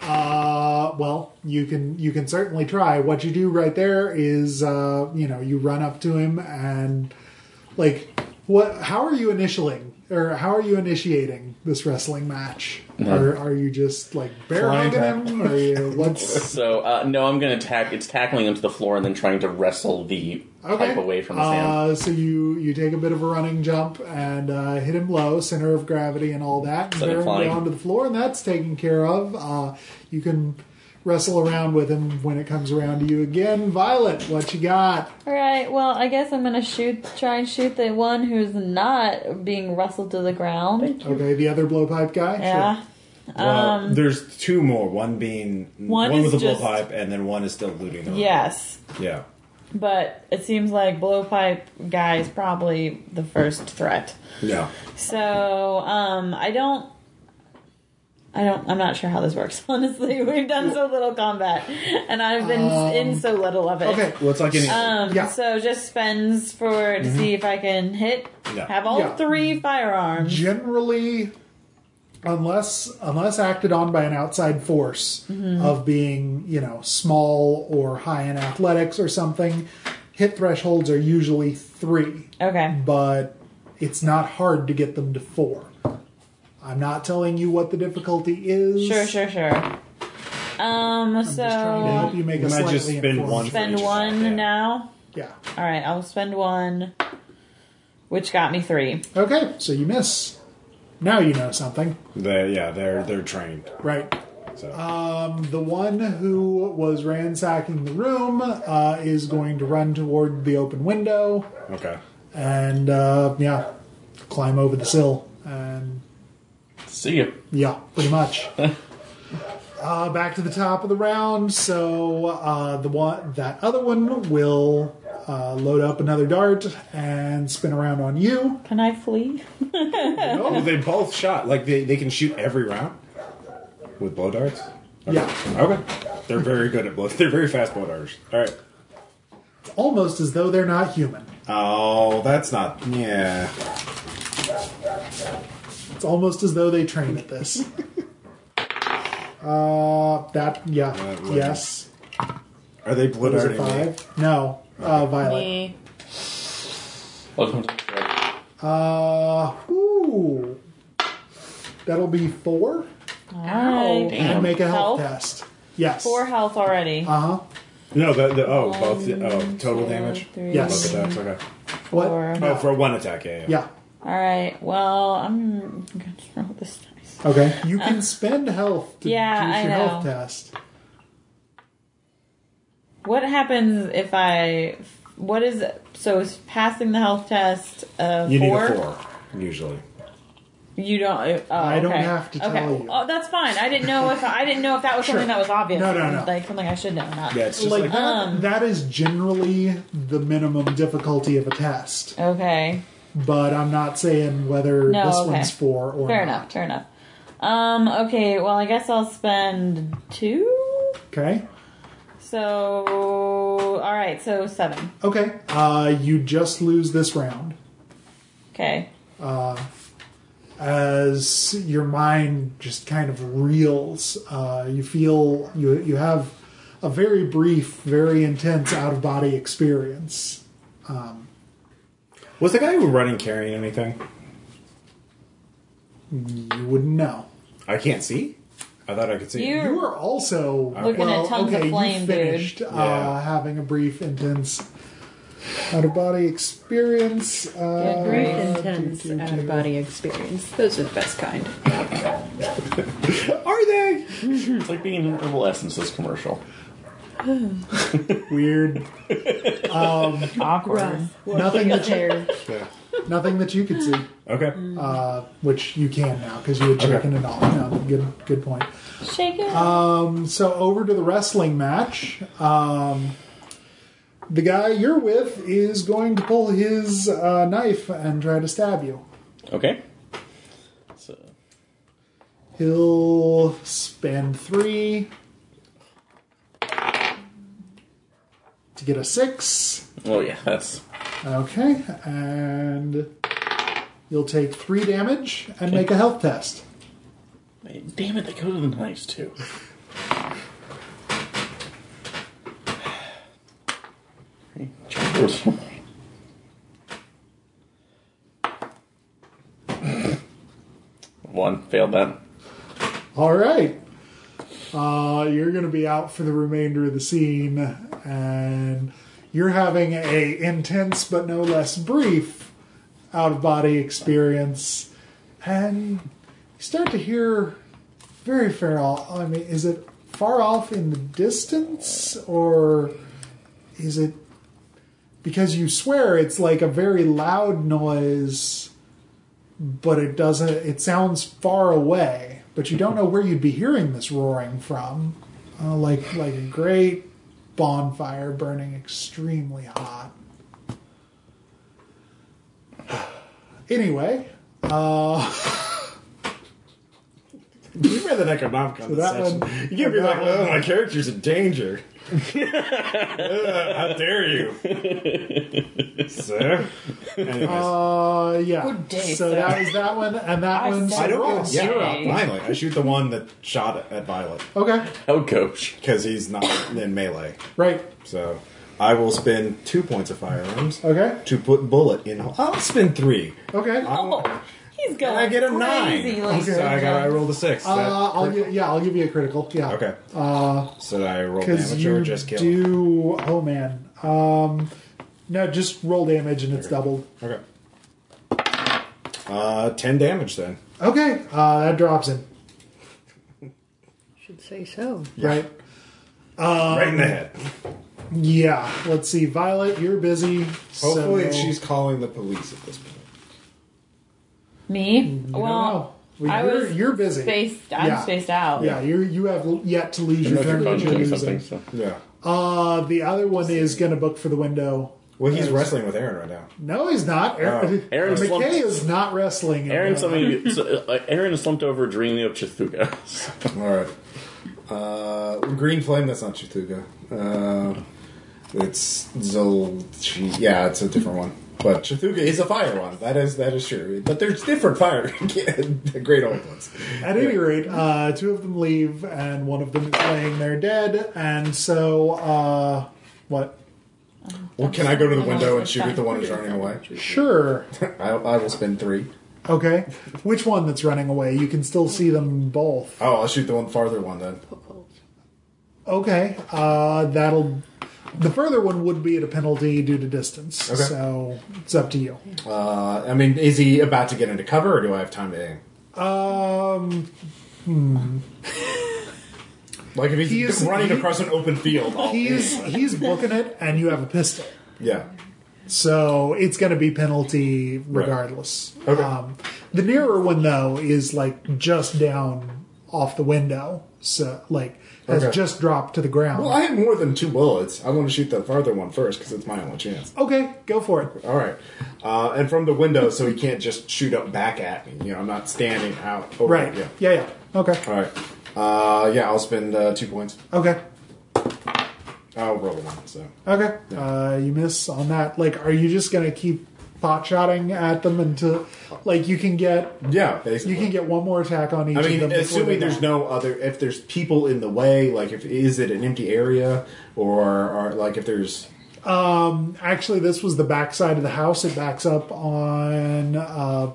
Speaker 1: Uh, well, you can you can certainly try. What you do right there is, uh, you know, you run up to him and like, what? How are you initialing, or how are you initiating this wrestling match? Or are you just like bear
Speaker 2: Flying
Speaker 1: hugging him? Or you what's
Speaker 4: So uh, no, I'm going to tack. It's tackling him to the floor and then trying to wrestle the pipe away from his hand.
Speaker 1: Uh, so you you take a bit of a running jump and uh, hit him low, center of gravity, and all that, and
Speaker 4: Instead of
Speaker 1: bear him
Speaker 4: flying.
Speaker 1: down to the floor, and that's taken care of. Uh, you can wrestle around with him when it comes around to you again. Violet, what you got?
Speaker 5: All right. Well, I guess I'm gonna shoot. Try and shoot the one who's not being wrestled to the ground.
Speaker 1: Okay, the other blowpipe guy.
Speaker 5: Yeah.
Speaker 2: Well, there's two more. One being
Speaker 5: Um, One
Speaker 2: one,
Speaker 5: is
Speaker 2: with a
Speaker 5: just-
Speaker 2: blowpipe, and then one is still looting the room.
Speaker 5: Yes,
Speaker 2: Yeah.
Speaker 5: but it seems like blowpipe guy is probably the first threat.
Speaker 2: Yeah.
Speaker 5: So um, I don't. I don't. I'm not sure how this works. Honestly, we've done so little combat, and I've been in so little of it.
Speaker 1: Okay.
Speaker 2: Well, it's like any.
Speaker 5: Um,
Speaker 1: Yeah. Mm-hmm.
Speaker 5: So just spends for to see if I can hit.
Speaker 2: Yeah.
Speaker 5: Have all
Speaker 1: Yeah.
Speaker 5: three firearms.
Speaker 1: generally unless unless acted on by an outside force of being you know small or high in athletics or something hit thresholds are usually three
Speaker 5: Okay.
Speaker 1: but it's not hard to get them to four i'm not telling you what the difficulty is
Speaker 5: Sure. Sure. Sure. Um. so
Speaker 1: just trying to help you make
Speaker 2: You
Speaker 1: a
Speaker 2: might
Speaker 1: slightly
Speaker 2: just spend
Speaker 1: informed-
Speaker 2: one.
Speaker 5: spend
Speaker 2: each
Speaker 5: one
Speaker 2: side, yeah.
Speaker 5: now.
Speaker 1: yeah
Speaker 5: All right, I'll spend one, which got me three.
Speaker 1: okay so you miss now you know something
Speaker 2: they yeah, they're they're trained.
Speaker 1: right Um,
Speaker 2: So
Speaker 1: The one who was ransacking the room uh, is going to run toward the open window
Speaker 2: okay.
Speaker 1: and, uh, yeah, climb over the sill. And,
Speaker 4: See you.
Speaker 1: yeah, pretty much. uh, back to the top of the round. So uh, the one, that other one will uh, load up another dart and spin around on you.
Speaker 5: Can I flee?
Speaker 2: Oh, they both shot. Like they, they can shoot every round with blow darts.
Speaker 1: Yeah,
Speaker 2: Okay. They're very good at blow. They're very fast blow darters. All right.
Speaker 1: almost as though they're not human.
Speaker 2: Oh, that's not. Yeah.
Speaker 1: It's almost as though they train at this. uh, that yeah,
Speaker 2: That wouldn't-
Speaker 1: yes.
Speaker 2: Are they blow
Speaker 1: Was it
Speaker 2: darting? me?
Speaker 1: five? No, uh, Violet.
Speaker 5: Me.
Speaker 4: Welcome to the club.
Speaker 1: Uh, ooh, that'll be four.
Speaker 5: All right.
Speaker 4: Damn.
Speaker 1: And make a health,
Speaker 5: Health?
Speaker 1: test. Yes.
Speaker 5: Four health already.
Speaker 1: Uh huh.
Speaker 2: No, the, the oh both oh total damage.
Speaker 5: Three,
Speaker 1: Yes.
Speaker 2: Both attacks. Okay.
Speaker 1: What?
Speaker 5: Four.
Speaker 2: Oh, for one attack. Yeah.
Speaker 1: Yeah.
Speaker 5: All right. Well, I'm gonna roll this dice.
Speaker 1: Okay. You can spend health to
Speaker 5: Uh, Yeah,
Speaker 1: reduce
Speaker 5: I
Speaker 1: your
Speaker 5: know.
Speaker 1: health test.
Speaker 5: What happens if I? What is so? Is passing the health test uh,
Speaker 2: You need
Speaker 5: four?
Speaker 2: a four usually.
Speaker 5: You don't. uh, Oh,
Speaker 1: I don't
Speaker 5: okay.
Speaker 1: have to
Speaker 5: okay.
Speaker 1: tell you.
Speaker 5: Oh, that's fine. I didn't know if I didn't know if that was something that was obvious.
Speaker 1: No, no, no.
Speaker 5: Like something I should know. Not.
Speaker 2: Yeah, it's just
Speaker 1: Like,
Speaker 2: like,
Speaker 1: that,
Speaker 5: um,
Speaker 1: that is generally the minimum difficulty of a test,
Speaker 5: Okay.
Speaker 1: but I'm not saying whether
Speaker 5: No,
Speaker 1: this
Speaker 5: okay.
Speaker 1: one's four or
Speaker 5: Fair
Speaker 1: not.
Speaker 5: enough. Fair enough. Um. Okay. Well, I guess I'll spend two.
Speaker 1: Okay.
Speaker 5: So, all right. So seven.
Speaker 1: Okay. Uh, you just lose this round
Speaker 5: Okay.
Speaker 1: as your mind just kind of reels. Uh, you feel you you have a very brief, very intense out of body experience.
Speaker 2: was the guy who was running carrying anything?
Speaker 1: You wouldn't know.
Speaker 2: I can't see. I thought I could see.
Speaker 5: You-
Speaker 1: You were also
Speaker 5: Looking
Speaker 1: well,
Speaker 5: at tons of
Speaker 1: okay,
Speaker 5: flame,
Speaker 1: you
Speaker 5: dude.
Speaker 1: finished uh,
Speaker 2: Yeah.
Speaker 1: having a brief, intense out of body experience. Uh,
Speaker 3: Brief, intense,
Speaker 1: do, do, do.
Speaker 3: out of body experience. Those are the best kind.
Speaker 2: Are they?
Speaker 4: It's like being in Herbal Essences commercial.
Speaker 1: Weird.
Speaker 5: Awkward.
Speaker 1: Nothing that you,
Speaker 3: There.
Speaker 1: nothing that you could see.
Speaker 2: Okay.
Speaker 5: Mm.
Speaker 1: uh, which you can now because you had shaken it off. No, good, good point.
Speaker 5: Shake it.
Speaker 1: Uh, So over to the wrestling match. Um, the guy you're with is going to pull his uh, knife and try to stab you.
Speaker 4: Okay. So,
Speaker 1: He'll spend three to get a six.
Speaker 4: well, yeah, that's
Speaker 1: Okay, and you'll take three damage and make a health test.
Speaker 4: Damn it, they go to the knives too. One failed that.
Speaker 1: All right. Uh, you're going to be out for the remainder of the scene, and you're having a intense but no less brief out of body experience, and you start to hear very far off. I mean, is it far off in the distance, or is it because you swear it's like a very loud noise, but it doesn't? It sounds far away but you don't know where you'd be hearing this roaring from. Uh, like like a great bonfire burning extremely hot. Anyway,
Speaker 2: You read that economic on
Speaker 1: that
Speaker 2: this
Speaker 1: one- uh,
Speaker 2: section. You can't be like, oh, my character's in danger. Ugh, how dare you, sir? Anyways,
Speaker 1: uh, yeah.
Speaker 5: Good day,
Speaker 1: so
Speaker 5: sir.
Speaker 1: that was that one, and that
Speaker 5: I
Speaker 1: one.
Speaker 5: said-
Speaker 2: I
Speaker 5: roll
Speaker 2: don't. Yeah,
Speaker 5: zero.
Speaker 2: Violet. I shoot the one that shot at Violet
Speaker 1: Okay,
Speaker 4: Oh, coach.
Speaker 2: because he's not in melee.
Speaker 1: right.
Speaker 2: So I will spend two points of firearms.
Speaker 1: Okay.
Speaker 2: To put bullet in. I'll spend three.
Speaker 1: Okay.
Speaker 2: I won't-
Speaker 5: He's going.
Speaker 2: and I get a
Speaker 5: Oh, crazy
Speaker 2: nine.
Speaker 5: like
Speaker 2: So I got. I rolled a six. That-
Speaker 1: Uh, I'll give, yeah, I'll give you a critical. Yeah.
Speaker 2: okay. so I roll
Speaker 1: Because
Speaker 2: damage or
Speaker 1: you
Speaker 2: just kill?
Speaker 1: do. Oh man. Um, no, just roll damage and it's doubled.
Speaker 2: Okay. Uh, ten damage then.
Speaker 1: Okay, uh, that drops him.
Speaker 3: Should say so.
Speaker 1: Right. Um,
Speaker 2: right in the head.
Speaker 1: Yeah. Let's see, Violet, you're busy.
Speaker 2: Hopefully,
Speaker 1: so-
Speaker 2: she's calling the police at this point.
Speaker 5: Me?
Speaker 1: I don't know.
Speaker 5: Well,
Speaker 1: Well,
Speaker 5: I
Speaker 1: you're,
Speaker 5: was
Speaker 1: you're busy.
Speaker 5: spaced. I'm
Speaker 1: Yeah.
Speaker 5: spaced out.
Speaker 1: Yeah, you you have yet to lose your turn. but you're losing.
Speaker 2: Yeah.
Speaker 1: Uh, the other one is going to book for the window.
Speaker 2: Well, he's wrestling with Aaron right now.
Speaker 1: No, he's not. Aaron,
Speaker 4: Oh. Aaron
Speaker 1: McKay
Speaker 4: slumped.
Speaker 1: is not wrestling. in
Speaker 4: Aaron,
Speaker 1: the-
Speaker 4: something. so, uh, Aaron is slumped over dreaming of Chithuga.
Speaker 2: All right. Uh, green flame. That's not Chituga. Uh, it's Zol. Yeah, it's a different one. But Chituga is a fire one. That is that is true. But there's different fire. Great old ones.
Speaker 1: At any rate, uh, two of them leave, and one of them is laying there dead. And so, uh, what?
Speaker 2: Well, can I go to the window and shoot at the one who's running away?
Speaker 1: Sure.
Speaker 2: I, I will spend three.
Speaker 1: Okay. Which one that's running away? You can still see them both.
Speaker 2: Oh, I'll shoot the one farther one then.
Speaker 1: Okay. Uh, that'll. The further one would be at a penalty due to distance.
Speaker 2: Okay.
Speaker 1: So it's up to you.
Speaker 2: Uh, I mean, is he about to get into cover, or do I have time to aim?
Speaker 1: Um,
Speaker 2: Like if he's
Speaker 1: He is-
Speaker 2: running
Speaker 1: he-
Speaker 2: across an open field, I'll
Speaker 1: he's
Speaker 2: aim.
Speaker 1: he's booking it, and you have a pistol,
Speaker 2: yeah.
Speaker 1: so it's going to be penalty regardless.
Speaker 2: Okay.
Speaker 1: Um, the nearer one though is like just down off the window, so like has
Speaker 2: Okay.
Speaker 1: just dropped to the ground.
Speaker 2: Well, I have more than two bullets. I want to shoot the farther one first because it's my only chance.
Speaker 1: okay, go for it.
Speaker 2: All right, uh, and from the window, so he can't just shoot up back at me. You know, I'm not standing out. Over,
Speaker 1: Right.
Speaker 2: Yeah.
Speaker 1: Yeah. Yeah. Okay.
Speaker 2: All right. Uh, yeah, I'll spend uh, two points.
Speaker 1: Okay.
Speaker 2: I'll roll one. So
Speaker 1: Okay. Uh, you miss on that. Like, are you just gonna keep pot shotting at them until, like, you can get
Speaker 2: yeah,
Speaker 1: you
Speaker 2: basically.
Speaker 1: can get one more attack on each
Speaker 2: I
Speaker 1: of
Speaker 2: mean,
Speaker 1: them. before
Speaker 2: assuming
Speaker 1: they
Speaker 2: there's
Speaker 1: die.
Speaker 2: no other, if there's people in the way, like if is it an empty area or, or like if there's
Speaker 1: Actually, this was the backside of the house. It backs up on uh,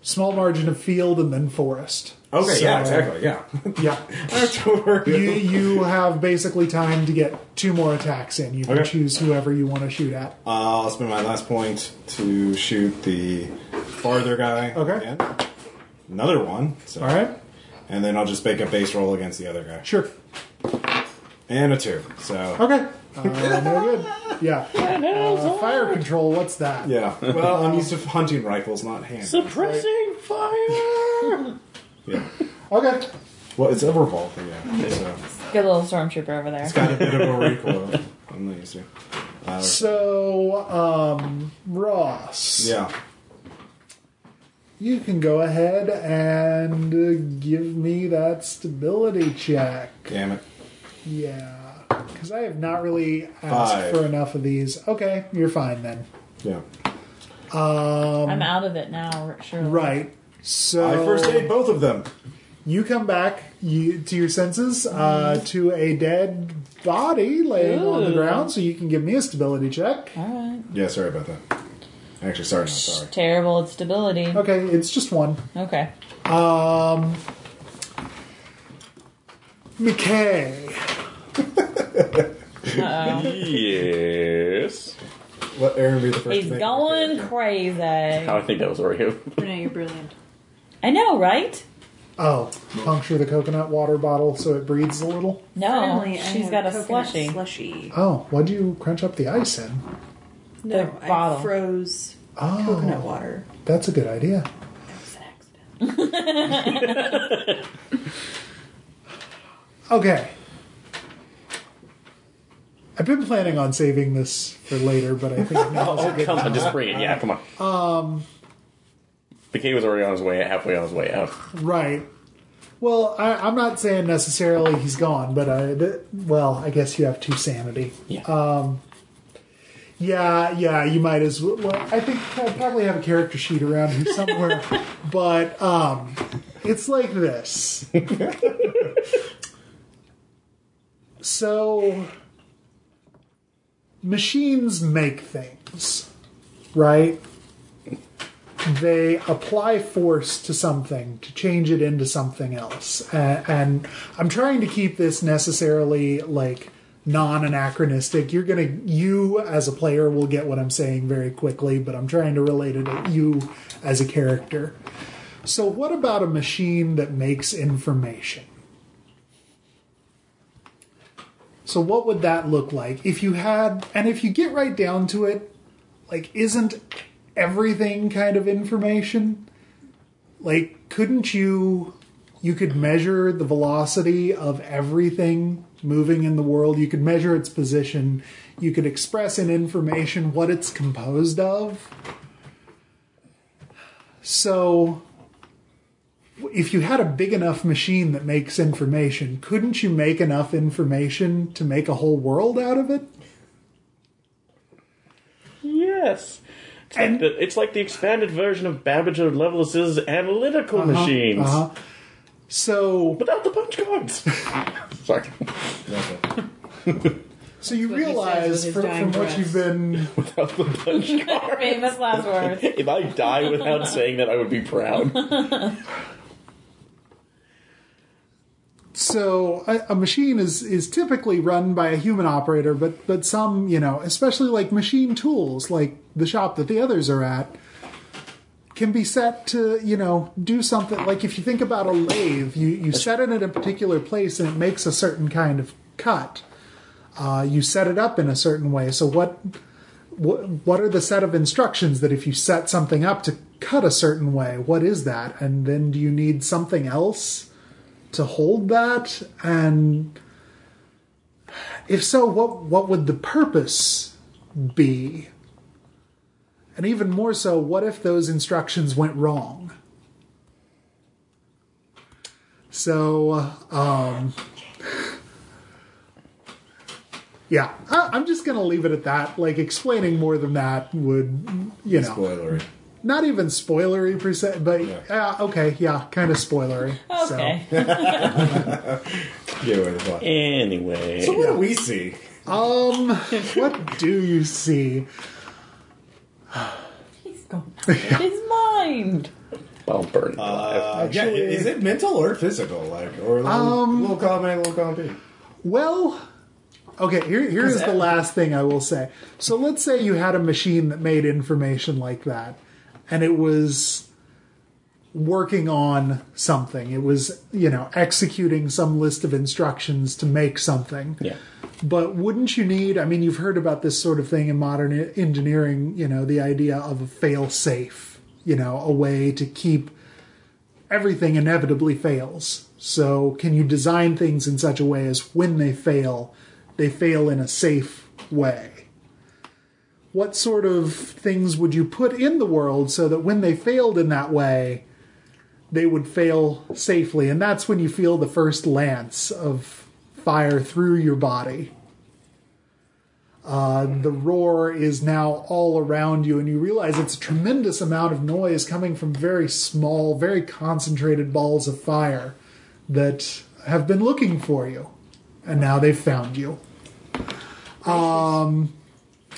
Speaker 1: small margin of field and then forest.
Speaker 2: okay, yeah,
Speaker 1: So,
Speaker 2: exactly, yeah.
Speaker 1: Yeah.
Speaker 2: That's what we're
Speaker 1: You, you have basically time to get two more attacks in. You can
Speaker 2: Okay.
Speaker 1: choose whoever you want to shoot at.
Speaker 2: Uh, I'll spend my last point to shoot the farther guy.
Speaker 1: Okay.
Speaker 2: again. Another one. So.
Speaker 1: All right.
Speaker 2: And then I'll just make a base roll against the other guy.
Speaker 1: Sure.
Speaker 2: And a two. So.
Speaker 1: Okay. Uh, no good. Yeah. Uh, fire control. What's that?
Speaker 2: Yeah. Well, I'm used to hunting rifles, not hand.
Speaker 4: Suppressing fire.
Speaker 2: Yeah.
Speaker 1: Okay.
Speaker 2: Well, it's a revolver, yeah. So
Speaker 5: Get a little stormtrooper over there.
Speaker 2: it's got a bit of a recoil. I'm not used to.
Speaker 1: So, um, Ross,
Speaker 2: Yeah.
Speaker 1: you can go ahead and uh, give me that stability check.
Speaker 2: Damn it.
Speaker 1: Yeah, because I have not really asked
Speaker 2: Five.
Speaker 1: for enough of these. Okay, you're fine then.
Speaker 2: Yeah.
Speaker 5: I'm out of it now. Sure.
Speaker 1: Right. So
Speaker 2: I first aid both of them.
Speaker 1: you come back you, to your senses uh,
Speaker 2: Mm.
Speaker 1: to a dead body laying on the
Speaker 5: Ooh.
Speaker 1: ground, so you can give me a stability check.
Speaker 5: All right.
Speaker 2: Yeah, sorry about that. Actually, sorry, not sorry.
Speaker 5: Terrible at stability. Okay.
Speaker 1: Okay, it's just one. McKay.
Speaker 4: yes.
Speaker 2: Let Aaron be the first.
Speaker 5: He's
Speaker 2: to make it.
Speaker 5: going crazy.
Speaker 4: I think that was Oreo.
Speaker 3: Renee, you're brilliant.
Speaker 5: I know, right?
Speaker 1: Oh, puncture the coconut water bottle so it breathes a little.
Speaker 5: No,
Speaker 3: Finally, I
Speaker 5: she's
Speaker 3: have
Speaker 5: got a
Speaker 3: coconut
Speaker 5: slushy.
Speaker 3: Slushy.
Speaker 1: Oh, why'd you crunch up the ice in?
Speaker 5: The
Speaker 3: No, I
Speaker 5: bottle.
Speaker 3: froze
Speaker 1: Oh,
Speaker 3: coconut water.
Speaker 1: That's a good idea.
Speaker 3: It was an accident.
Speaker 1: Okay. I've been planning on saving this for later, but I think now's a good
Speaker 4: Come on, just bring it. Yeah, come on. Um, the kid was already on his way, halfway on his way out.
Speaker 1: Right. Well, I, I'm not saying necessarily he's gone, but I, th- well, I guess you have two sanity.
Speaker 4: Yeah.
Speaker 1: Uh, Yeah, yeah, you might as well. well I think I probably have a character sheet around here somewhere, but um, it's like this. so, machines make things, right? They apply force to something to change it into something else. Uh, and I'm trying to keep this necessarily like non anachronistic. You're going to, you as a player will get what I'm saying very quickly, but I'm trying to relate it to you as a character. So, what about a machine that makes information? So, what would that look like if you had, and if you get right down to it, like, isn't everything kind of information? Like, couldn't you, you could measure the velocity of everything moving in the world, you could measure its position, you could express in information what it's composed of. So, if you had a big enough machine that makes information, couldn't you make enough information to make a whole world out of it?
Speaker 4: yes. It's, like the, it's like the expanded version of Babbage of Levelus's analytical machines.
Speaker 1: Uh-huh. So,
Speaker 4: Without the punch cards. Sorry.
Speaker 1: so you
Speaker 3: what he says with
Speaker 1: realize
Speaker 3: his
Speaker 1: from,
Speaker 3: dying
Speaker 1: from what
Speaker 3: breath.
Speaker 1: you've been
Speaker 4: Without the punch cards.
Speaker 5: Famous last words.
Speaker 4: If I die without saying that, I would be proud.
Speaker 1: so a, a machine is is typically run by a human operator, but but some you know, especially like machine tools, like the shop that the others are at, can be set to you know do something. Like if you think about a lathe, you you set it at a particular place and it makes a certain kind of cut. Uh, you set it up in a certain way. So what what, what are the set of instructions that if you set something up to cut a certain way, what is that? And then do you need something else to hold that? And if so, what what would the purpose be? And even more so, what if those instructions went wrong? So, um, yeah, I, I'm just gonna leave it at that. Like explaining more than that would, you know,
Speaker 2: Spoilery.
Speaker 1: not even spoilery per se, but
Speaker 2: Yeah.
Speaker 1: uh, okay, yeah, kind of spoilery.
Speaker 5: Okay.
Speaker 2: Get away with that.
Speaker 4: Anyway.
Speaker 2: So what do we see?
Speaker 1: Um, what do you see?
Speaker 5: He's gone. His mind.
Speaker 4: I'll burn. alive.
Speaker 2: Uh, yeah,
Speaker 1: Actually-
Speaker 2: is it mental or physical? Like, or a little, little column A, little column B?
Speaker 1: Well, okay, here, here is the last thing I will say. So let's say you had a machine that made information like that, and it was working on something. It was, you know, executing some list of instructions to make something.
Speaker 4: yeah.
Speaker 1: But wouldn't you need, I mean, you've heard about this sort of thing in modern e- engineering, you know, the idea of a fail safe, you know, a way to keep everything inevitably fails. So, can you design things in such a way as when they fail, they fail in a safe way? What sort of things would you put in the world so that when they failed in that way, they would fail safely? And that's when you feel the first lance of fire through your body. Uh, the roar is now all around you, and you realize it's a tremendous amount of noise coming from very small, very concentrated balls of fire that have been looking for you, and now they've found you.
Speaker 5: It's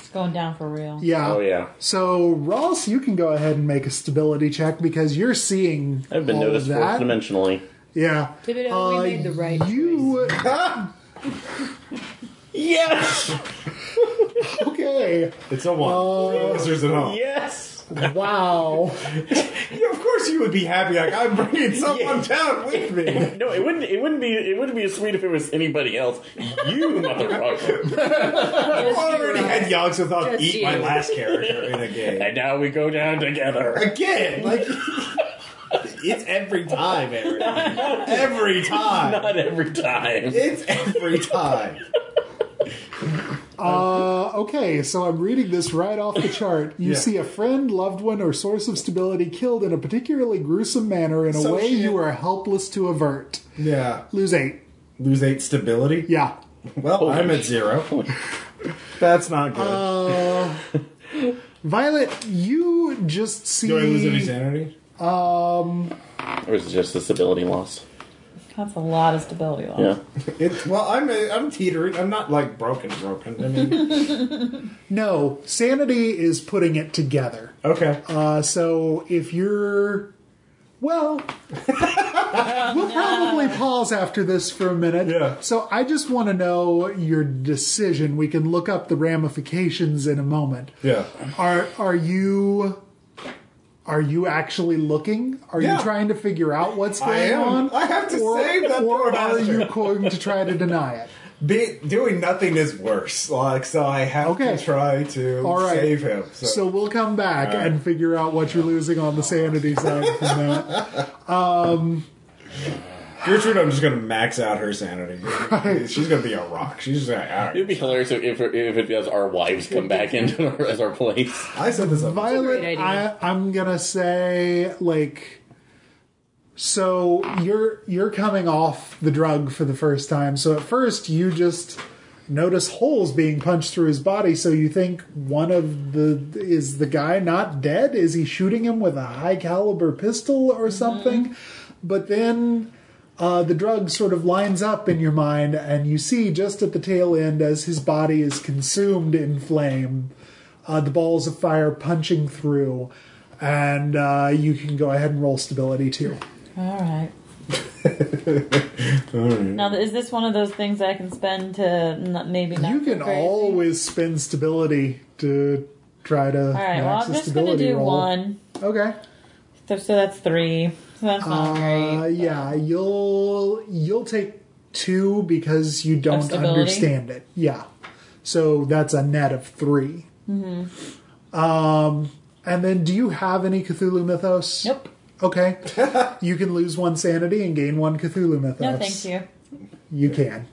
Speaker 5: going down for real.
Speaker 1: Yeah.
Speaker 4: Oh, yeah.
Speaker 1: So Ross, you can go ahead and make a stability check because you're seeing.
Speaker 4: I've been
Speaker 1: all
Speaker 4: noticed
Speaker 1: of
Speaker 4: fourth
Speaker 1: that.
Speaker 4: dimensionally.
Speaker 1: Yeah.
Speaker 3: Thibodeau, we made the right
Speaker 1: You
Speaker 4: Yes!
Speaker 1: okay?
Speaker 2: It's a one. Listeners at home.
Speaker 4: Yes!
Speaker 1: Wow.
Speaker 2: Yeah, of course you would be happy. Like I'm bringing someone down with me.
Speaker 4: No, it wouldn't. It wouldn't be. It wouldn't be as sweet if it was anybody else. You motherfucker!
Speaker 2: I already had Yogs without
Speaker 3: Just
Speaker 2: eat my
Speaker 3: you.
Speaker 2: last character in a game
Speaker 4: and now we go down together.
Speaker 2: again. Like It's every time, Eric. Every time.
Speaker 4: Not every time.
Speaker 2: It's every time.
Speaker 1: Uh, okay, so I'm reading this right off the chart. You
Speaker 2: Yeah.
Speaker 1: see a friend, loved one, or source of stability killed in a particularly gruesome manner in a
Speaker 2: So
Speaker 1: way
Speaker 2: shit.
Speaker 1: you are helpless to avert.
Speaker 2: Yeah.
Speaker 1: Lose eight.
Speaker 2: Lose eight stability.
Speaker 1: Yeah.
Speaker 2: Well, I'm at zero. That's not good.
Speaker 1: Violet, you just see.
Speaker 2: Do I lose any sanity?
Speaker 4: Or is it just the stability loss?
Speaker 5: That's a lot of stability loss.
Speaker 4: Yeah.
Speaker 2: It's well, I'm I'm teetering. I'm not like broken, broken. I mean,
Speaker 1: No, sanity is putting it together.
Speaker 2: okay.
Speaker 1: Uh, so if you're. Well, we'll probably pause after this for a minute.
Speaker 2: Yeah.
Speaker 1: So I just want to know your decision. We can look up the ramifications in a moment.
Speaker 2: Yeah.
Speaker 1: Are are you are you actually looking? Are
Speaker 2: Yeah.
Speaker 1: you trying to figure out what's going
Speaker 2: I am.
Speaker 1: on?
Speaker 2: I have to
Speaker 1: or,
Speaker 2: save that
Speaker 1: or
Speaker 2: poor
Speaker 1: are
Speaker 2: bastard.
Speaker 1: you going to try to deny it?
Speaker 2: Be, doing nothing is worse. Like so, I have
Speaker 1: Okay.
Speaker 2: to try to
Speaker 1: All right.
Speaker 2: save him. So,
Speaker 1: So, we'll come back
Speaker 2: All right.
Speaker 1: and figure out what you're losing on the sanity side from that.
Speaker 2: Gertrude, I'm just gonna max out her sanity. She's gonna be a rock. She's just gonna. all right.
Speaker 4: It'd be hilarious if, if it does our wives come back into our, as our place.
Speaker 2: I said this up.
Speaker 1: Violet,
Speaker 3: idea.
Speaker 1: I, I'm gonna say like, so you're you're coming off the drug for the first time. So at first you just notice holes being punched through his body. So you think one of the is the guy not dead? Is he shooting him with a high caliber pistol or something? But then uh, the drug sort of lines up in your mind, and you see just at the tail end as his body is consumed in flame, uh, the balls of fire punching through, and uh, you can go ahead and roll stability too.
Speaker 5: All right. Now, is this one of those things I can spend to n- maybe not?
Speaker 1: You
Speaker 5: go
Speaker 1: can
Speaker 5: crazy?
Speaker 1: always spend stability to try to
Speaker 5: All right. Well,
Speaker 1: max
Speaker 5: I'm
Speaker 1: the
Speaker 5: just gonna
Speaker 1: stability
Speaker 5: do
Speaker 1: roll.
Speaker 5: one.
Speaker 1: Okay.
Speaker 5: So, so that's three. So that's not
Speaker 1: Uh,
Speaker 5: great.
Speaker 1: yeah, you'll you'll take two because you don't
Speaker 5: stability?
Speaker 1: understand it. Yeah, so that's a net of 3 Mm-hmm. Um,
Speaker 5: Mm-hmm.
Speaker 1: and then, do you have any Cthulhu mythos?
Speaker 5: Nope.
Speaker 1: Okay, you can lose one sanity and gain one Cthulhu mythos.
Speaker 5: No, thank you.
Speaker 1: You can.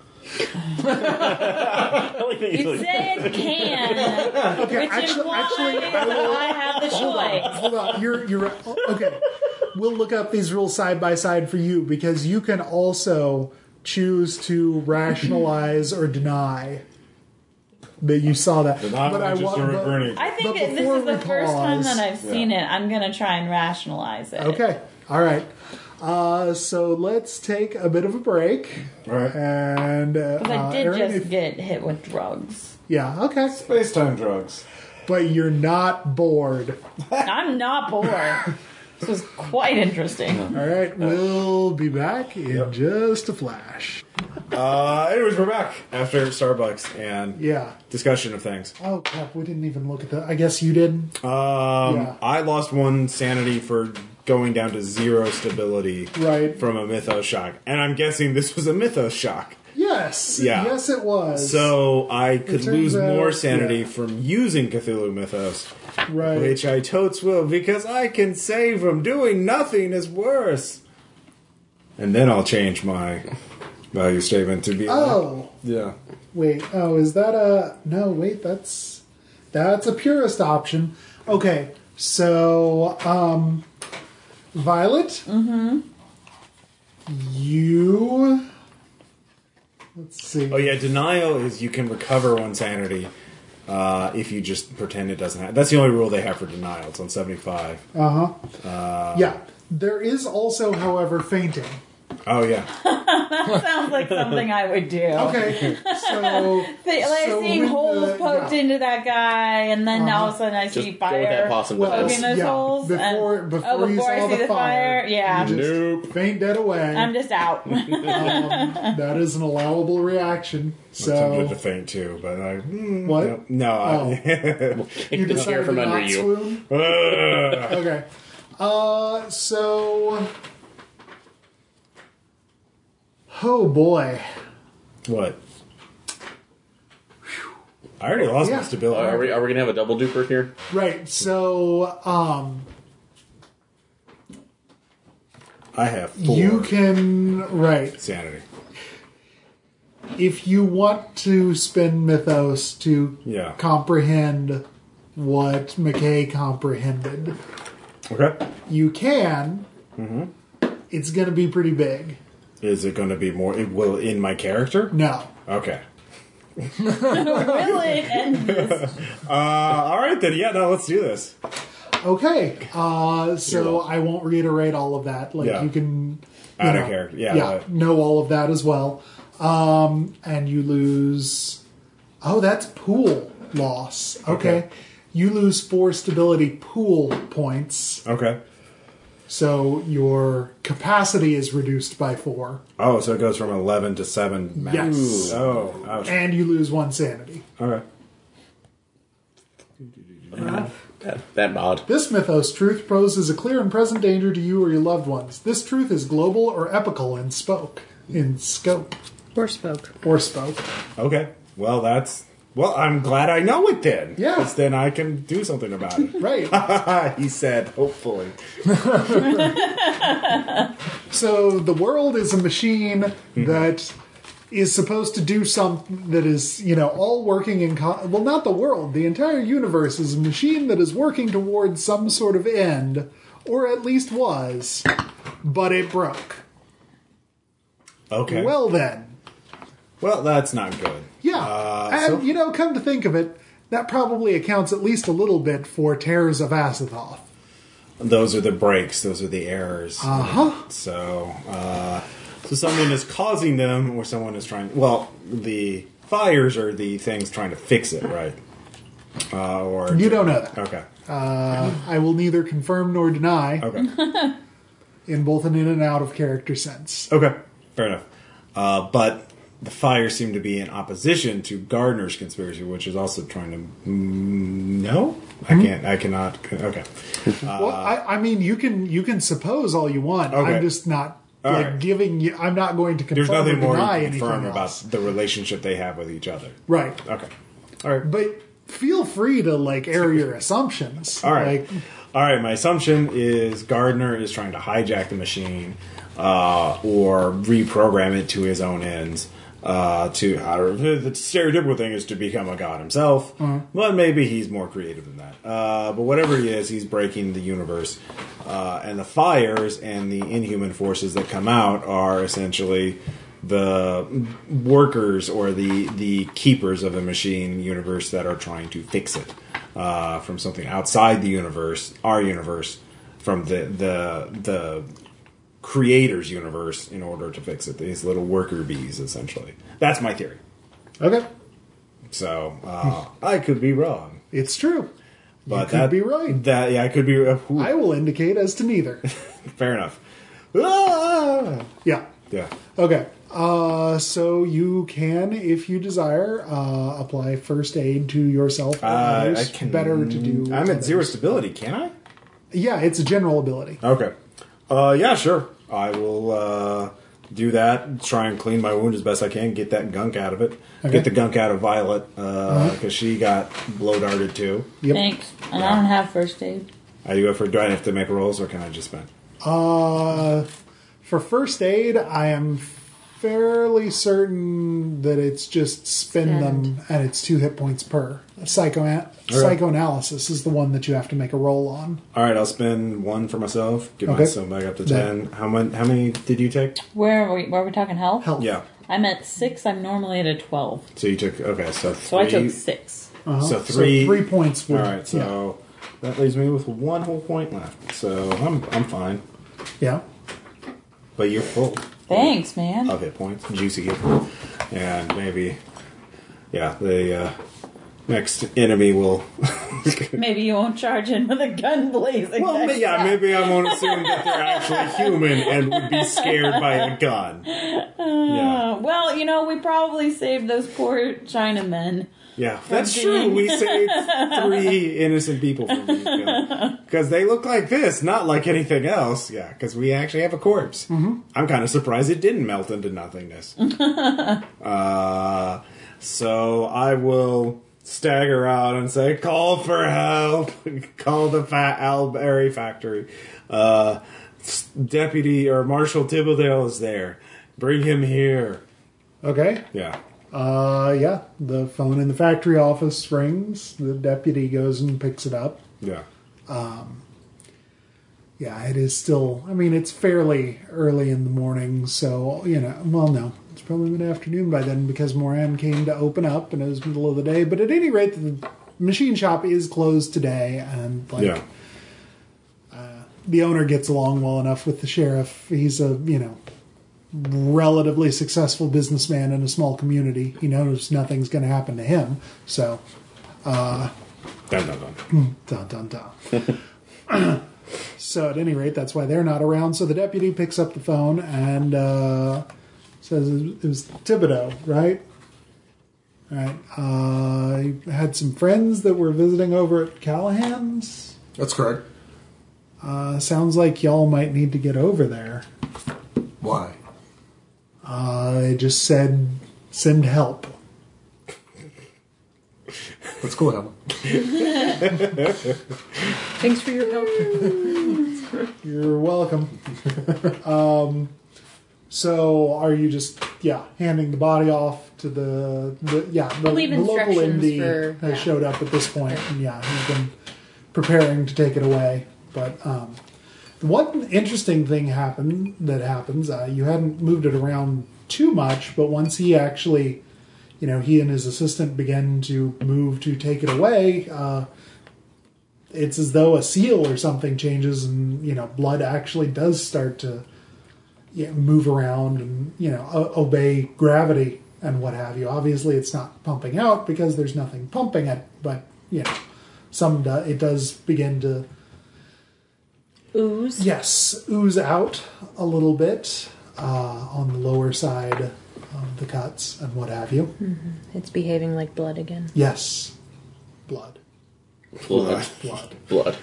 Speaker 4: I like that
Speaker 5: You said can,
Speaker 1: Okay,
Speaker 5: which
Speaker 1: actually,
Speaker 5: implies
Speaker 1: actually,
Speaker 5: that I have the choice.
Speaker 1: hold on. You're you're oh, okay. We'll look up these rules side by side for you because you can also choose to rationalize or deny that you saw that. But I want. but-
Speaker 5: I think
Speaker 1: But
Speaker 5: it, this
Speaker 1: before
Speaker 5: is the
Speaker 1: we
Speaker 5: first time
Speaker 1: pause-
Speaker 5: that I've seen it. I'm gonna try and rationalize it.
Speaker 1: Okay. All right. Uh, so let's take a bit of a break.
Speaker 2: All right.
Speaker 1: And uh,
Speaker 5: 'Cause I
Speaker 1: uh,
Speaker 5: did
Speaker 1: Aaron,
Speaker 5: just
Speaker 1: if-
Speaker 5: get hit with drugs.
Speaker 1: yeah, okay.
Speaker 2: Space time drugs.
Speaker 1: But you're not bored.
Speaker 5: I'm not bored. this was quite interesting.
Speaker 1: All right, we'll be back in
Speaker 2: Yep.
Speaker 1: just a flash.
Speaker 2: Uh, anyways, we're back after Starbucks and
Speaker 1: Yeah.
Speaker 2: discussion of things.
Speaker 1: Oh crap, we didn't even look at that. I guess you didn't.
Speaker 2: Um,
Speaker 1: Yeah.
Speaker 2: I lost one sanity for going down to zero stability
Speaker 1: Right.
Speaker 2: from a mythos shock, and I'm guessing this was a mythos shock.
Speaker 1: Yes.
Speaker 2: Yeah.
Speaker 1: Yes, it was.
Speaker 2: So I could
Speaker 1: turns
Speaker 2: lose more
Speaker 1: out-
Speaker 2: sanity
Speaker 1: yeah.
Speaker 2: from using Cthulhu mythos,
Speaker 1: right.
Speaker 2: which I totes will because I can save from doing nothing is worse. And then I'll change my value statement to be like,
Speaker 1: oh
Speaker 2: yeah.
Speaker 1: wait. Oh, is that a no? Wait, that's that's a purist option. Okay. So, um, Violet. Mm-hmm. You. Let's see.
Speaker 2: Oh yeah, denial is you can recover one sanity uh, if you just pretend it doesn't happen. That's the only rule they have for denial. It's on seventy-five.
Speaker 1: Uh-huh.
Speaker 2: Uh,
Speaker 1: Yeah. There is also, however, fainting.
Speaker 2: Oh yeah,
Speaker 5: Sounds like something I would do.
Speaker 1: Okay. So.
Speaker 5: Th- like
Speaker 1: so
Speaker 5: seeing
Speaker 1: when
Speaker 5: holes
Speaker 1: the-
Speaker 5: poked
Speaker 1: yeah.
Speaker 5: into that guy, and then all of a sudden I
Speaker 4: Just
Speaker 5: see
Speaker 4: go with that
Speaker 5: fire
Speaker 4: possum
Speaker 1: Well,
Speaker 5: poking
Speaker 4: defense.
Speaker 5: those
Speaker 1: Yeah,
Speaker 5: holes.
Speaker 1: before-
Speaker 5: and,
Speaker 1: before
Speaker 5: oh,
Speaker 1: you
Speaker 5: before
Speaker 1: saw
Speaker 5: I see
Speaker 1: the
Speaker 5: the
Speaker 1: fire,
Speaker 5: fire, yeah,
Speaker 1: Just
Speaker 4: Nope.
Speaker 1: Faint dead away.
Speaker 5: I'm just out.
Speaker 1: Um, that is an allowable reaction.
Speaker 2: tempted to
Speaker 1: So
Speaker 2: faint too, but I mm,
Speaker 1: what?
Speaker 2: no, no
Speaker 1: You
Speaker 4: Take the chair
Speaker 1: decided
Speaker 4: from
Speaker 1: not
Speaker 4: under you.
Speaker 1: swoon.
Speaker 2: I,
Speaker 1: Okay. Uh, so. Oh boy.
Speaker 2: what? I already lost
Speaker 1: Yeah.
Speaker 2: my stability.
Speaker 4: Are we, are we gonna have a double duper here?
Speaker 1: uh, Right. So, um,
Speaker 2: I have four
Speaker 1: You can right
Speaker 2: sanity.
Speaker 1: if you want to spin mythos to
Speaker 2: Yeah.
Speaker 1: comprehend what McKay comprehended,
Speaker 2: Okay.
Speaker 1: you can.
Speaker 4: Mm-hmm.
Speaker 1: It's going to be pretty big.
Speaker 2: Is it going to be more? It will in my character.
Speaker 1: No,
Speaker 2: Okay.
Speaker 5: Really? And
Speaker 2: Uh, all right then. Yeah. No. Let's do this.
Speaker 1: okay. Uh, so
Speaker 2: welcome.
Speaker 1: I won't reiterate all of that. Like
Speaker 2: Yeah.
Speaker 1: you can. you
Speaker 2: Out of
Speaker 1: know,
Speaker 2: character. Yeah.
Speaker 1: yeah,
Speaker 2: but-
Speaker 1: know all of that as well. Um, and you lose. Oh, that's pool loss. Okay.
Speaker 2: Okay.
Speaker 1: You lose four stability pool points,
Speaker 2: Okay.
Speaker 1: so your capacity is reduced by four,
Speaker 2: Oh, so it goes from eleven to seven. Max.
Speaker 1: Yes.
Speaker 2: Oh. Ouch.
Speaker 1: and you lose one sanity.
Speaker 2: All right.
Speaker 4: That, that odd.
Speaker 1: This mythos truth poses a clear and present danger to you or your loved ones. This truth is global or epical in spoke, in scope
Speaker 3: Or spoke.
Speaker 1: or spoke.
Speaker 2: Okay. Well, that's. Well, I'm glad I know it then.
Speaker 1: Yeah.
Speaker 2: 'Cause then I can do something about it.
Speaker 1: Right.
Speaker 2: he said, hopefully.
Speaker 1: So the world is a machine
Speaker 2: Mm-hmm.
Speaker 1: that is supposed to do something that is, you know, all working in co- well, not the world, the entire universe is a machine that is working towards some sort of end, or at least was, but it broke.
Speaker 2: Okay.
Speaker 1: Well then,
Speaker 2: well, that's not good.
Speaker 1: yeah,
Speaker 2: Uh,
Speaker 1: and
Speaker 2: so-
Speaker 1: you know, come to think of it, that probably accounts at least a little bit for terrors of Asathoth.
Speaker 2: Those are the breaks. Those are the errors.
Speaker 1: Uh-huh.
Speaker 2: So, uh, so someone is causing them, or someone is trying. Well, the fires are the things trying to fix it, right? Uh, or
Speaker 1: You don't know that.
Speaker 2: Okay.
Speaker 1: Uh, I will neither confirm nor deny
Speaker 2: Okay.
Speaker 1: in both an in and out of character sense.
Speaker 2: okay. Fair enough. Uh, but the fires seem to be in opposition to Gardner's conspiracy, which is also trying to. Mm, no, I
Speaker 1: Hmm?
Speaker 2: can't. I cannot. Okay.
Speaker 1: Well, I, I mean, you can you can suppose all you want.
Speaker 2: Okay.
Speaker 1: I'm just not
Speaker 2: All
Speaker 1: like
Speaker 2: right.
Speaker 1: giving you. I'm not going to confirm
Speaker 2: There's nothing
Speaker 1: or
Speaker 2: more
Speaker 1: deny
Speaker 2: to
Speaker 1: anything
Speaker 2: confirm about Uh,
Speaker 1: else.
Speaker 2: the relationship they have with each other.
Speaker 1: right.
Speaker 2: Okay. All right.
Speaker 1: But feel free to like air your assumptions.
Speaker 2: All right.
Speaker 1: Like,
Speaker 2: All right. My assumption is Gardner is trying to hijack the machine uh, or reprogram it to his own ends. Uh, to I don't know, the stereotypical thing is to become a god himself, but maybe he's more creative than that. Uh, but whatever he is, he's breaking the universe, uh, and the fires and the inhuman forces that come out are essentially the workers or the the keepers of the machine universe that are trying to fix it uh, from something outside the universe, our universe, from the the the creator's universe in order to fix it. These little worker bees, essentially. That's my theory.
Speaker 1: okay,
Speaker 2: So uh, I could be wrong,
Speaker 1: it's true.
Speaker 2: but
Speaker 1: could
Speaker 2: that,
Speaker 1: be right.
Speaker 2: That yeah, I could be. Uh, ooh,
Speaker 1: I will indicate as to neither.
Speaker 2: fair enough. Ah!
Speaker 1: yeah.
Speaker 2: Yeah.
Speaker 1: Okay. Uh, so you can, if you desire, uh, apply first aid to yourself. Or
Speaker 2: Uh, I
Speaker 1: others.
Speaker 2: can,
Speaker 1: Better to do.
Speaker 2: I'm at zero stability. Can I?
Speaker 1: Yeah, it's a general ability.
Speaker 2: Okay. Uh, yeah, sure. I will uh, do that. Try and clean my wound as best I can. Get that gunk out of it.
Speaker 1: Okay. Uh-huh.
Speaker 2: Get the gunk out of Violet because she got blow darted too.
Speaker 1: Yep.
Speaker 5: thanks. And I don't have first aid.
Speaker 2: I do have for. Do I have to make rolls or can I just spend?
Speaker 1: Uh, for first aid, I am fairly certain that it's just spin them and it's two hit points per. Psycho psychoanalysis is the one that you have to make a roll on.
Speaker 2: All right, I'll spend one for myself. Get
Speaker 1: Okay.
Speaker 2: myself back up to
Speaker 1: Yeah.
Speaker 2: ten. How many? How many did you take?
Speaker 5: Where are we? Where are we talking health?
Speaker 1: Health.
Speaker 2: Yeah.
Speaker 5: I'm at six. I'm normally at a twelve.
Speaker 2: So you took okay. So
Speaker 5: So I
Speaker 2: three.
Speaker 5: took six.
Speaker 2: So
Speaker 1: Uh-huh. So
Speaker 2: three.
Speaker 1: three points.
Speaker 2: All
Speaker 1: would-
Speaker 2: right. So that leaves me with one whole point left. So I'm I'm fine.
Speaker 1: yeah.
Speaker 2: But you're full.
Speaker 5: Thanks, man.
Speaker 2: of hit points, juicy hit points, and maybe, yeah, the uh, next enemy will.
Speaker 5: Maybe you won't charge in with a gun blazing.
Speaker 2: well,
Speaker 5: next
Speaker 2: yeah,
Speaker 5: time.
Speaker 2: maybe I won't assume that they're actually human and would be scared by a gun. Yeah,
Speaker 5: Uh, well, you know, we probably saved those poor Chinamen.
Speaker 2: yeah, that's true.
Speaker 5: being-
Speaker 2: We saved three innocent people from being killed because they look like this, not like anything else. Yeah, because we actually have a corpse. I'm kind of surprised it didn't melt into nothingness. Uh, so I will. stagger out and say, "Call for help! Call the Fat Al Berry Factory." Uh, s- Deputy or Marshal Tibbledale is there. Bring him here.
Speaker 1: Okay.
Speaker 2: Yeah.
Speaker 1: Uh, yeah. The phone in the factory office rings. The deputy goes and picks it up.
Speaker 2: Yeah.
Speaker 1: Yeah, it is still. I mean, it's fairly early in the morning, so you know. Well, no, it's probably mid afternoon by then because Moran came to open up, and it was middle of the day. But at any rate, the machine shop is closed today, and like uh,
Speaker 2: yeah.
Speaker 1: the owner gets along well enough with the sheriff. He's a you know relatively successful businessman in a small community. He knows nothing's going to happen to him, so
Speaker 2: Dun, dun, dun.
Speaker 1: dun dun dun. so at any rate, that's why they're not around. So the deputy picks up the phone and uh, says it was Thibodeau, right? All right. Uh, he had some friends that were visiting over at Callahan's.
Speaker 6: That's correct.
Speaker 1: Uh, sounds like y'all might need to get over there.
Speaker 6: Why?
Speaker 1: Uh, they just said send help.
Speaker 6: Let's go help.
Speaker 3: Thanks for your help.
Speaker 1: You're welcome. um, so are you just yeah handing the body off to the, the yeah the,
Speaker 3: We'll leave
Speaker 1: the local
Speaker 3: instructions
Speaker 1: indie
Speaker 3: for-
Speaker 1: has
Speaker 3: yeah.
Speaker 1: showed up at this point and yeah he's been preparing to take it away. But um, one interesting thing happened that happens. Uh, you hadn't moved it around too much, but once he actually you know he and his assistant began to move to take it away. Uh, it's as though a seal or something changes and you know blood actually does start to yeah, move around and you know o- obey gravity and what have you obviously it's not pumping out because there's nothing pumping it but you know some do- it does begin to
Speaker 3: Ooze.
Speaker 1: yes ooze out a little bit uh, on the lower side of the cuts and what have you
Speaker 3: Mm-hmm. It's behaving like blood again.
Speaker 1: yes blood
Speaker 4: Blood.
Speaker 1: blood
Speaker 4: Blood.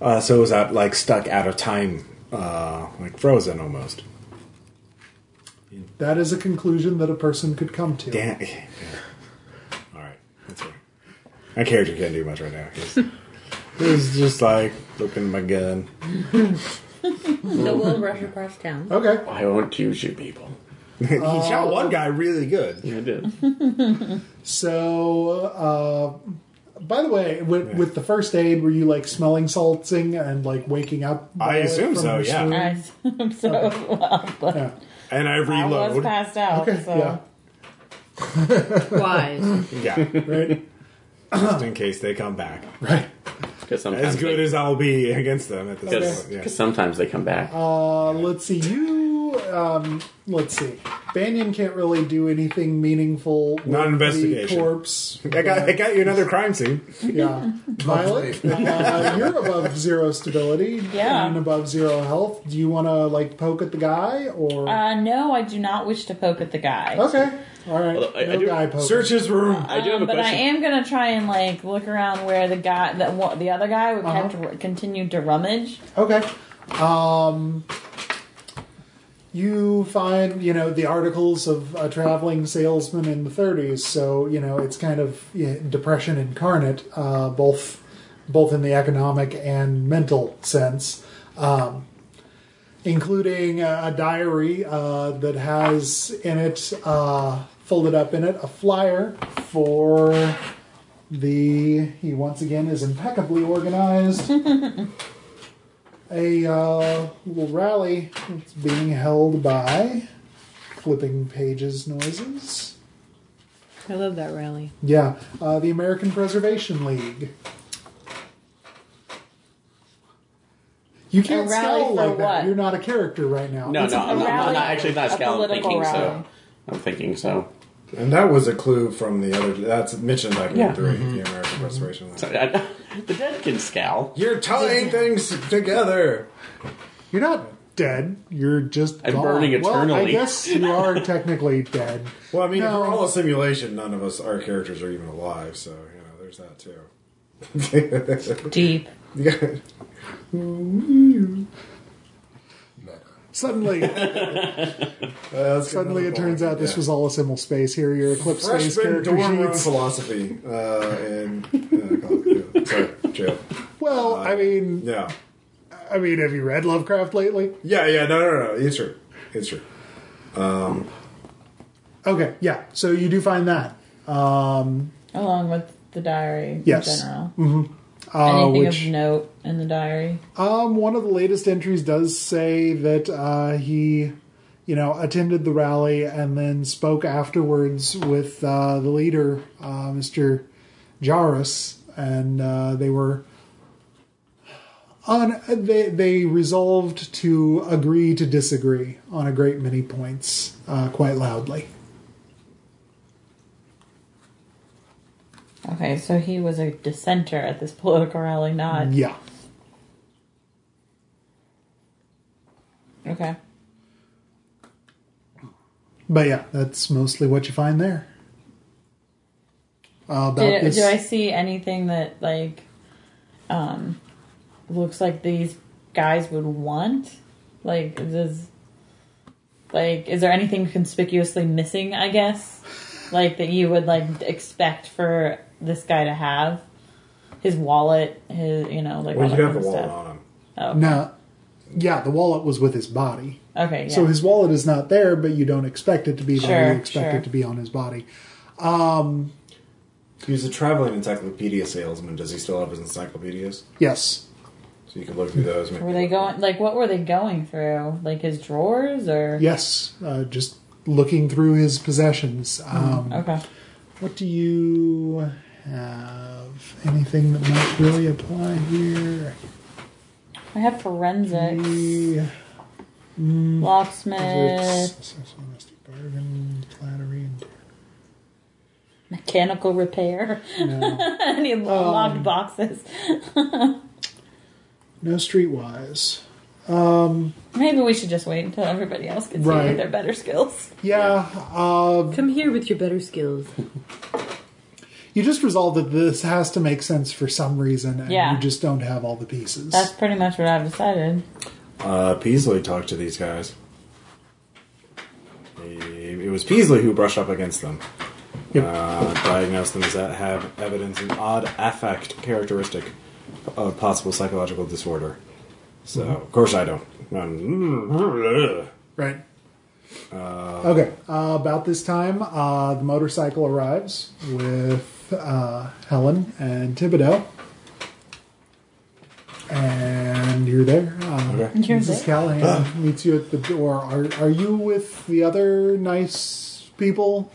Speaker 2: Uh, so was that like stuck out of time, uh, like frozen almost?
Speaker 1: that is a conclusion that a person could come to
Speaker 2: Damn. Yeah. Eh, All right, that's right. My character can't do much right now. He's, he's just like looking at my gun.
Speaker 3: So we'll rush across town.
Speaker 1: okay
Speaker 4: I won't use you people.
Speaker 2: he shot one guy really good.
Speaker 4: I did.
Speaker 1: So, uh, by the way, with, with the first aid, were you like smelling salting and like waking up?
Speaker 2: I assume
Speaker 1: from
Speaker 2: so,
Speaker 1: your
Speaker 2: yeah.
Speaker 1: swoon?
Speaker 5: I assume so. Well, but
Speaker 1: Yeah.
Speaker 2: And I
Speaker 5: I was
Speaker 2: reload.
Speaker 5: passed out. so.
Speaker 1: yeah,
Speaker 3: Wise.
Speaker 2: Yeah,
Speaker 1: right,
Speaker 2: just in case they come back.
Speaker 1: right.
Speaker 4: Because sometimes
Speaker 2: As good
Speaker 4: they,
Speaker 2: as I'll be against them at this
Speaker 4: because
Speaker 2: point. Yeah.
Speaker 4: sometimes they come back.
Speaker 1: Uh, let's see. You, um, let's see. Banyan can't really do anything meaningful. with
Speaker 2: Not investigation.
Speaker 1: The corpse.
Speaker 2: I got, I got you another crime scene.
Speaker 1: Yeah, Violet, uh, you're above zero stability.
Speaker 5: Yeah.
Speaker 1: and above zero health. Do you want to like poke at the guy or?
Speaker 5: Uh, no, I do not wish to poke at the guy.
Speaker 1: okay, all right.
Speaker 4: Although I- I
Speaker 1: no
Speaker 4: do-
Speaker 1: guy poke.
Speaker 2: Search his room.
Speaker 4: I do have a
Speaker 5: Um, but I
Speaker 4: question.
Speaker 5: am gonna try and like look around where the guy, that one- the other guy, would
Speaker 1: Uh-huh.
Speaker 5: have to continued to rummage.
Speaker 1: Okay. Um, you find, you know, the articles of a traveling salesman in the 30s, so, you know, it's kind of yeah, depression incarnate, uh, both, both in the economic and mental sense, um, including a, a diary uh, that has in it, uh, folded up in it, a flyer for the. He once again is impeccably organized a uh, little rally that's being held by flipping pages noises.
Speaker 3: I love that rally.
Speaker 1: Yeah, uh, the American Preservation League. You can't
Speaker 5: rally
Speaker 1: scowl
Speaker 5: for
Speaker 1: like that.
Speaker 5: what?
Speaker 1: You're not a character right now.
Speaker 4: no,
Speaker 5: It's
Speaker 4: no,
Speaker 5: a
Speaker 4: I'm not, I'm
Speaker 5: rally,
Speaker 4: not actually not
Speaker 5: a
Speaker 4: scowling. I'm
Speaker 5: political
Speaker 4: thinking
Speaker 5: rally.
Speaker 4: so. I'm thinking so.
Speaker 2: And that was a clue from the other. That's mentioned like
Speaker 4: Yeah.
Speaker 2: in 3 the American Restoration. Act.
Speaker 4: So, I- the dead can scowl.
Speaker 2: Mm-hmm. You're tying things together.
Speaker 1: You're not dead. You're just
Speaker 4: And
Speaker 1: gone.
Speaker 4: burning
Speaker 1: Well, I
Speaker 4: eternally.
Speaker 1: guess you are technically dead.
Speaker 2: Well, I mean, if
Speaker 1: No.
Speaker 2: we're all a simulation, none of us, our characters, are even alive. So you know, there's that too.
Speaker 5: Deep.
Speaker 2: Yeah.
Speaker 6: Meta.
Speaker 1: Suddenly, suddenly it turns out this was all a simul space. Here, your Eclipse Space
Speaker 2: Freshman
Speaker 1: character
Speaker 2: dorm room
Speaker 1: sheets.
Speaker 2: philosophy uh, in uh, Call of Cthulhu. Sorry, jail.
Speaker 1: Well, I mean,
Speaker 2: Yeah,
Speaker 1: I mean, have you read Lovecraft lately?
Speaker 2: yeah, yeah. No, no, no. It's true. It's true.
Speaker 1: Okay, yeah. So you do find that.
Speaker 5: Along with the diary in
Speaker 1: Yes.
Speaker 5: general.
Speaker 1: Uh,
Speaker 5: Anything
Speaker 1: which,
Speaker 5: of note in the diary?
Speaker 1: Um, one of the latest entries does say that uh, he, you know, attended the rally and then spoke afterwards with uh, the leader, uh, Mr. Jarus, and uh, they were on. They they resolved to agree to disagree on a great many points, uh, quite loudly.
Speaker 5: Okay, so he was a dissenter at this political rally, not.
Speaker 1: Yeah.
Speaker 5: Okay.
Speaker 1: But yeah, that's mostly what you find there. Uh, about
Speaker 5: Did,
Speaker 1: this,
Speaker 5: do I see anything that, like, um, looks like these guys would want? Like, does. Like, is there anything conspicuously missing, I guess? Like, that you would, like, expect for this guy to have? His wallet, his, you know, like,
Speaker 2: Well,
Speaker 5: all
Speaker 2: you
Speaker 5: that
Speaker 2: have the
Speaker 5: kind of
Speaker 2: wallet
Speaker 5: stuff.
Speaker 2: on him.
Speaker 1: no, yeah, the wallet was with his body.
Speaker 5: Okay, yeah.
Speaker 1: So his wallet is not there, but you don't expect it to be there.
Speaker 5: Sure,
Speaker 1: You expect
Speaker 5: sure.
Speaker 1: it to be on his body.
Speaker 2: He's a traveling encyclopedia salesman. Does he still have his encyclopedias?
Speaker 1: Yes.
Speaker 2: So you can look through those. maybe-
Speaker 5: Were they going like what were they going through? Like his drawers or
Speaker 1: Yes. Uh, just looking through his possessions.
Speaker 5: Mm.
Speaker 1: Um,
Speaker 5: Okay.
Speaker 1: What do you have? Anything that might really apply here?
Speaker 5: I have forensics,
Speaker 2: Mm.
Speaker 1: The-
Speaker 5: locksmith,
Speaker 1: Domestic bargain, flattery, and-
Speaker 5: mechanical repair,
Speaker 1: No,
Speaker 5: any
Speaker 2: Um,
Speaker 5: lo- locked boxes.
Speaker 1: no streetwise.
Speaker 5: Maybe we should just wait until everybody else can see
Speaker 1: Right.
Speaker 5: their better skills.
Speaker 1: Yeah, uh,
Speaker 3: Come here with your better skills.
Speaker 1: you just resolve that this has to make sense for some reason, and
Speaker 5: Yeah.
Speaker 1: you just don't have all the pieces.
Speaker 5: That's pretty much what I've decided.
Speaker 2: Uh, Peasley talked to these guys. He- It was Peasley who brushed up against them.
Speaker 1: Yep.
Speaker 2: Uh, diagnosed them as that have evidence an odd affect characteristic of possible psychological disorder. So,
Speaker 3: Mm-hmm.
Speaker 2: of course, I don't. Um,
Speaker 1: Right. okay. Uh, about this time, uh, the motorcycle arrives with uh, Helen and Thibodeau. And you're there. Uh,
Speaker 2: Okay.
Speaker 5: You're
Speaker 1: Mrs.
Speaker 5: there.
Speaker 1: Callahan meets you at the door. Are, are you with the other nice people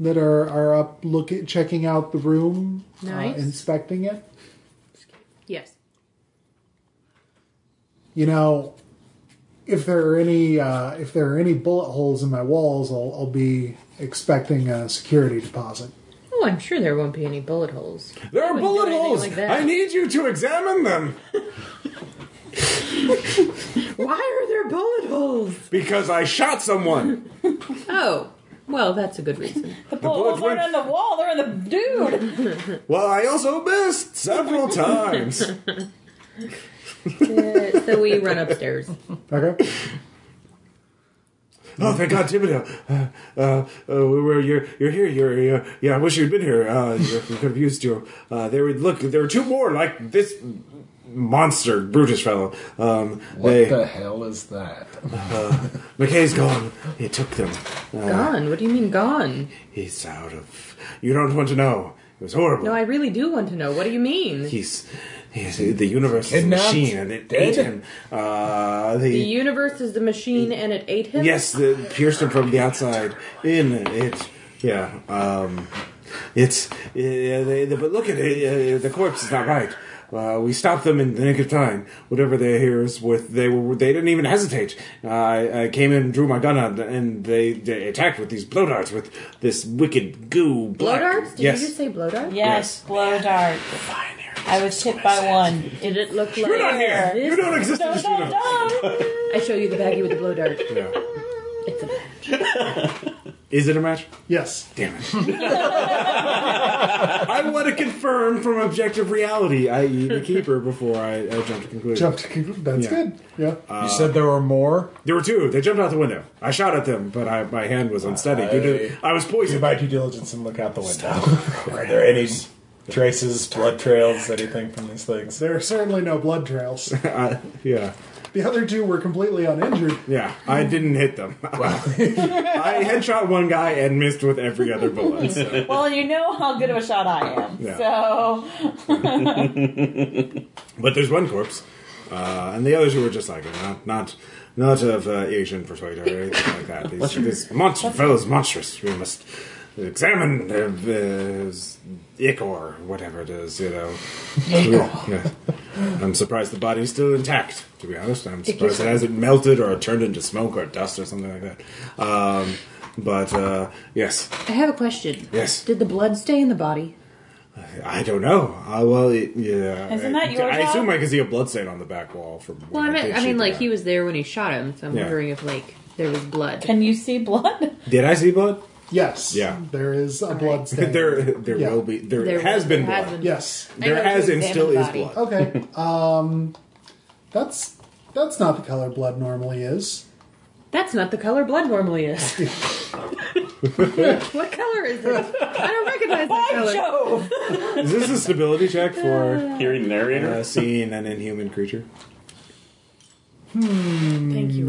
Speaker 1: that are, are up looking, checking out the room,
Speaker 3: Nice.
Speaker 1: uh, inspecting it?
Speaker 3: Yes.
Speaker 1: you know, if there are any uh, if there are any bullet holes in my walls, I'll, I'll be expecting a security deposit.
Speaker 3: Oh, I'm sure there won't be any bullet holes.
Speaker 2: There are
Speaker 3: wouldn't do
Speaker 2: bullet
Speaker 3: anything
Speaker 2: holes!
Speaker 3: like that.
Speaker 2: I need you to examine them!
Speaker 3: Why are there bullet holes?
Speaker 2: Because I shot someone!
Speaker 3: Oh, well, that's a good reason.
Speaker 5: The bullets
Speaker 2: went-
Speaker 5: aren't on the wall; they're in the dude.
Speaker 2: Well, I also missed several times!
Speaker 3: Uh, so we run upstairs.
Speaker 1: Okay.
Speaker 2: Oh, thank God, Thibodeau. Uh, uh, uh, where you're, you're here. You're, you're, yeah, I wish you'd been here. Uh, you could have used you. Uh, there would look. There were two more like this monster, Brutus fellow. Um,
Speaker 6: What
Speaker 2: they,
Speaker 6: the hell is that?
Speaker 2: McKay's gone. He took them. Uh,
Speaker 3: Gone? What do you mean gone?
Speaker 2: he's out of. You don't want to know. It was horrible.
Speaker 3: No, I really do want to know. What do you mean?
Speaker 2: he's, he's the universe is a
Speaker 6: Kidnapped?
Speaker 2: machine, and it
Speaker 6: Dead?
Speaker 2: ate him. Uh,
Speaker 3: The
Speaker 2: the,
Speaker 3: universe is the machine and it ate him?
Speaker 2: Yes, the pierced him from the outside. In it, yeah. Um, it's yeah, they, they- but look at it. Uh, the corpse is not right. Uh, we stopped them in the nick of time. Whatever they here is with, they were they didn't even hesitate. Uh, I, I came in, drew my gun out, and they, they attacked with these blow darts with this wicked goo.
Speaker 3: Blow
Speaker 2: Black.
Speaker 3: darts? Did
Speaker 2: yes.
Speaker 3: you just say blow darts?
Speaker 5: Yes, blow dart. I was hit by one.
Speaker 3: Did it look like
Speaker 2: You're not here.
Speaker 3: this?
Speaker 2: You don't exist. in
Speaker 5: Don't,
Speaker 2: this
Speaker 5: don't,
Speaker 2: universe.
Speaker 5: don't.
Speaker 3: I show you the baggie with the blow dart.
Speaker 2: Yeah.
Speaker 3: It's a match.
Speaker 2: Is it a match?
Speaker 1: yes.
Speaker 2: Damn it. I I want to confirm from objective reality, i.e., the keeper, before I, I jump to conclusion.
Speaker 1: Jump to conclusion. That's
Speaker 2: Yeah. Uh,
Speaker 1: good. Yeah.
Speaker 6: you said there were more.
Speaker 2: There were two. They jumped out the window. I shot at them, but I, my hand was unsteady. due to- I was
Speaker 7: Do
Speaker 2: poisoned.
Speaker 7: my due diligence and look out the window. Are there any traces, blood trails, anything from these things?
Speaker 1: there are certainly no blood trails.
Speaker 2: Uh, yeah,
Speaker 1: The other two were completely uninjured.
Speaker 2: yeah. I didn't hit them. I headshot one guy and missed with every other bullet. so.
Speaker 5: Well, you know how good of a shot I am.
Speaker 2: Yeah.
Speaker 5: So
Speaker 2: But there's one corpse, uh, and the others were just like not not not of uh, Asian persuasion or anything like that. These, these monster fellows, monstrous. We must examine their uh, ichor, whatever it is. You know. Yeah. I'm surprised the body's still intact. To be honest, I'm surprised it hasn't melted or turned into smoke or dust or something like that. Um, but uh, yes,
Speaker 3: I have a question.
Speaker 2: Yes.
Speaker 3: Did the blood stay in the body?
Speaker 2: I don't know. Uh, well, it, yeah.
Speaker 5: Isn't that your
Speaker 2: I
Speaker 5: job?
Speaker 2: assume I can see a bloodstain on the back wall from.
Speaker 3: Well,
Speaker 2: when
Speaker 3: I mean,
Speaker 2: did
Speaker 3: I
Speaker 2: shoot
Speaker 3: mean like
Speaker 2: that.
Speaker 3: he was there when he shot him, so I'm
Speaker 2: Yeah.
Speaker 3: wondering if like there was blood.
Speaker 5: can you see blood?
Speaker 2: Did I see blood?
Speaker 1: Yes.
Speaker 2: Yeah.
Speaker 1: There is a blood stain.
Speaker 2: There, there
Speaker 1: Yeah.
Speaker 2: will be. There,
Speaker 3: There
Speaker 2: has been
Speaker 3: has
Speaker 2: blood.
Speaker 3: been-
Speaker 1: Yes.
Speaker 3: I know
Speaker 2: There has
Speaker 3: to
Speaker 2: and
Speaker 3: examine
Speaker 2: still
Speaker 3: the
Speaker 2: is
Speaker 3: body.
Speaker 2: blood.
Speaker 1: Okay. Um, that's that's not the color blood normally is.
Speaker 3: That's not the color blood normally is. what color is it? I don't recognize that color.
Speaker 5: Jove!
Speaker 2: Is this a stability check for
Speaker 4: Hearing narrator.
Speaker 2: uh, seeing an inhuman creature?
Speaker 3: Thank you,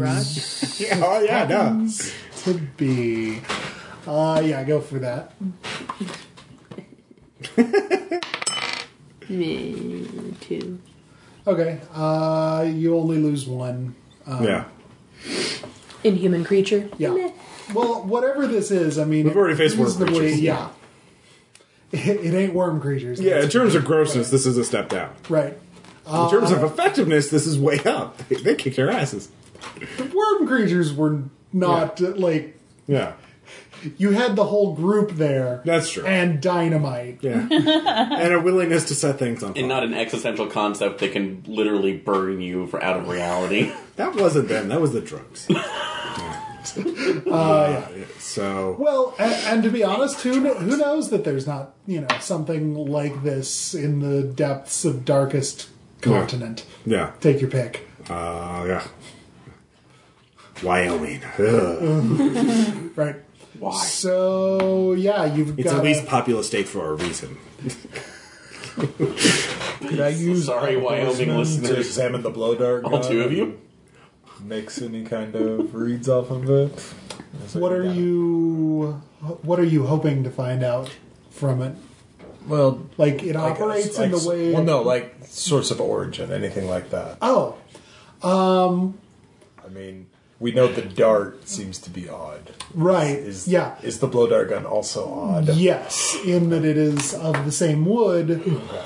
Speaker 3: Raj.
Speaker 2: Yeah, oh yeah, no.
Speaker 1: To be. Uh, yeah, go for that.
Speaker 3: Me too.
Speaker 1: Okay. Uh, you only lose one.
Speaker 2: Um, yeah,
Speaker 3: Inhuman creature.
Speaker 1: Yeah. Well, whatever this is, I mean,
Speaker 2: We've already faced worm
Speaker 1: reasonably-
Speaker 2: creatures.
Speaker 1: Yeah. It, it ain't worm creatures.
Speaker 2: yeah. In
Speaker 1: that's-
Speaker 2: terms of grossness, this is a step down.
Speaker 1: Right.
Speaker 2: In terms of effectiveness, this is way up. They, they kick your asses.
Speaker 1: The worm creatures were not uh, like
Speaker 2: Yeah,
Speaker 1: you had the whole group there.
Speaker 2: That's true.
Speaker 1: And dynamite.
Speaker 2: yeah. and a willingness to set things on fire.
Speaker 4: and not an existential concept that can literally burn you for out of reality.
Speaker 2: that wasn't them. That was the drugs. Uh, yeah, so
Speaker 1: Well, and, and to be honest, who kn- who knows that there's not you know something like this in the depths of darkest continent?
Speaker 2: yeah,
Speaker 1: Take your pick.
Speaker 2: uh, yeah. Wyoming. Ugh.
Speaker 1: Right. Why? So yeah, you've
Speaker 2: It's
Speaker 1: got
Speaker 2: a least
Speaker 1: a-
Speaker 2: populous state for a reason.
Speaker 7: Could I use
Speaker 4: Sorry,
Speaker 7: Horseman
Speaker 4: Wyoming
Speaker 7: to
Speaker 4: listeners.
Speaker 7: examine the blow dart?
Speaker 4: All two of you.
Speaker 7: Makes any kind of reads off of it.
Speaker 1: what are you what are you hoping to find out from it?
Speaker 7: Well,
Speaker 1: Like it
Speaker 7: like, uh,
Speaker 1: operates
Speaker 7: like,
Speaker 1: in the way.
Speaker 7: Well, no, like source of origin, anything like that.
Speaker 1: Oh,
Speaker 7: I mean, we know the dart seems to be odd.
Speaker 1: right.
Speaker 7: Is
Speaker 1: yeah.
Speaker 7: Is the blow dart gun also odd?
Speaker 1: Yes, in that it is of the same wood,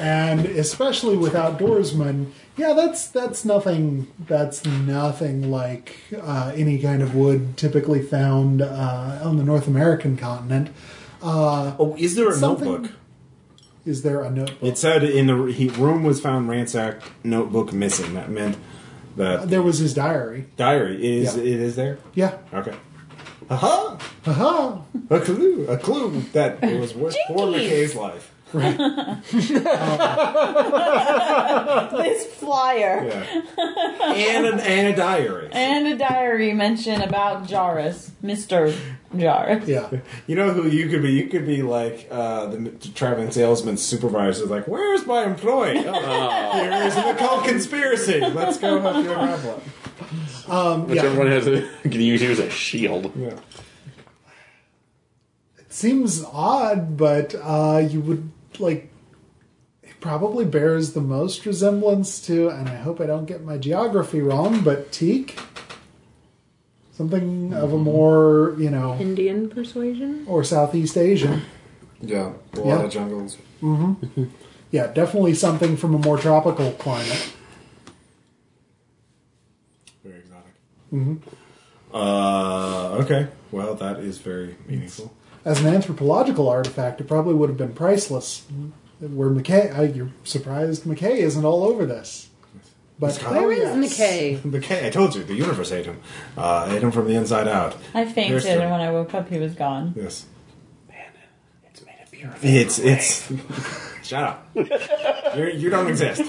Speaker 1: and especially with outdoorsmen, yeah, that's that's nothing. That's nothing like uh, any kind of wood typically found uh, on the North American continent.
Speaker 2: Oh, is there a
Speaker 1: Something-
Speaker 2: notebook?
Speaker 1: Is there a notebook?
Speaker 2: It said in the he, room was found ransacked, notebook missing. That meant that
Speaker 1: there was his diary.
Speaker 2: diary it is
Speaker 1: Yeah.
Speaker 2: it is there.
Speaker 1: Yeah. Uh-huh.
Speaker 2: Okay. Aha!
Speaker 1: Aha.
Speaker 2: A clue, a clue that it was worth poor McKay's life.
Speaker 5: This flyer
Speaker 2: Yeah. and, an, and a diary.
Speaker 5: and a diary mention about Jarus, Mister Jarus.
Speaker 1: Yeah.
Speaker 2: You know who you could be? You could be like uh, the traveling salesman supervisor. Like, where's my employee? Oh, there is an occult conspiracy. Let's go help you unravel it.
Speaker 4: Which
Speaker 1: Yeah.
Speaker 4: uh, everyone has a, can use you as a shield.
Speaker 2: Yeah.
Speaker 1: seems odd, but uh, you would like. It probably bears the most resemblance to, and I hope I don't get my geography wrong, but teak. Something of a more, you know,
Speaker 3: Indian persuasion.
Speaker 1: or Southeast Asian.
Speaker 2: Yeah, a lot
Speaker 1: Yeah.
Speaker 2: of jungles.
Speaker 1: Yeah, definitely something from a more tropical climate.
Speaker 2: Very exotic. Mm-hmm. Uh, okay. Well, that is very meaningful.
Speaker 1: As an anthropological artifact, it probably would have been priceless. Where McKay, uh, you're surprised McKay isn't all over this. But oh,
Speaker 3: Where is McKay?
Speaker 2: McKay, I told you, the universe ate him. Uh, ate him from the inside out.
Speaker 5: I fainted,
Speaker 2: Here's the-
Speaker 5: and when I woke up, he was gone.
Speaker 2: Yes.
Speaker 4: It's made of
Speaker 2: It's it's. Shut up. You're, you don't exist.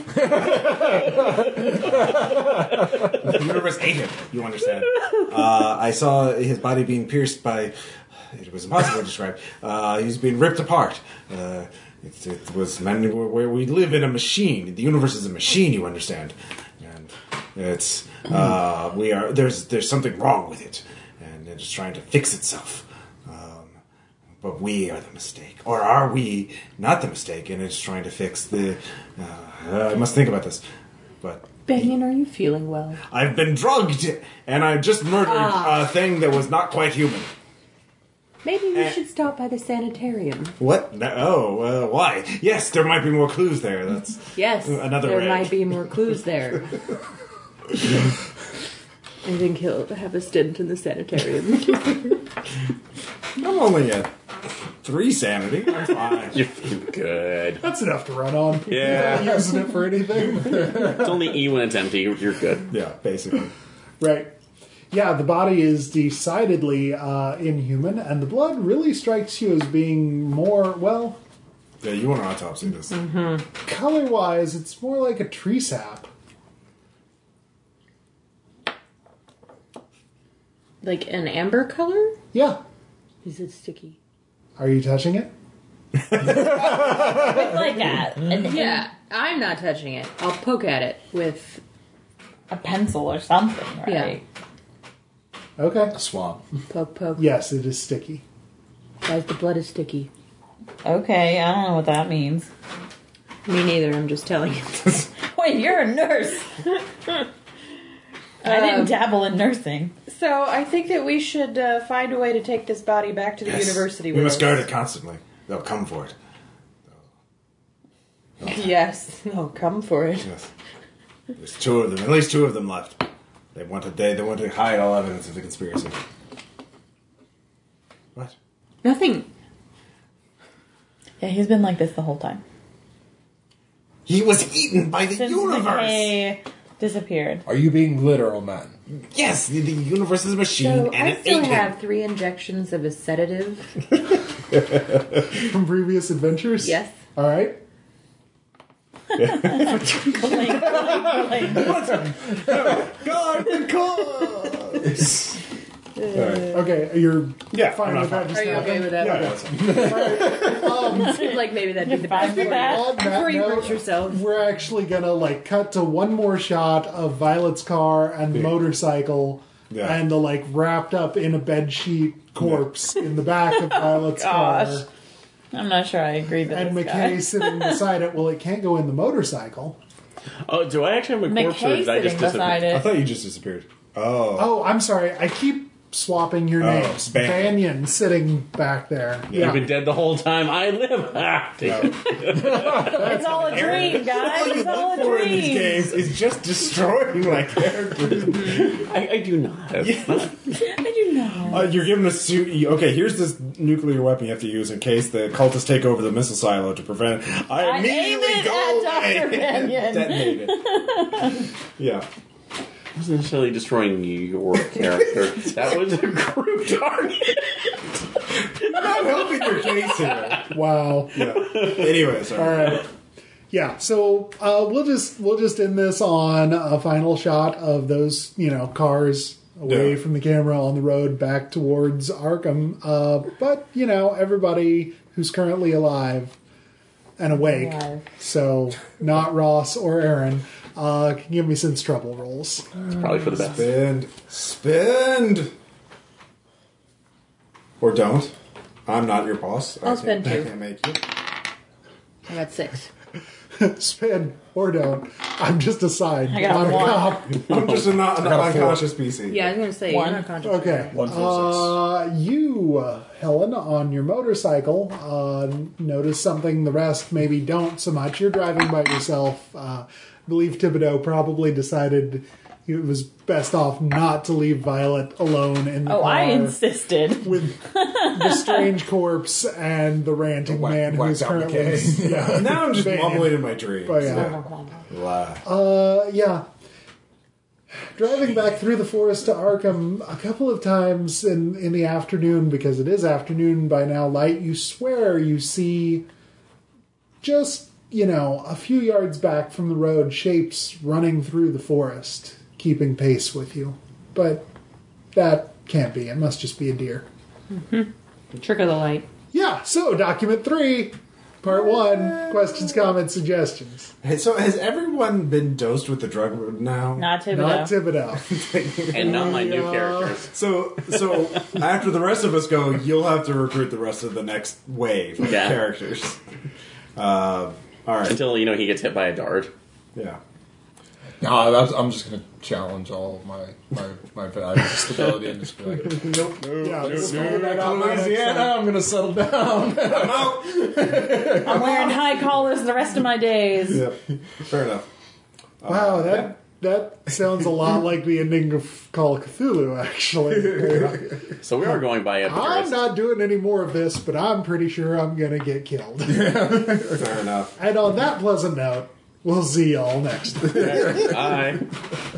Speaker 2: the universe ate him. You understand? Uh, I saw his body being pierced by. It was impossible to describe. Uh, he was being ripped apart. Uh, it, it was man, where we live in a machine. The universe is a machine. You understand? And it's uh, we are there's there's something wrong with it, and it is trying to fix itself. Um, but we are the mistake, or are we not the mistake? And it's trying to fix the. Uh, I must think about this, but
Speaker 3: Banyan, are you feeling well?
Speaker 2: I've been drugged, and I just murdered a thing that was not quite human.
Speaker 3: Maybe you
Speaker 2: Eh.
Speaker 3: should stop by the sanitarium.
Speaker 2: What? No, oh, uh, why? Yes, there might be more clues there. That's
Speaker 3: Yes,
Speaker 2: Another
Speaker 3: there
Speaker 2: way.
Speaker 3: might be more clues there. I think he'll have a stint in the sanitarium.
Speaker 2: I'm only at three sanity. I'm fine.
Speaker 4: You're good.
Speaker 1: That's enough to run on.
Speaker 4: Yeah.
Speaker 1: Not using it for anything.
Speaker 4: It's only E when it's empty. You're good.
Speaker 2: yeah, basically.
Speaker 1: right. Yeah, the body is decidedly uh, inhuman, and the blood really strikes you as being more, well,
Speaker 2: Yeah, you want to autopsy this?
Speaker 1: color wise, it's more like a tree sap.
Speaker 3: like an amber color?
Speaker 1: Yeah.
Speaker 3: Is it sticky?
Speaker 1: Are you touching it?
Speaker 5: like a, an-
Speaker 3: Yeah, I'm not touching it. I'll poke at it with
Speaker 5: a pencil or something, right?
Speaker 1: Okay.
Speaker 6: Swamp.
Speaker 3: poke poke.
Speaker 1: Yes, it is sticky.
Speaker 3: Guys, the blood is sticky.
Speaker 5: Okay, I don't know what that means.
Speaker 3: Me neither, I'm just telling you.
Speaker 5: Wait, you're a nurse. Um, I didn't dabble in nursing.
Speaker 8: So I think that we should uh, find a way to take this body back to the
Speaker 2: Yes.
Speaker 8: university.
Speaker 2: We
Speaker 8: with
Speaker 2: must
Speaker 8: us.
Speaker 2: guard it constantly. They'll come for it.
Speaker 8: Yes. Oh, come for it.
Speaker 2: Yes. There's two of them. At least two of them left. They want to. They, they want to hide all evidence of the conspiracy. What?
Speaker 3: Nothing.
Speaker 5: Yeah, he's been like this the whole time.
Speaker 2: He was eaten by the
Speaker 5: Since
Speaker 2: universe.
Speaker 5: McKay disappeared.
Speaker 6: Are you being literal, man?
Speaker 2: Yes, the, the universe is a machine,
Speaker 3: So
Speaker 2: and
Speaker 3: I
Speaker 2: it
Speaker 3: still
Speaker 2: ate him.
Speaker 3: have three injections of a sedative.
Speaker 1: From previous adventures?
Speaker 3: Yes.
Speaker 1: All right.
Speaker 5: Blink, blink, blink.
Speaker 2: God, the cause. All right.
Speaker 1: Okay, you're
Speaker 2: Yeah,
Speaker 1: fine
Speaker 2: I'm
Speaker 1: with
Speaker 2: not
Speaker 1: that. Just happened?
Speaker 3: with that?
Speaker 2: Yeah, that's fine.
Speaker 3: like maybe that'd be the
Speaker 5: Fine
Speaker 3: best.
Speaker 5: with that.
Speaker 1: On that
Speaker 3: Before you
Speaker 1: note,
Speaker 3: hurt yourself.
Speaker 1: We're actually gonna like cut to one more shot of Violet's car and the motorcycle,
Speaker 2: Yeah.
Speaker 1: and the like wrapped up in a bed sheet corpse in the back of Violet's car,
Speaker 5: I'm not sure I agree with
Speaker 1: and McKay
Speaker 5: this guy.
Speaker 1: sitting beside it. Well, it can't go in the motorcycle.
Speaker 4: Oh, do I actually have a corpse or
Speaker 5: McKay
Speaker 4: did I just
Speaker 5: sitting beside
Speaker 4: disappear?
Speaker 2: I
Speaker 5: it.
Speaker 2: thought you just disappeared. Oh,
Speaker 1: Oh, I'm sorry. I keep swapping your names.
Speaker 2: Banyan.
Speaker 1: Banyan sitting back there.
Speaker 4: Oh, You've been dead the whole time. I live. Ah, damn.
Speaker 5: It's all a dream, guys. It's all a
Speaker 2: Four of these
Speaker 5: dream.
Speaker 2: games is just destroying my characters.
Speaker 4: I, I do not.
Speaker 5: I do know.
Speaker 2: Uh, you're given a suit. you- Okay, here's this nuclear weapon you have to use in case the cultists take over the missile silo to prevent. it. I,
Speaker 5: I aim
Speaker 2: immediately
Speaker 5: it
Speaker 2: go
Speaker 5: at Dr.
Speaker 2: away and
Speaker 5: Benyon.
Speaker 2: detonate it. yeah.
Speaker 4: It wasn't necessarily destroying your character. that was a group target.
Speaker 2: I'm not helping your case here.
Speaker 1: Wow.
Speaker 2: Yeah. Anyway, sorry.
Speaker 1: All right. Yeah, so uh, we'll just we'll just end this on a final shot of those you know cars away
Speaker 2: Yeah.
Speaker 1: from the camera on the road back towards Arkham. Uh, but you know everybody who's currently alive and awake,
Speaker 5: Alive.
Speaker 1: so not Ross or Aaron, uh, can give me sense trouble rolls.
Speaker 4: It's probably for the best.
Speaker 2: Spend. Spend. Or don't. I'm not your boss. I
Speaker 3: I'll
Speaker 2: can't-
Speaker 3: spend
Speaker 2: I
Speaker 3: two.
Speaker 2: can't make you.
Speaker 3: I got six.
Speaker 1: Spin or don't. I'm just a side.
Speaker 5: I got
Speaker 1: I'm a
Speaker 5: one.
Speaker 1: cop.
Speaker 2: I'm just an, an
Speaker 6: got four.
Speaker 2: unconscious PC.
Speaker 3: Yeah, I was gonna say
Speaker 5: One.
Speaker 3: you're not conscious.
Speaker 1: Okay.
Speaker 6: One, four,
Speaker 1: Uh, you, uh, Helen, on your motorcycle, uh, notice something the rest maybe don't so much. You're driving by yourself. Uh, I believe Thibodeau probably decided it was best off not to leave Violet alone in the
Speaker 5: Oh,
Speaker 1: car
Speaker 5: I insisted.
Speaker 1: with the strange corpse and the ranting
Speaker 6: Whack-
Speaker 1: man
Speaker 6: whack
Speaker 1: who's
Speaker 6: out
Speaker 1: currently.
Speaker 6: McKay.
Speaker 1: Yeah.
Speaker 2: Now I'm just
Speaker 1: Band.
Speaker 2: mumbling in my dreams.
Speaker 1: Oh, yeah.
Speaker 2: Wow.
Speaker 1: Uh, yeah. driving back through the forest to Arkham a couple of times in in the afternoon because it is afternoon by now light you swear you see just you know a few yards back from the road shapes running through the forest keeping pace with you but that can't be it must just be a deer
Speaker 3: Trick of the light.
Speaker 1: yeah so document 3 part 1 questions comments suggestions
Speaker 2: Hey, so has everyone been dosed with the drug now?
Speaker 5: Not Thibodeau.
Speaker 1: not Thibodeau
Speaker 4: and not my
Speaker 1: Oh,
Speaker 4: new characters.
Speaker 2: So, so after the rest of us go, you'll have to recruit the rest of the next wave of
Speaker 4: Yeah.
Speaker 2: characters. Uh, all right.
Speaker 4: Until you know he gets hit by a dart.
Speaker 2: Yeah.
Speaker 7: No, I- I'm- I'm just going to challenge all of my my my values, stability, and just be like,
Speaker 1: yeah, let's
Speaker 7: no,
Speaker 1: figure that out next
Speaker 7: Louisiana, I'm going to settle down.
Speaker 2: I'm out.
Speaker 5: I'm wearing high collars the rest of my days.
Speaker 2: Yep. Fair enough.
Speaker 1: Wow, that that sounds a lot like the ending of Call of Cthulhu, actually.
Speaker 4: So we are going by
Speaker 1: I'm
Speaker 4: appearance.
Speaker 1: not doing any more of this, but I'm pretty sure I'm gonna get killed.
Speaker 2: Fair enough.
Speaker 1: and on that pleasant note, we'll see y'all next time.
Speaker 4: Bye.